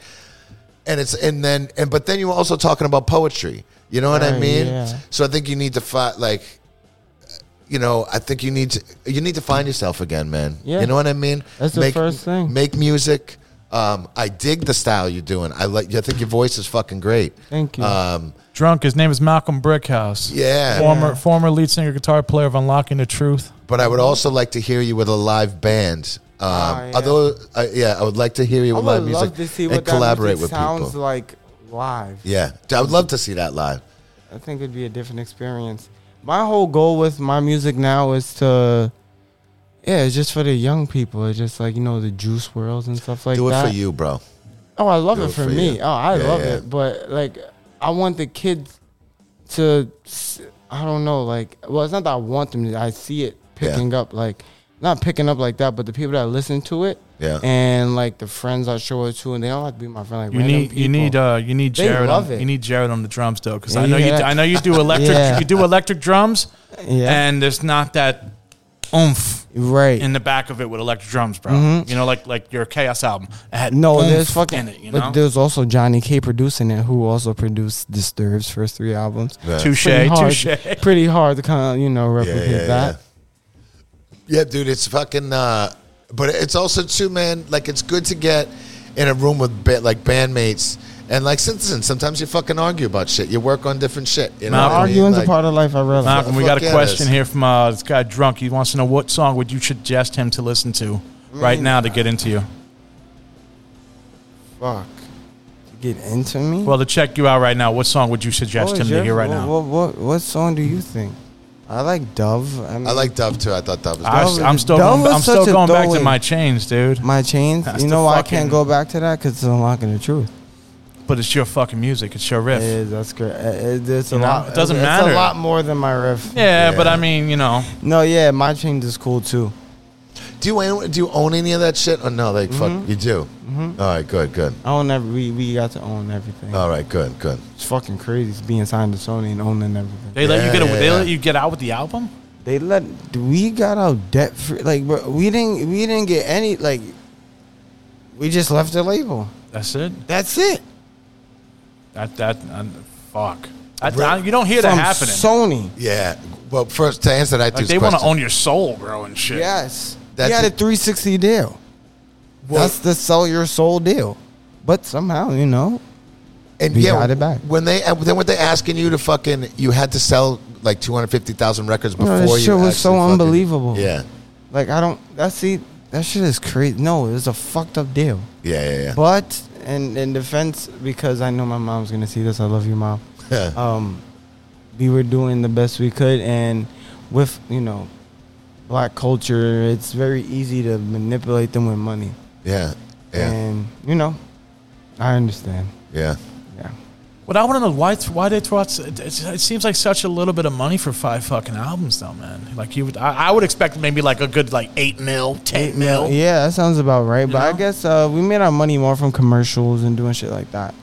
[SPEAKER 3] and it's and then and but then you were also talking about poetry you know what i
[SPEAKER 4] Right,
[SPEAKER 3] mean
[SPEAKER 4] yeah.
[SPEAKER 3] so i think you need to find like you know i think you need to you need to find yourself again man
[SPEAKER 4] Yeah.
[SPEAKER 3] you know what i mean
[SPEAKER 4] That's the first thing.
[SPEAKER 3] make music um, i dig the style you're doing i like i think your voice is fucking great
[SPEAKER 4] Thank you.
[SPEAKER 3] um,
[SPEAKER 5] Drunk. His name is Malcolm Brickhouse.
[SPEAKER 3] Yeah.
[SPEAKER 5] Former former lead singer, guitar player of Unlocking the Truth.
[SPEAKER 3] but i would also like to hear you with a live band um,
[SPEAKER 4] Ah, yeah.
[SPEAKER 3] although uh, yeah i would like to hear you
[SPEAKER 4] I
[SPEAKER 3] with
[SPEAKER 4] would
[SPEAKER 3] live
[SPEAKER 4] love
[SPEAKER 3] music
[SPEAKER 4] to see
[SPEAKER 3] and
[SPEAKER 4] what that
[SPEAKER 3] collaborate with
[SPEAKER 4] music sounds
[SPEAKER 3] people
[SPEAKER 4] like live.
[SPEAKER 3] yeah i would love to see that live
[SPEAKER 4] I think it'd be a different experience. My whole goal with my music now is to, yeah, it's just for the young people. It's just like you know the juice worlds and stuff like
[SPEAKER 3] do it
[SPEAKER 4] that.
[SPEAKER 3] for you bro
[SPEAKER 4] Oh, I love
[SPEAKER 3] Do
[SPEAKER 4] it,
[SPEAKER 3] it
[SPEAKER 4] for,
[SPEAKER 3] for
[SPEAKER 4] me.
[SPEAKER 3] you.
[SPEAKER 4] Oh, I
[SPEAKER 3] Yeah,
[SPEAKER 4] love
[SPEAKER 3] yeah.
[SPEAKER 4] it, but like I want the kids to, s- I don't know, like well, it's not that I want them to. I see it picking up, like not picking up like that, but the people that listen to it,
[SPEAKER 3] Yeah.
[SPEAKER 4] and like the friends I show it to, and they don't have to be my friend. Like
[SPEAKER 5] You
[SPEAKER 4] random
[SPEAKER 5] need you need
[SPEAKER 4] people.
[SPEAKER 5] uh you need
[SPEAKER 4] They
[SPEAKER 5] Jared
[SPEAKER 4] love
[SPEAKER 5] on,
[SPEAKER 4] it.
[SPEAKER 5] you need Jared on the drums though because
[SPEAKER 4] Yeah,
[SPEAKER 5] I know
[SPEAKER 4] you
[SPEAKER 5] you
[SPEAKER 4] got-
[SPEAKER 5] do- I know you do electric
[SPEAKER 4] Yeah.
[SPEAKER 5] you do electric drums
[SPEAKER 4] yeah,
[SPEAKER 5] and there's not that oomph
[SPEAKER 4] right. Mm-hmm.
[SPEAKER 5] in the back of it with electric drums, bro. You know, like like your Chaos album it had
[SPEAKER 4] No,
[SPEAKER 5] oomph
[SPEAKER 4] there's fucking.
[SPEAKER 5] in it. You
[SPEAKER 4] But
[SPEAKER 5] know,
[SPEAKER 4] there's also Johnny K producing it, who also produced Disturbed's first three albums.
[SPEAKER 5] touche,
[SPEAKER 4] Pretty hard,
[SPEAKER 5] touche.
[SPEAKER 4] pretty hard to kind of you know replicate
[SPEAKER 3] yeah,
[SPEAKER 4] that.
[SPEAKER 3] Yeah, dude, it's fucking. Uh, but it's also too, man. Like it's good to get in a room with ba- like bandmates and like citizens. Sometimes you fucking argue about shit. You work on different shit. You know,
[SPEAKER 5] Nah,
[SPEAKER 3] what I mean?
[SPEAKER 4] Arguing's
[SPEAKER 3] Like,
[SPEAKER 4] a part of life. I realize.
[SPEAKER 5] Malcolm, we
[SPEAKER 3] Fuck
[SPEAKER 5] got a
[SPEAKER 3] yeah, it
[SPEAKER 5] question
[SPEAKER 3] is.
[SPEAKER 5] here from uh, this guy drunk. He wants to know what song would you suggest him to listen to right now to get into you.
[SPEAKER 4] Fuck. Get into me.
[SPEAKER 5] Well, to check you out right now, what song would you suggest
[SPEAKER 4] What
[SPEAKER 5] him
[SPEAKER 4] is
[SPEAKER 5] to
[SPEAKER 4] your-
[SPEAKER 5] hear right
[SPEAKER 4] what,
[SPEAKER 5] now?
[SPEAKER 4] What, what what song do you think? I like Dove. I, mean,
[SPEAKER 3] I like Dove too. I thought Dove was.
[SPEAKER 5] I,
[SPEAKER 3] nice.
[SPEAKER 5] am still
[SPEAKER 4] That
[SPEAKER 5] going,
[SPEAKER 4] was
[SPEAKER 5] I'm still
[SPEAKER 4] such a
[SPEAKER 5] going back to
[SPEAKER 4] throwaway.
[SPEAKER 5] my chains, dude.
[SPEAKER 4] my chains.
[SPEAKER 5] That's
[SPEAKER 4] you
[SPEAKER 5] the
[SPEAKER 4] know why I
[SPEAKER 5] fucking-
[SPEAKER 4] can't go back to that because it's unlocking the truth.
[SPEAKER 5] But it's your fucking music. It's your riff.
[SPEAKER 4] It is. That's great. It, it, it's a
[SPEAKER 5] You know,
[SPEAKER 4] lot.
[SPEAKER 5] it doesn't
[SPEAKER 4] it's
[SPEAKER 5] matter.
[SPEAKER 4] a lot more than my riff.
[SPEAKER 5] Yeah,
[SPEAKER 3] Yeah.
[SPEAKER 5] but I mean, you know,
[SPEAKER 4] No, yeah, my chains is cool too.
[SPEAKER 3] do you own, do you own any of that shit? Oh no, like
[SPEAKER 4] Mm-hmm.
[SPEAKER 3] fuck, you do. All right, good, good.
[SPEAKER 4] I own every. We, we got to own everything.
[SPEAKER 5] Uh.
[SPEAKER 3] All right, good, good.
[SPEAKER 4] It's fucking crazy being signed to Sony and owning everything.
[SPEAKER 5] they let you
[SPEAKER 3] Yeah,
[SPEAKER 5] get a,
[SPEAKER 3] yeah,
[SPEAKER 5] they
[SPEAKER 3] yeah.
[SPEAKER 5] let you get out with the album.
[SPEAKER 4] They let we got out debt free. Like bro, we didn't we didn't get any. Like we just left the label.
[SPEAKER 5] That's it.
[SPEAKER 4] That's it.
[SPEAKER 5] That that uh, fuck. I, I- you don't hear that
[SPEAKER 4] From
[SPEAKER 5] happening.
[SPEAKER 4] Sony.
[SPEAKER 3] Yeah. Well, first to answer that,
[SPEAKER 5] like
[SPEAKER 3] dude's
[SPEAKER 5] they want to
[SPEAKER 3] question,
[SPEAKER 5] own your soul, bro, and shit.
[SPEAKER 4] Yes.
[SPEAKER 3] That's
[SPEAKER 4] he had a
[SPEAKER 3] it.
[SPEAKER 4] 360 deal. That's the sell your soul deal. But somehow, you know,
[SPEAKER 3] And
[SPEAKER 4] We
[SPEAKER 3] yeah,
[SPEAKER 4] got it back.
[SPEAKER 3] when they and then what they asking you to fucking you had to sell like two hundred fifty thousand records before
[SPEAKER 4] No, this
[SPEAKER 3] you.
[SPEAKER 4] shit was so
[SPEAKER 3] actually fucking-
[SPEAKER 4] unbelievable.
[SPEAKER 3] Yeah,
[SPEAKER 4] like I don't. That's see, that shit is crazy. No, it was a fucked up deal.
[SPEAKER 3] yeah, yeah. yeah.
[SPEAKER 4] But in in defense, because I know my mom's gonna see this. I love you, mom. um, we were doing the best we could, and with you know, black culture, it's very easy to manipulate them with money.
[SPEAKER 3] yeah, yeah,
[SPEAKER 4] And you know, I understand.
[SPEAKER 3] yeah.
[SPEAKER 4] Yeah.
[SPEAKER 5] What I want to know why why they throw out it, it, it seems like such a little bit of money for five fucking albums though, man. Like you would I, I would expect maybe like a good like eight mil, ten mil.
[SPEAKER 4] Yeah, that sounds about right. But I
[SPEAKER 5] know?
[SPEAKER 4] guess uh, we made our money more from commercials and doing shit like that.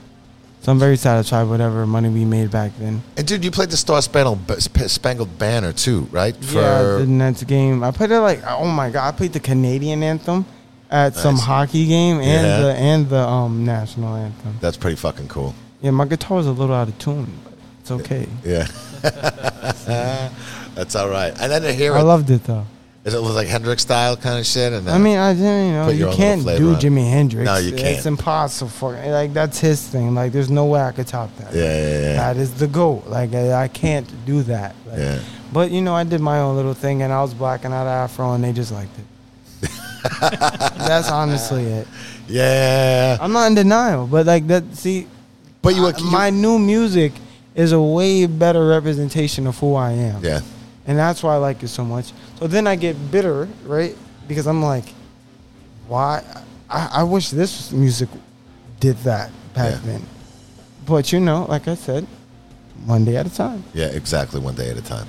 [SPEAKER 4] So I'm very satisfied with whatever money we made back then.
[SPEAKER 3] And dude, you played the Star Spangled Ba- Sp- Spangled Banner too, right?
[SPEAKER 4] yeah, the Nets game. I played it like oh my god, I played the Canadian anthem at some
[SPEAKER 3] Nice.
[SPEAKER 4] hockey game and
[SPEAKER 3] Yeah.
[SPEAKER 4] the and the um national anthem.
[SPEAKER 3] that's pretty fucking cool.
[SPEAKER 4] Yeah, my guitar was a little out of tune, but it's okay.
[SPEAKER 3] Yeah, that's all right. And then to hear
[SPEAKER 4] I
[SPEAKER 3] it,
[SPEAKER 4] loved it though.
[SPEAKER 3] it was like Hendrix style kind of shit. And then,
[SPEAKER 4] I mean, I didn't. You know,
[SPEAKER 3] Put your
[SPEAKER 4] you
[SPEAKER 3] own little
[SPEAKER 4] can't
[SPEAKER 3] flavor
[SPEAKER 4] do
[SPEAKER 3] on it.
[SPEAKER 4] Jimi Hendrix.
[SPEAKER 3] No, you can't.
[SPEAKER 4] It's impossible. For, like that's his thing. Like there's no way I could top that.
[SPEAKER 3] yeah, yeah, yeah.
[SPEAKER 4] That is the goat. Like I, I can't do that. Like,
[SPEAKER 3] Yeah.
[SPEAKER 4] But you know, I did my own little thing, and I was blacking out afro, and they just liked it. That's honestly it.
[SPEAKER 3] yeah.
[SPEAKER 4] I'm not in denial, but like that. See,
[SPEAKER 3] But you, were-
[SPEAKER 4] I-
[SPEAKER 3] you
[SPEAKER 4] my new music is a way better representation of who I am.
[SPEAKER 3] yeah,
[SPEAKER 4] And that's why I like it so much. So then I get bitter, right? Because I'm like, why? I, I wish this music did that back
[SPEAKER 3] Yeah.
[SPEAKER 4] then. But you know, like I said, one day at a time.
[SPEAKER 3] yeah, exactly. One day at a time.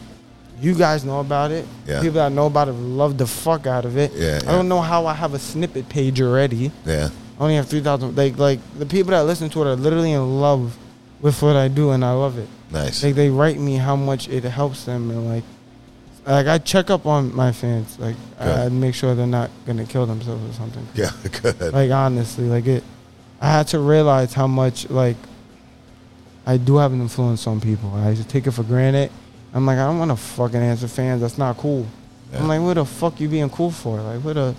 [SPEAKER 4] You guys know about it.
[SPEAKER 3] Yeah.
[SPEAKER 4] People that know about it love the fuck out of it.
[SPEAKER 3] Yeah,
[SPEAKER 4] I
[SPEAKER 3] yeah.
[SPEAKER 4] don't know how I have a snippet page already.
[SPEAKER 3] Yeah,
[SPEAKER 4] I only have 3,000. Like, like, the people that listen to it are literally in love with what I do, and I love it.
[SPEAKER 3] nice.
[SPEAKER 4] Like, they write me how much it helps them, and like, like I check up on my fans. Like, I, I
[SPEAKER 3] Good.
[SPEAKER 4] make sure they're not gonna kill themselves or something.
[SPEAKER 3] Yeah, good.
[SPEAKER 4] Like, honestly, like it, I had to realize how much like I do have an influence on people. I used to take it for granted. I'm like, I don't want to fucking answer fans. That's not cool.
[SPEAKER 3] Yeah.
[SPEAKER 4] I'm like, what the fuck you being cool for? Like, what a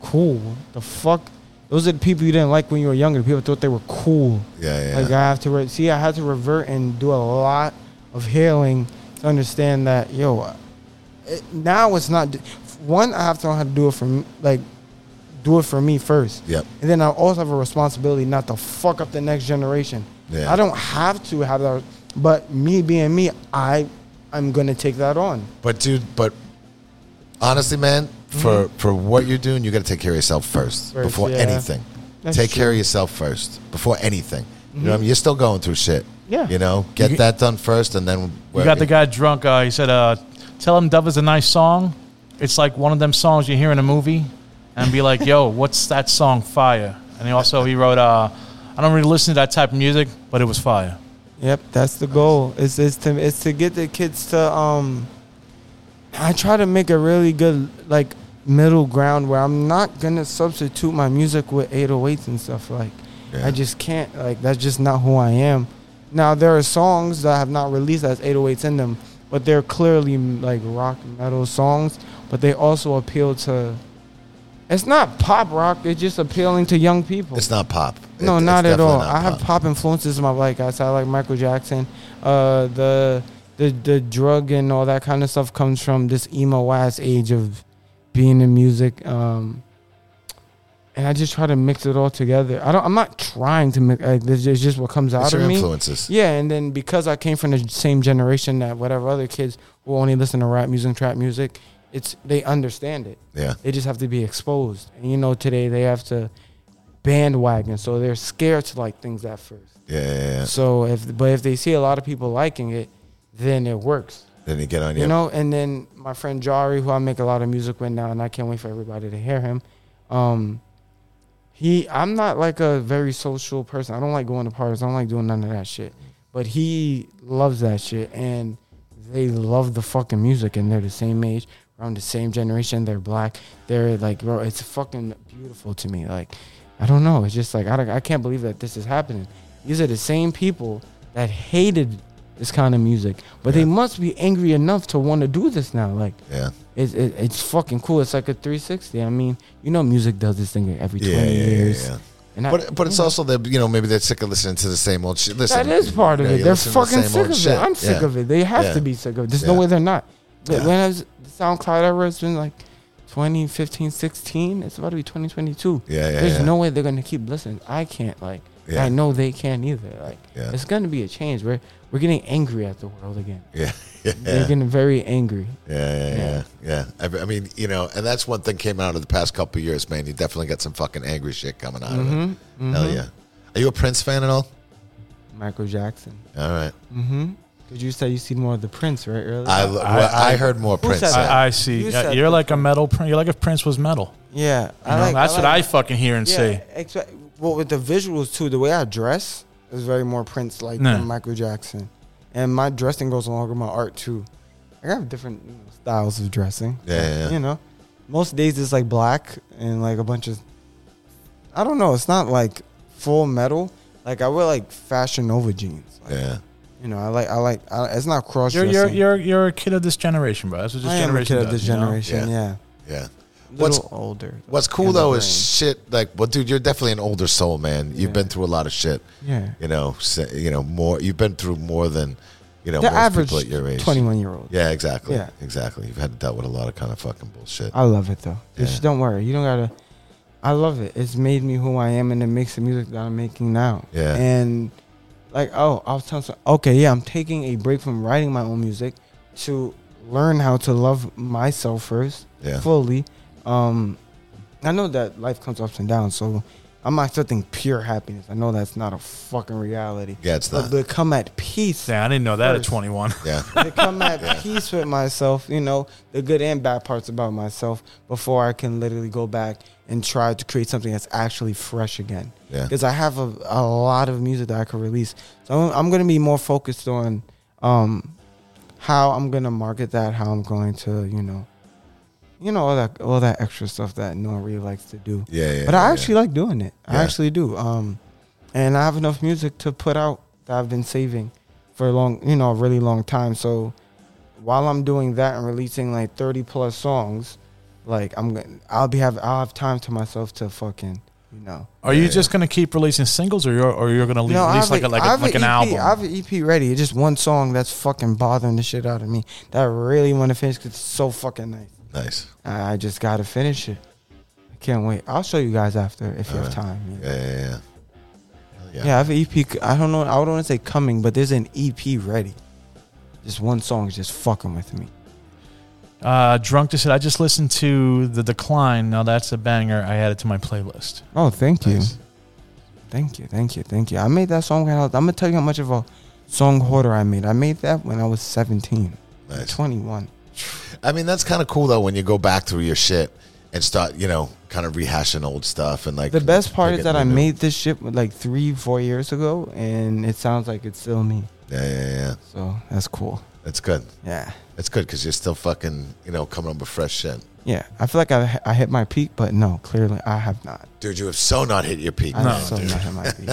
[SPEAKER 4] cool the fuck. Those are the people you didn't like when you were younger. People thought they were cool.
[SPEAKER 3] Yeah, yeah.
[SPEAKER 4] Like I have to re- see, I had to revert and do a lot of healing to understand that yo. uh, It, now it's not d- one. I have to know how to do it for m- like do it for me first.
[SPEAKER 3] Yep.
[SPEAKER 4] And then I also have a responsibility not to fuck up the next generation.
[SPEAKER 3] Yeah.
[SPEAKER 4] I don't have to have that, but me being me, I I'm gonna take that on.
[SPEAKER 3] But dude, but honestly, man, for for what you're doing, you got to take care of yourself first,
[SPEAKER 4] Mm-hmm. First,
[SPEAKER 3] before
[SPEAKER 4] yeah.
[SPEAKER 3] anything.
[SPEAKER 4] That's
[SPEAKER 3] take care
[SPEAKER 4] true. Mm-hmm.
[SPEAKER 3] of yourself first before anything. You know what I mean? You're still going through shit.
[SPEAKER 4] Yeah.
[SPEAKER 3] You know, get
[SPEAKER 5] You-
[SPEAKER 3] that done first, and then
[SPEAKER 5] You got the guy drunk. Uh, he said, uh, "Tell him Dove is a nice song. It's like one of them songs you hear in a movie, and be like, yo, what's that song? Fire.'" And he also he wrote, uh, "I don't really listen to that type of music, but it was fire."
[SPEAKER 4] Yep, that's the goal. It's it's to it's to get the kids to um. I try to make a really good like middle ground where I'm not gonna substitute my music with 808s and stuff. Like,
[SPEAKER 3] Yeah.
[SPEAKER 4] I just can't. Like, that's just not who I am. Now there are songs that I have not released as 808s in them, but they're clearly like rock metal songs. But they also appeal to. It's not pop rock. It's just appealing to young people.
[SPEAKER 3] It's not pop.
[SPEAKER 4] No,
[SPEAKER 3] It- it's
[SPEAKER 4] not at
[SPEAKER 3] definitely
[SPEAKER 4] all.
[SPEAKER 3] not
[SPEAKER 4] I have pop influences in my life. guys. I like Michael Jackson. Uh, the the the drug and all that kind of stuff comes from this emo ass age of being in music. Um, and I just try to mix it all together. I don't. I'm not trying to mix. Like, this is just what comes out
[SPEAKER 3] It's
[SPEAKER 4] of
[SPEAKER 3] your
[SPEAKER 4] me.
[SPEAKER 3] influences.
[SPEAKER 4] Yeah, and then because I came from the same generation that whatever other kids who only listen to rap music, and trap music, it's they understand it.
[SPEAKER 3] Yeah.
[SPEAKER 4] They just have to be exposed. And you know, today they have to bandwagon, so they're scared to like things at first.
[SPEAKER 3] Yeah, yeah, yeah.
[SPEAKER 4] So if but if they see a lot of people liking it, then it works.
[SPEAKER 3] Then you get on
[SPEAKER 4] You
[SPEAKER 3] your.
[SPEAKER 4] know, and then my friend Jari, who I make a lot of music with now, and I can't wait for everybody to hear him. Um, he, I'm not like a very social person. I don't like going to parties. I don't like doing none of that shit. But he loves that shit, and they love the fucking music, and they're the same age, around the same generation. They're black. They're like, bro, it's fucking beautiful to me. Like, I don't know. It's just like I, don't- I can't believe that this is happening. These are the same people that hated this kind of music. But they must be angry enough to want to do this now. Like,
[SPEAKER 3] Yeah.
[SPEAKER 4] it's it, it's fucking cool. It's like a 360. I mean, you know, music does this thing every 20
[SPEAKER 3] Yeah, yeah, yeah,
[SPEAKER 4] years.
[SPEAKER 3] yeah.
[SPEAKER 4] And I-
[SPEAKER 3] But but it's also that you know maybe they're sick of listening to the same old shit. Listen,
[SPEAKER 4] Mm-hmm. that is part of
[SPEAKER 3] you know,
[SPEAKER 4] it.
[SPEAKER 3] you
[SPEAKER 4] They're
[SPEAKER 3] listen to the
[SPEAKER 4] fucking
[SPEAKER 3] same
[SPEAKER 4] sick
[SPEAKER 3] old
[SPEAKER 4] of
[SPEAKER 3] shit.
[SPEAKER 4] it. I'm sick
[SPEAKER 3] Yeah.
[SPEAKER 4] of it. They have
[SPEAKER 3] Yeah.
[SPEAKER 4] to be sick of it. There's
[SPEAKER 3] Yeah.
[SPEAKER 4] no way they're not. But
[SPEAKER 3] Yeah.
[SPEAKER 4] When I was the SoundCloud era has been like 2015, 16. It's about to be 2022.
[SPEAKER 3] Yeah, yeah,
[SPEAKER 4] There's
[SPEAKER 3] yeah.
[SPEAKER 4] no way they're gonna keep listening. I can't. Like,
[SPEAKER 3] Yeah.
[SPEAKER 4] I know they can't either. Like,
[SPEAKER 3] Yeah.
[SPEAKER 4] it's gonna be a change. We're we're getting angry at the world again.
[SPEAKER 3] Yeah, yeah,
[SPEAKER 4] They're getting very angry.
[SPEAKER 3] yeah, yeah, yeah.
[SPEAKER 4] Yeah.
[SPEAKER 3] yeah. I, I mean, you know, and that's one thing came out of the past couple of years, man. You definitely got some fucking angry shit coming out of it.
[SPEAKER 4] Mm-hmm,
[SPEAKER 3] Hell yeah. Are you a Prince fan at all?
[SPEAKER 4] Michael Jackson.
[SPEAKER 3] All right.
[SPEAKER 4] Mm, Cause you said you see more of the Prince, right? Earlier.
[SPEAKER 3] I, well, I, heard more Prince.
[SPEAKER 4] said
[SPEAKER 3] than-
[SPEAKER 4] that?
[SPEAKER 5] I, I see.
[SPEAKER 4] You
[SPEAKER 5] Yeah,
[SPEAKER 4] said
[SPEAKER 5] you're
[SPEAKER 4] that.
[SPEAKER 5] like a metal. prin- You're like if Prince was metal.
[SPEAKER 4] yeah,
[SPEAKER 5] you know? That's what I fucking hear and see.
[SPEAKER 4] Expect, well, with the visuals too, the way I dress is very more Prince like
[SPEAKER 5] Nah.
[SPEAKER 4] than Michael Jackson, and my dressing goes along with my art too. I have different you know, styles of dressing.
[SPEAKER 3] Yeah, yeah, yeah.
[SPEAKER 4] You know, most days it's like black and like a bunch of. I don't know. It's not like full metal. Like I wear like Fashion Nova jeans. Like,
[SPEAKER 3] yeah.
[SPEAKER 4] You know, I like I like. I, it's not cross
[SPEAKER 5] You're
[SPEAKER 4] dressing.
[SPEAKER 5] you're you're you're a kid of this generation, bro. That's what this
[SPEAKER 4] I am a kid
[SPEAKER 5] generation does,
[SPEAKER 4] of this
[SPEAKER 5] you know?
[SPEAKER 4] generation.
[SPEAKER 3] Yeah.
[SPEAKER 4] Yeah.
[SPEAKER 3] Yeah. What's
[SPEAKER 4] What's older?
[SPEAKER 3] What's
[SPEAKER 4] in
[SPEAKER 3] cool
[SPEAKER 4] the
[SPEAKER 3] though is
[SPEAKER 4] brain.
[SPEAKER 3] shit. Like, well, dude, you're definitely an older soul, man. You've
[SPEAKER 4] Yeah.
[SPEAKER 3] been through a lot of shit.
[SPEAKER 4] Yeah.
[SPEAKER 3] You know, s- you know more. You've been through more than you know
[SPEAKER 4] the
[SPEAKER 3] most
[SPEAKER 4] average
[SPEAKER 3] people at your age.
[SPEAKER 4] twenty-one year old.
[SPEAKER 3] Yeah, exactly.
[SPEAKER 4] Yeah. Uh,
[SPEAKER 3] exactly. You've had to deal with a lot of kind of fucking bullshit.
[SPEAKER 4] I love it though.
[SPEAKER 3] Yeah.
[SPEAKER 4] Just don't worry. You don't gotta. I love it. It's made me who I am, and it makes the music that I'm making now.
[SPEAKER 3] Yeah.
[SPEAKER 4] And like, oh, I was telling some. Okay, yeah, I'm taking a break from writing my own music to learn how to love myself first,
[SPEAKER 3] Yeah.
[SPEAKER 4] fully. Um, I know that life comes ups and downs, so I'm not expecting pure happiness. I know that's not a fucking reality.
[SPEAKER 3] Yeah, it's
[SPEAKER 4] But
[SPEAKER 3] not.
[SPEAKER 4] become at peace
[SPEAKER 5] Yeah, I didn't know that
[SPEAKER 4] First.
[SPEAKER 5] at 21.
[SPEAKER 3] Yeah,
[SPEAKER 4] to come at peace with myself, you know, the good and bad parts about myself before I can literally go back and try to create something that's actually fresh again.
[SPEAKER 3] Yeah.
[SPEAKER 4] Because I have a, a lot of music that I could release. So I'm, I'm going to be more focused on um, how I'm going to market that, how I'm going to, you know, you know all that all that extra stuff that no one really likes to do.
[SPEAKER 3] Yeah, yeah,
[SPEAKER 4] But
[SPEAKER 3] yeah,
[SPEAKER 4] I
[SPEAKER 3] yeah.
[SPEAKER 4] actually like doing it. I
[SPEAKER 3] Yeah.
[SPEAKER 4] actually do. Um, and I have enough music to put out that I've been saving for a long, you know, a really long time. So while I'm doing that and releasing like 30 plus songs, like I'm gonna, I'll be have I'll have time to myself to fucking, you know.
[SPEAKER 5] Are you just gonna keep releasing singles, or you're or you're gonna
[SPEAKER 4] No, I
[SPEAKER 5] release
[SPEAKER 4] have
[SPEAKER 5] like a, like,
[SPEAKER 4] I
[SPEAKER 5] a,
[SPEAKER 4] have E
[SPEAKER 5] like
[SPEAKER 4] an
[SPEAKER 5] an
[SPEAKER 4] EP,
[SPEAKER 5] album?
[SPEAKER 4] I have an EP ready. It's just one song that's fucking bothering the shit out of me that I really want to finish 'cause it's so fucking nice.
[SPEAKER 3] nice.
[SPEAKER 4] I I just gotta finish it. I can't wait. I'll show you guys after if you have time. you know.
[SPEAKER 3] Yeah, yeah, yeah. Hell
[SPEAKER 4] Yeah, I have an EP. c- I don't know. I don't want to say coming, but there's an EP ready. Just one song is just fucking with me.
[SPEAKER 5] Uh, Drunk just said, I just listened to The Decline. Now that's a banger. I added to my playlist.
[SPEAKER 4] Oh, thank you,
[SPEAKER 3] Nice.
[SPEAKER 4] thank you, thank you, thank you. I made that song. When I was, I'm gonna tell you how much of a song hoarder I made. I made that when I was 17,
[SPEAKER 3] Nice.
[SPEAKER 4] 21.
[SPEAKER 3] I mean, that's kind of cool though when you go back through your shit and start, you know, kind of rehashing old stuff and like.
[SPEAKER 4] The best part
[SPEAKER 3] like
[SPEAKER 4] is
[SPEAKER 3] it
[SPEAKER 4] that I
[SPEAKER 3] new.
[SPEAKER 4] made this shit with, like three, four years ago, and it sounds like it's still me.
[SPEAKER 3] Yeah, yeah, yeah.
[SPEAKER 4] So that's cool.
[SPEAKER 3] That's good.
[SPEAKER 4] Yeah,
[SPEAKER 3] That's good because you're still fucking, you know, coming up with fresh shit.
[SPEAKER 4] yeah. I feel like I I hit my peak, but no, clearly I have not.
[SPEAKER 3] Dude, you have so not hit your peak.
[SPEAKER 4] I
[SPEAKER 3] man,
[SPEAKER 4] have so
[SPEAKER 3] dude.
[SPEAKER 4] not hit my peak.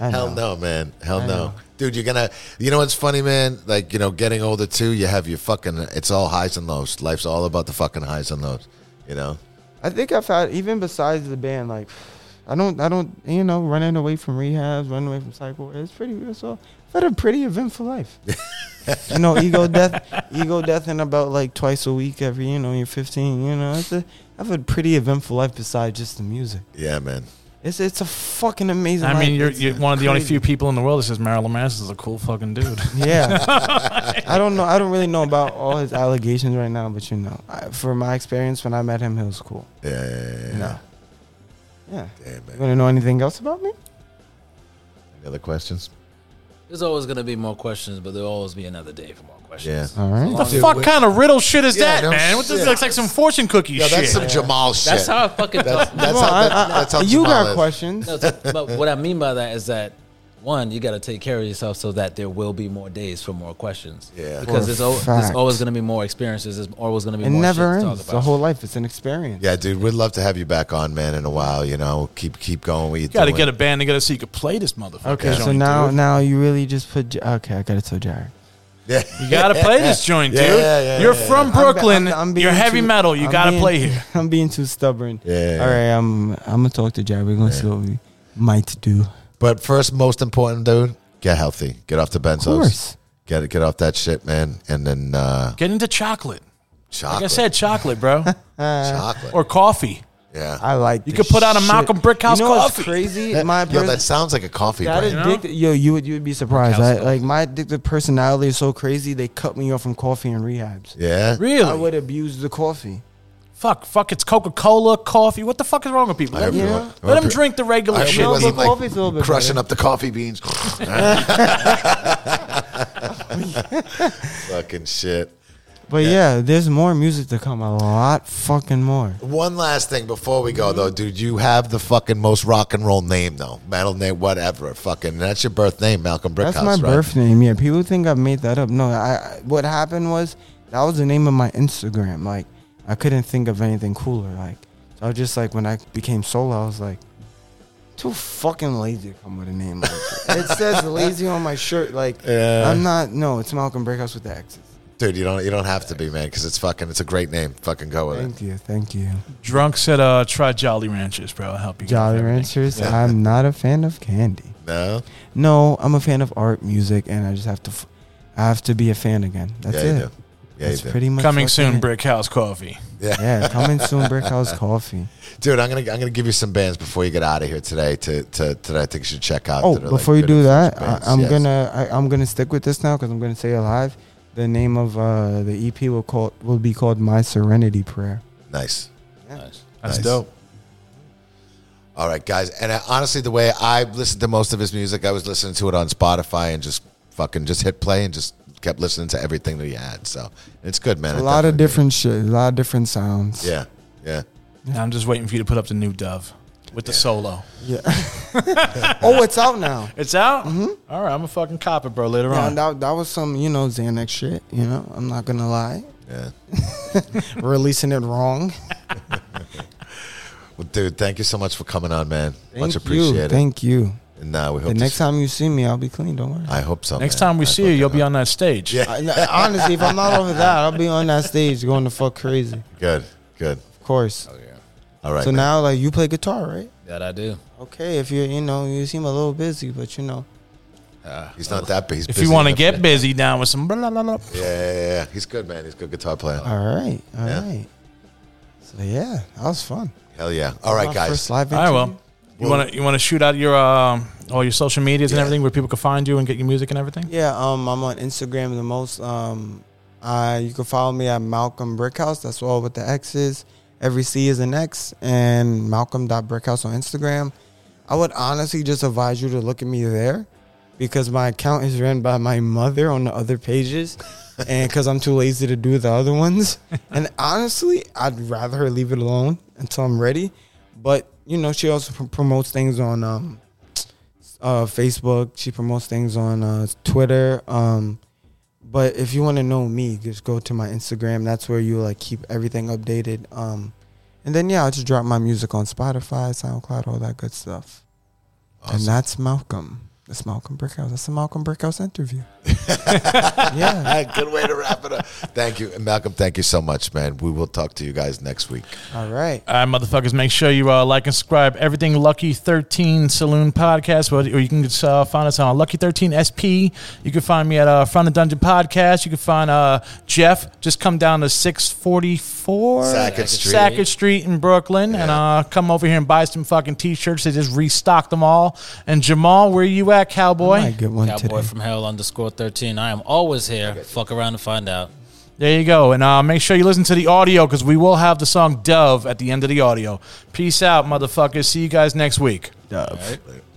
[SPEAKER 4] I
[SPEAKER 3] Hell
[SPEAKER 4] know.
[SPEAKER 3] no, man. Hell
[SPEAKER 4] I
[SPEAKER 3] no.
[SPEAKER 4] know.
[SPEAKER 3] Dude, you're gonna you know what's funny, man? Like, you know, getting older too, you have your fucking it's all highs and lows. Life's all about the fucking highs and lows. You know?
[SPEAKER 4] I think I've had even besides the band, like I don't, I don't, you know, running away from rehabs, running away from cycle. It's pretty. It's all. I've had a pretty eventful life. you know, ego death, ego death, and about like twice a week every. You know, you're 15. You know, it's a, I've had a pretty eventful life besides just the music.
[SPEAKER 3] Yeah, man.
[SPEAKER 4] It's it's a fucking amazing.
[SPEAKER 5] I mean,
[SPEAKER 4] life.
[SPEAKER 5] you're,
[SPEAKER 4] It's
[SPEAKER 5] you're one of the only
[SPEAKER 4] crazy.
[SPEAKER 5] few people in the world that says Marilyn Manson's a cool fucking dude.
[SPEAKER 4] Yeah, I don't know. I don't really know about all his allegations right now, but you know, I, for my experience when I met him, he was cool.
[SPEAKER 3] Yeah, yeah, yeah, yeah.
[SPEAKER 4] No. Yeah.
[SPEAKER 3] Damn,
[SPEAKER 4] You
[SPEAKER 3] man.
[SPEAKER 4] want to know anything else about me?
[SPEAKER 3] Any other questions?
[SPEAKER 6] There's always gonna be more questions, but there'll always be another day for more
[SPEAKER 3] Yeah.
[SPEAKER 6] questions.
[SPEAKER 4] All right.
[SPEAKER 5] What the
[SPEAKER 3] Dude,
[SPEAKER 5] fuck
[SPEAKER 3] we-
[SPEAKER 5] kind of riddle shit is
[SPEAKER 3] Yeah,
[SPEAKER 5] that,
[SPEAKER 3] no
[SPEAKER 5] man? What this
[SPEAKER 3] shit.
[SPEAKER 5] looks like some fortune cookie
[SPEAKER 3] Yeah,
[SPEAKER 5] shit.
[SPEAKER 3] that's some Jamal shit.
[SPEAKER 6] That's how I fucking.
[SPEAKER 3] that's,
[SPEAKER 6] talk.
[SPEAKER 3] that's
[SPEAKER 4] Come
[SPEAKER 3] how
[SPEAKER 4] on,
[SPEAKER 3] that,
[SPEAKER 4] I- I-
[SPEAKER 3] that's how
[SPEAKER 4] you
[SPEAKER 3] Jamal
[SPEAKER 4] got
[SPEAKER 3] is.
[SPEAKER 4] questions.
[SPEAKER 6] No, it's- but what I mean by that is that one, you got to take care of yourself so that there will be more days for more questions.
[SPEAKER 3] Yeah.
[SPEAKER 6] because
[SPEAKER 4] For
[SPEAKER 6] there's, al- there's
[SPEAKER 4] fact.
[SPEAKER 6] always going to be more experiences. There's always going to be
[SPEAKER 4] It
[SPEAKER 6] more
[SPEAKER 4] never
[SPEAKER 6] shit to
[SPEAKER 4] ends.
[SPEAKER 6] talk
[SPEAKER 4] The
[SPEAKER 6] about.
[SPEAKER 4] whole life is an experience.
[SPEAKER 3] Yeah, dude, we'd love to have you back on, man, in a while. You know, keep keep going. with you
[SPEAKER 7] Got to get a band together so you could play this motherfucker.
[SPEAKER 4] Okay, so
[SPEAKER 7] Johnny,
[SPEAKER 4] now
[SPEAKER 7] dude.
[SPEAKER 4] now you really just put. J- Okay, I got it. So Jared.
[SPEAKER 3] Yeah.
[SPEAKER 5] You gotta play this joint, dude.
[SPEAKER 3] Yeah, yeah, yeah,
[SPEAKER 5] You're
[SPEAKER 3] yeah,
[SPEAKER 5] from Brooklyn. You're
[SPEAKER 4] being
[SPEAKER 5] heavy
[SPEAKER 4] too-
[SPEAKER 5] metal. You
[SPEAKER 4] I'm
[SPEAKER 5] gotta
[SPEAKER 4] being-
[SPEAKER 5] play here.
[SPEAKER 4] I'm being too stubborn.
[SPEAKER 3] Yeah.
[SPEAKER 4] All right. I'm I'm gonna talk to Jared. We're gonna see what we might do.
[SPEAKER 3] But first, most important, dude, get healthy. Get off the benzos.
[SPEAKER 4] course.
[SPEAKER 3] Get get off that shit, man. And then uh,
[SPEAKER 5] Get into chocolate.
[SPEAKER 3] chocolate.
[SPEAKER 5] Like I said, chocolate, bro,
[SPEAKER 3] chocolate.
[SPEAKER 5] or coffee.
[SPEAKER 3] yeah.
[SPEAKER 4] Uh, I like.
[SPEAKER 5] You
[SPEAKER 4] this
[SPEAKER 5] could put out a
[SPEAKER 4] shit.
[SPEAKER 5] Malcolm Brickhouse
[SPEAKER 4] you know what's
[SPEAKER 5] coffee.
[SPEAKER 4] Crazy. My
[SPEAKER 3] Yo, that
[SPEAKER 4] pers-
[SPEAKER 3] sounds like a coffee
[SPEAKER 4] that
[SPEAKER 3] brand.
[SPEAKER 4] addicted. Yo, you would you would be surprised.
[SPEAKER 6] Brickhouse
[SPEAKER 4] I, like my addictive personality is so crazy. They cut me off from coffee and rehabs.
[SPEAKER 3] Yeah.
[SPEAKER 4] I
[SPEAKER 5] Really?
[SPEAKER 4] would abuse the coffee.
[SPEAKER 5] Fuck, fuck. It's Coca Cola, coffee. What the fuck is wrong with people?
[SPEAKER 3] I hope
[SPEAKER 5] Let,
[SPEAKER 3] you
[SPEAKER 4] Yeah.
[SPEAKER 3] weren't- I
[SPEAKER 5] let
[SPEAKER 3] hope
[SPEAKER 5] them
[SPEAKER 3] you-
[SPEAKER 5] drink the
[SPEAKER 3] I
[SPEAKER 5] regular
[SPEAKER 3] hope
[SPEAKER 5] shit.
[SPEAKER 3] it
[SPEAKER 4] No,
[SPEAKER 3] wasn't
[SPEAKER 4] but coffee's a little
[SPEAKER 3] like
[SPEAKER 4] bit
[SPEAKER 3] crushing
[SPEAKER 4] better.
[SPEAKER 3] up the coffee beans. Fucking shit.
[SPEAKER 4] But yeah. there's more music to come. A lot fucking more.
[SPEAKER 3] One last thing before we go, though, dude. You have the fucking most rock and roll name, though. Metal name, whatever. Fucking, that's your birth name, Malcolm Brickhouse.
[SPEAKER 4] That's my
[SPEAKER 3] right?
[SPEAKER 4] birth name. Yeah, people think I made that up. No, I, I what happened was that was the name of my Instagram. Like I couldn't think of anything cooler. Like so I was just like when I became solo, I was like too fucking lazy to come with a name like that. it says lazy on my shirt. Like I'm not. No, it's Malcolm Breakhouse with the X's.
[SPEAKER 3] dude. You don't, you don't have to be, man, because it's fucking, it's a great name. Fucking go with it.
[SPEAKER 4] Thank you, thank you.
[SPEAKER 5] Drunk said, uh, try Jolly Ranchers, bro. I'll help you. get
[SPEAKER 4] Jolly
[SPEAKER 5] through everything.
[SPEAKER 4] Ranchers. I'm not a fan of candy.
[SPEAKER 3] No,
[SPEAKER 4] No, I'm a fan of art, music, and I just have to. F- I have to be a fan again. That's
[SPEAKER 3] yeah, you
[SPEAKER 4] it.
[SPEAKER 3] do. Yeah,
[SPEAKER 4] That's
[SPEAKER 3] you do.
[SPEAKER 4] pretty much fucking
[SPEAKER 5] Coming soon,
[SPEAKER 4] it.
[SPEAKER 5] Brickhouse Coffee.
[SPEAKER 4] Yeah, coming soon, Brickhouse Coffee.
[SPEAKER 3] dude. I'm gonna, I'm gonna give you some bands before you get out of here today. To, to, that I think you should check out.
[SPEAKER 4] Oh,
[SPEAKER 3] that are, like,
[SPEAKER 4] before you
[SPEAKER 3] good
[SPEAKER 4] do
[SPEAKER 3] influential
[SPEAKER 4] that, I,
[SPEAKER 3] bands.
[SPEAKER 4] I'm
[SPEAKER 3] Yes.
[SPEAKER 4] gonna I, I'm gonna stick with this now because I'm gonna say alive. The name of uh, the EP will call will be called My Serenity Prayer.
[SPEAKER 3] nice.
[SPEAKER 6] Nice.
[SPEAKER 5] That's
[SPEAKER 3] Nice.
[SPEAKER 5] dope.
[SPEAKER 3] All right, guys. And I, honestly, the way I listened to most of his music, I was listening to it on Spotify and just fucking just hit play and just kept listening to everything that he had. So it's good, man.
[SPEAKER 4] A
[SPEAKER 3] It
[SPEAKER 4] lot of
[SPEAKER 3] definitely-
[SPEAKER 4] different shit, a lot of different sounds.
[SPEAKER 3] Yeah, yeah.
[SPEAKER 5] Now I'm just waiting for you to put up the new Dove with the solo.
[SPEAKER 4] Yeah. oh, it's out now.
[SPEAKER 5] It's out. Mm-hmm. All right, I'm gonna fucking cop it, bro. Later
[SPEAKER 4] Yeah,
[SPEAKER 5] on.
[SPEAKER 4] that, that was some you know Xanax shit. You know, I'm not gonna lie.
[SPEAKER 3] Yeah.
[SPEAKER 4] Releasing it wrong.
[SPEAKER 3] Well, dude, thank you so much for coming on, man.
[SPEAKER 4] Thank
[SPEAKER 3] much appreciated.
[SPEAKER 4] You. Thank you.
[SPEAKER 3] and uh, we hope
[SPEAKER 4] The
[SPEAKER 3] to
[SPEAKER 4] next
[SPEAKER 3] s-
[SPEAKER 4] time you see me, I'll be clean. Don't worry.
[SPEAKER 3] I hope so.
[SPEAKER 5] Next
[SPEAKER 3] man.
[SPEAKER 5] time we
[SPEAKER 3] I
[SPEAKER 5] see you,
[SPEAKER 3] fucking
[SPEAKER 5] you'll be
[SPEAKER 3] hope.
[SPEAKER 5] on that stage.
[SPEAKER 3] Yeah.
[SPEAKER 4] I- no, honestly, if I'm not over that, I'll be on that stage going to fuck crazy.
[SPEAKER 3] Good, good.
[SPEAKER 4] Of course.
[SPEAKER 3] Oh, All right.
[SPEAKER 4] so
[SPEAKER 3] man.
[SPEAKER 4] now, like, you play guitar, right?
[SPEAKER 6] That I do.
[SPEAKER 4] Okay, if you're, you know, you seem a little busy, but you know,
[SPEAKER 3] he's not that big. He's
[SPEAKER 5] If
[SPEAKER 3] busy
[SPEAKER 5] you want to
[SPEAKER 3] enough.
[SPEAKER 5] get busy down with some, blah, blah, blah, blah.
[SPEAKER 3] Yeah, yeah, yeah, yeah. He's good, man. He's a good guitar player.
[SPEAKER 4] all right, all right.
[SPEAKER 3] Yeah.
[SPEAKER 4] So yeah, that was fun.
[SPEAKER 3] Hell yeah. All right,
[SPEAKER 4] My
[SPEAKER 3] guys.
[SPEAKER 4] First live
[SPEAKER 5] all right,
[SPEAKER 4] interview.
[SPEAKER 5] well, you want to you want to shoot out your um, all your social medias and
[SPEAKER 3] Yeah.
[SPEAKER 5] everything where people can find you and get your music and everything.
[SPEAKER 4] Yeah, um, I'm on Instagram the most. Um, I you can follow me at Malcolm Brickhouse. That's all with the X's. Every C is an X, and Malcolm.brickhouse on Instagram. I would honestly just advise you to look at me there because my account is ran by my mother on the other pages and because I'm too lazy to do the other ones. And honestly, I'd rather her leave it alone until I'm ready. But, you know, she also pr- promotes things on um, uh, Facebook. She promotes things on uh, Twitter. Um, but if you want to know me, just go to my Instagram. That's where you like keep everything updated. Um, and then yeah, I'll just drop my music on Spotify, SoundCloud, all that good stuff. And that's Malcolm. That's Malcolm Brickhouse. That's a Malcolm Brickhouse interview. yeah.
[SPEAKER 3] good way to wrap it up. Thank you, And Malcolm. Thank you so much, man. We will talk to you guys next week.
[SPEAKER 4] All right.
[SPEAKER 5] All right, motherfuckers, make sure you uh, like and subscribe. Everything Lucky 13 Saloon Podcast, or or you can just, uh, find us on Lucky 13 SP. You can find me at uh, Front of Dungeon Podcast. You can find uh, Jeff. Just come down to 644
[SPEAKER 3] Sackett Street.
[SPEAKER 5] Sackett Street in Brooklyn and uh, come over here and buy some fucking t shirts. They just restocked them all. And Jamal, where you at, cowboy?
[SPEAKER 4] I get one
[SPEAKER 6] Cowboy
[SPEAKER 4] today.
[SPEAKER 6] from Hell underscore thirteen. I am always here. Fuck around and find out.
[SPEAKER 5] There you go. And uh, make sure you listen to the audio because we will have the song Dove at the end of the audio. Peace out, motherfuckers. See you guys next week.
[SPEAKER 6] All right.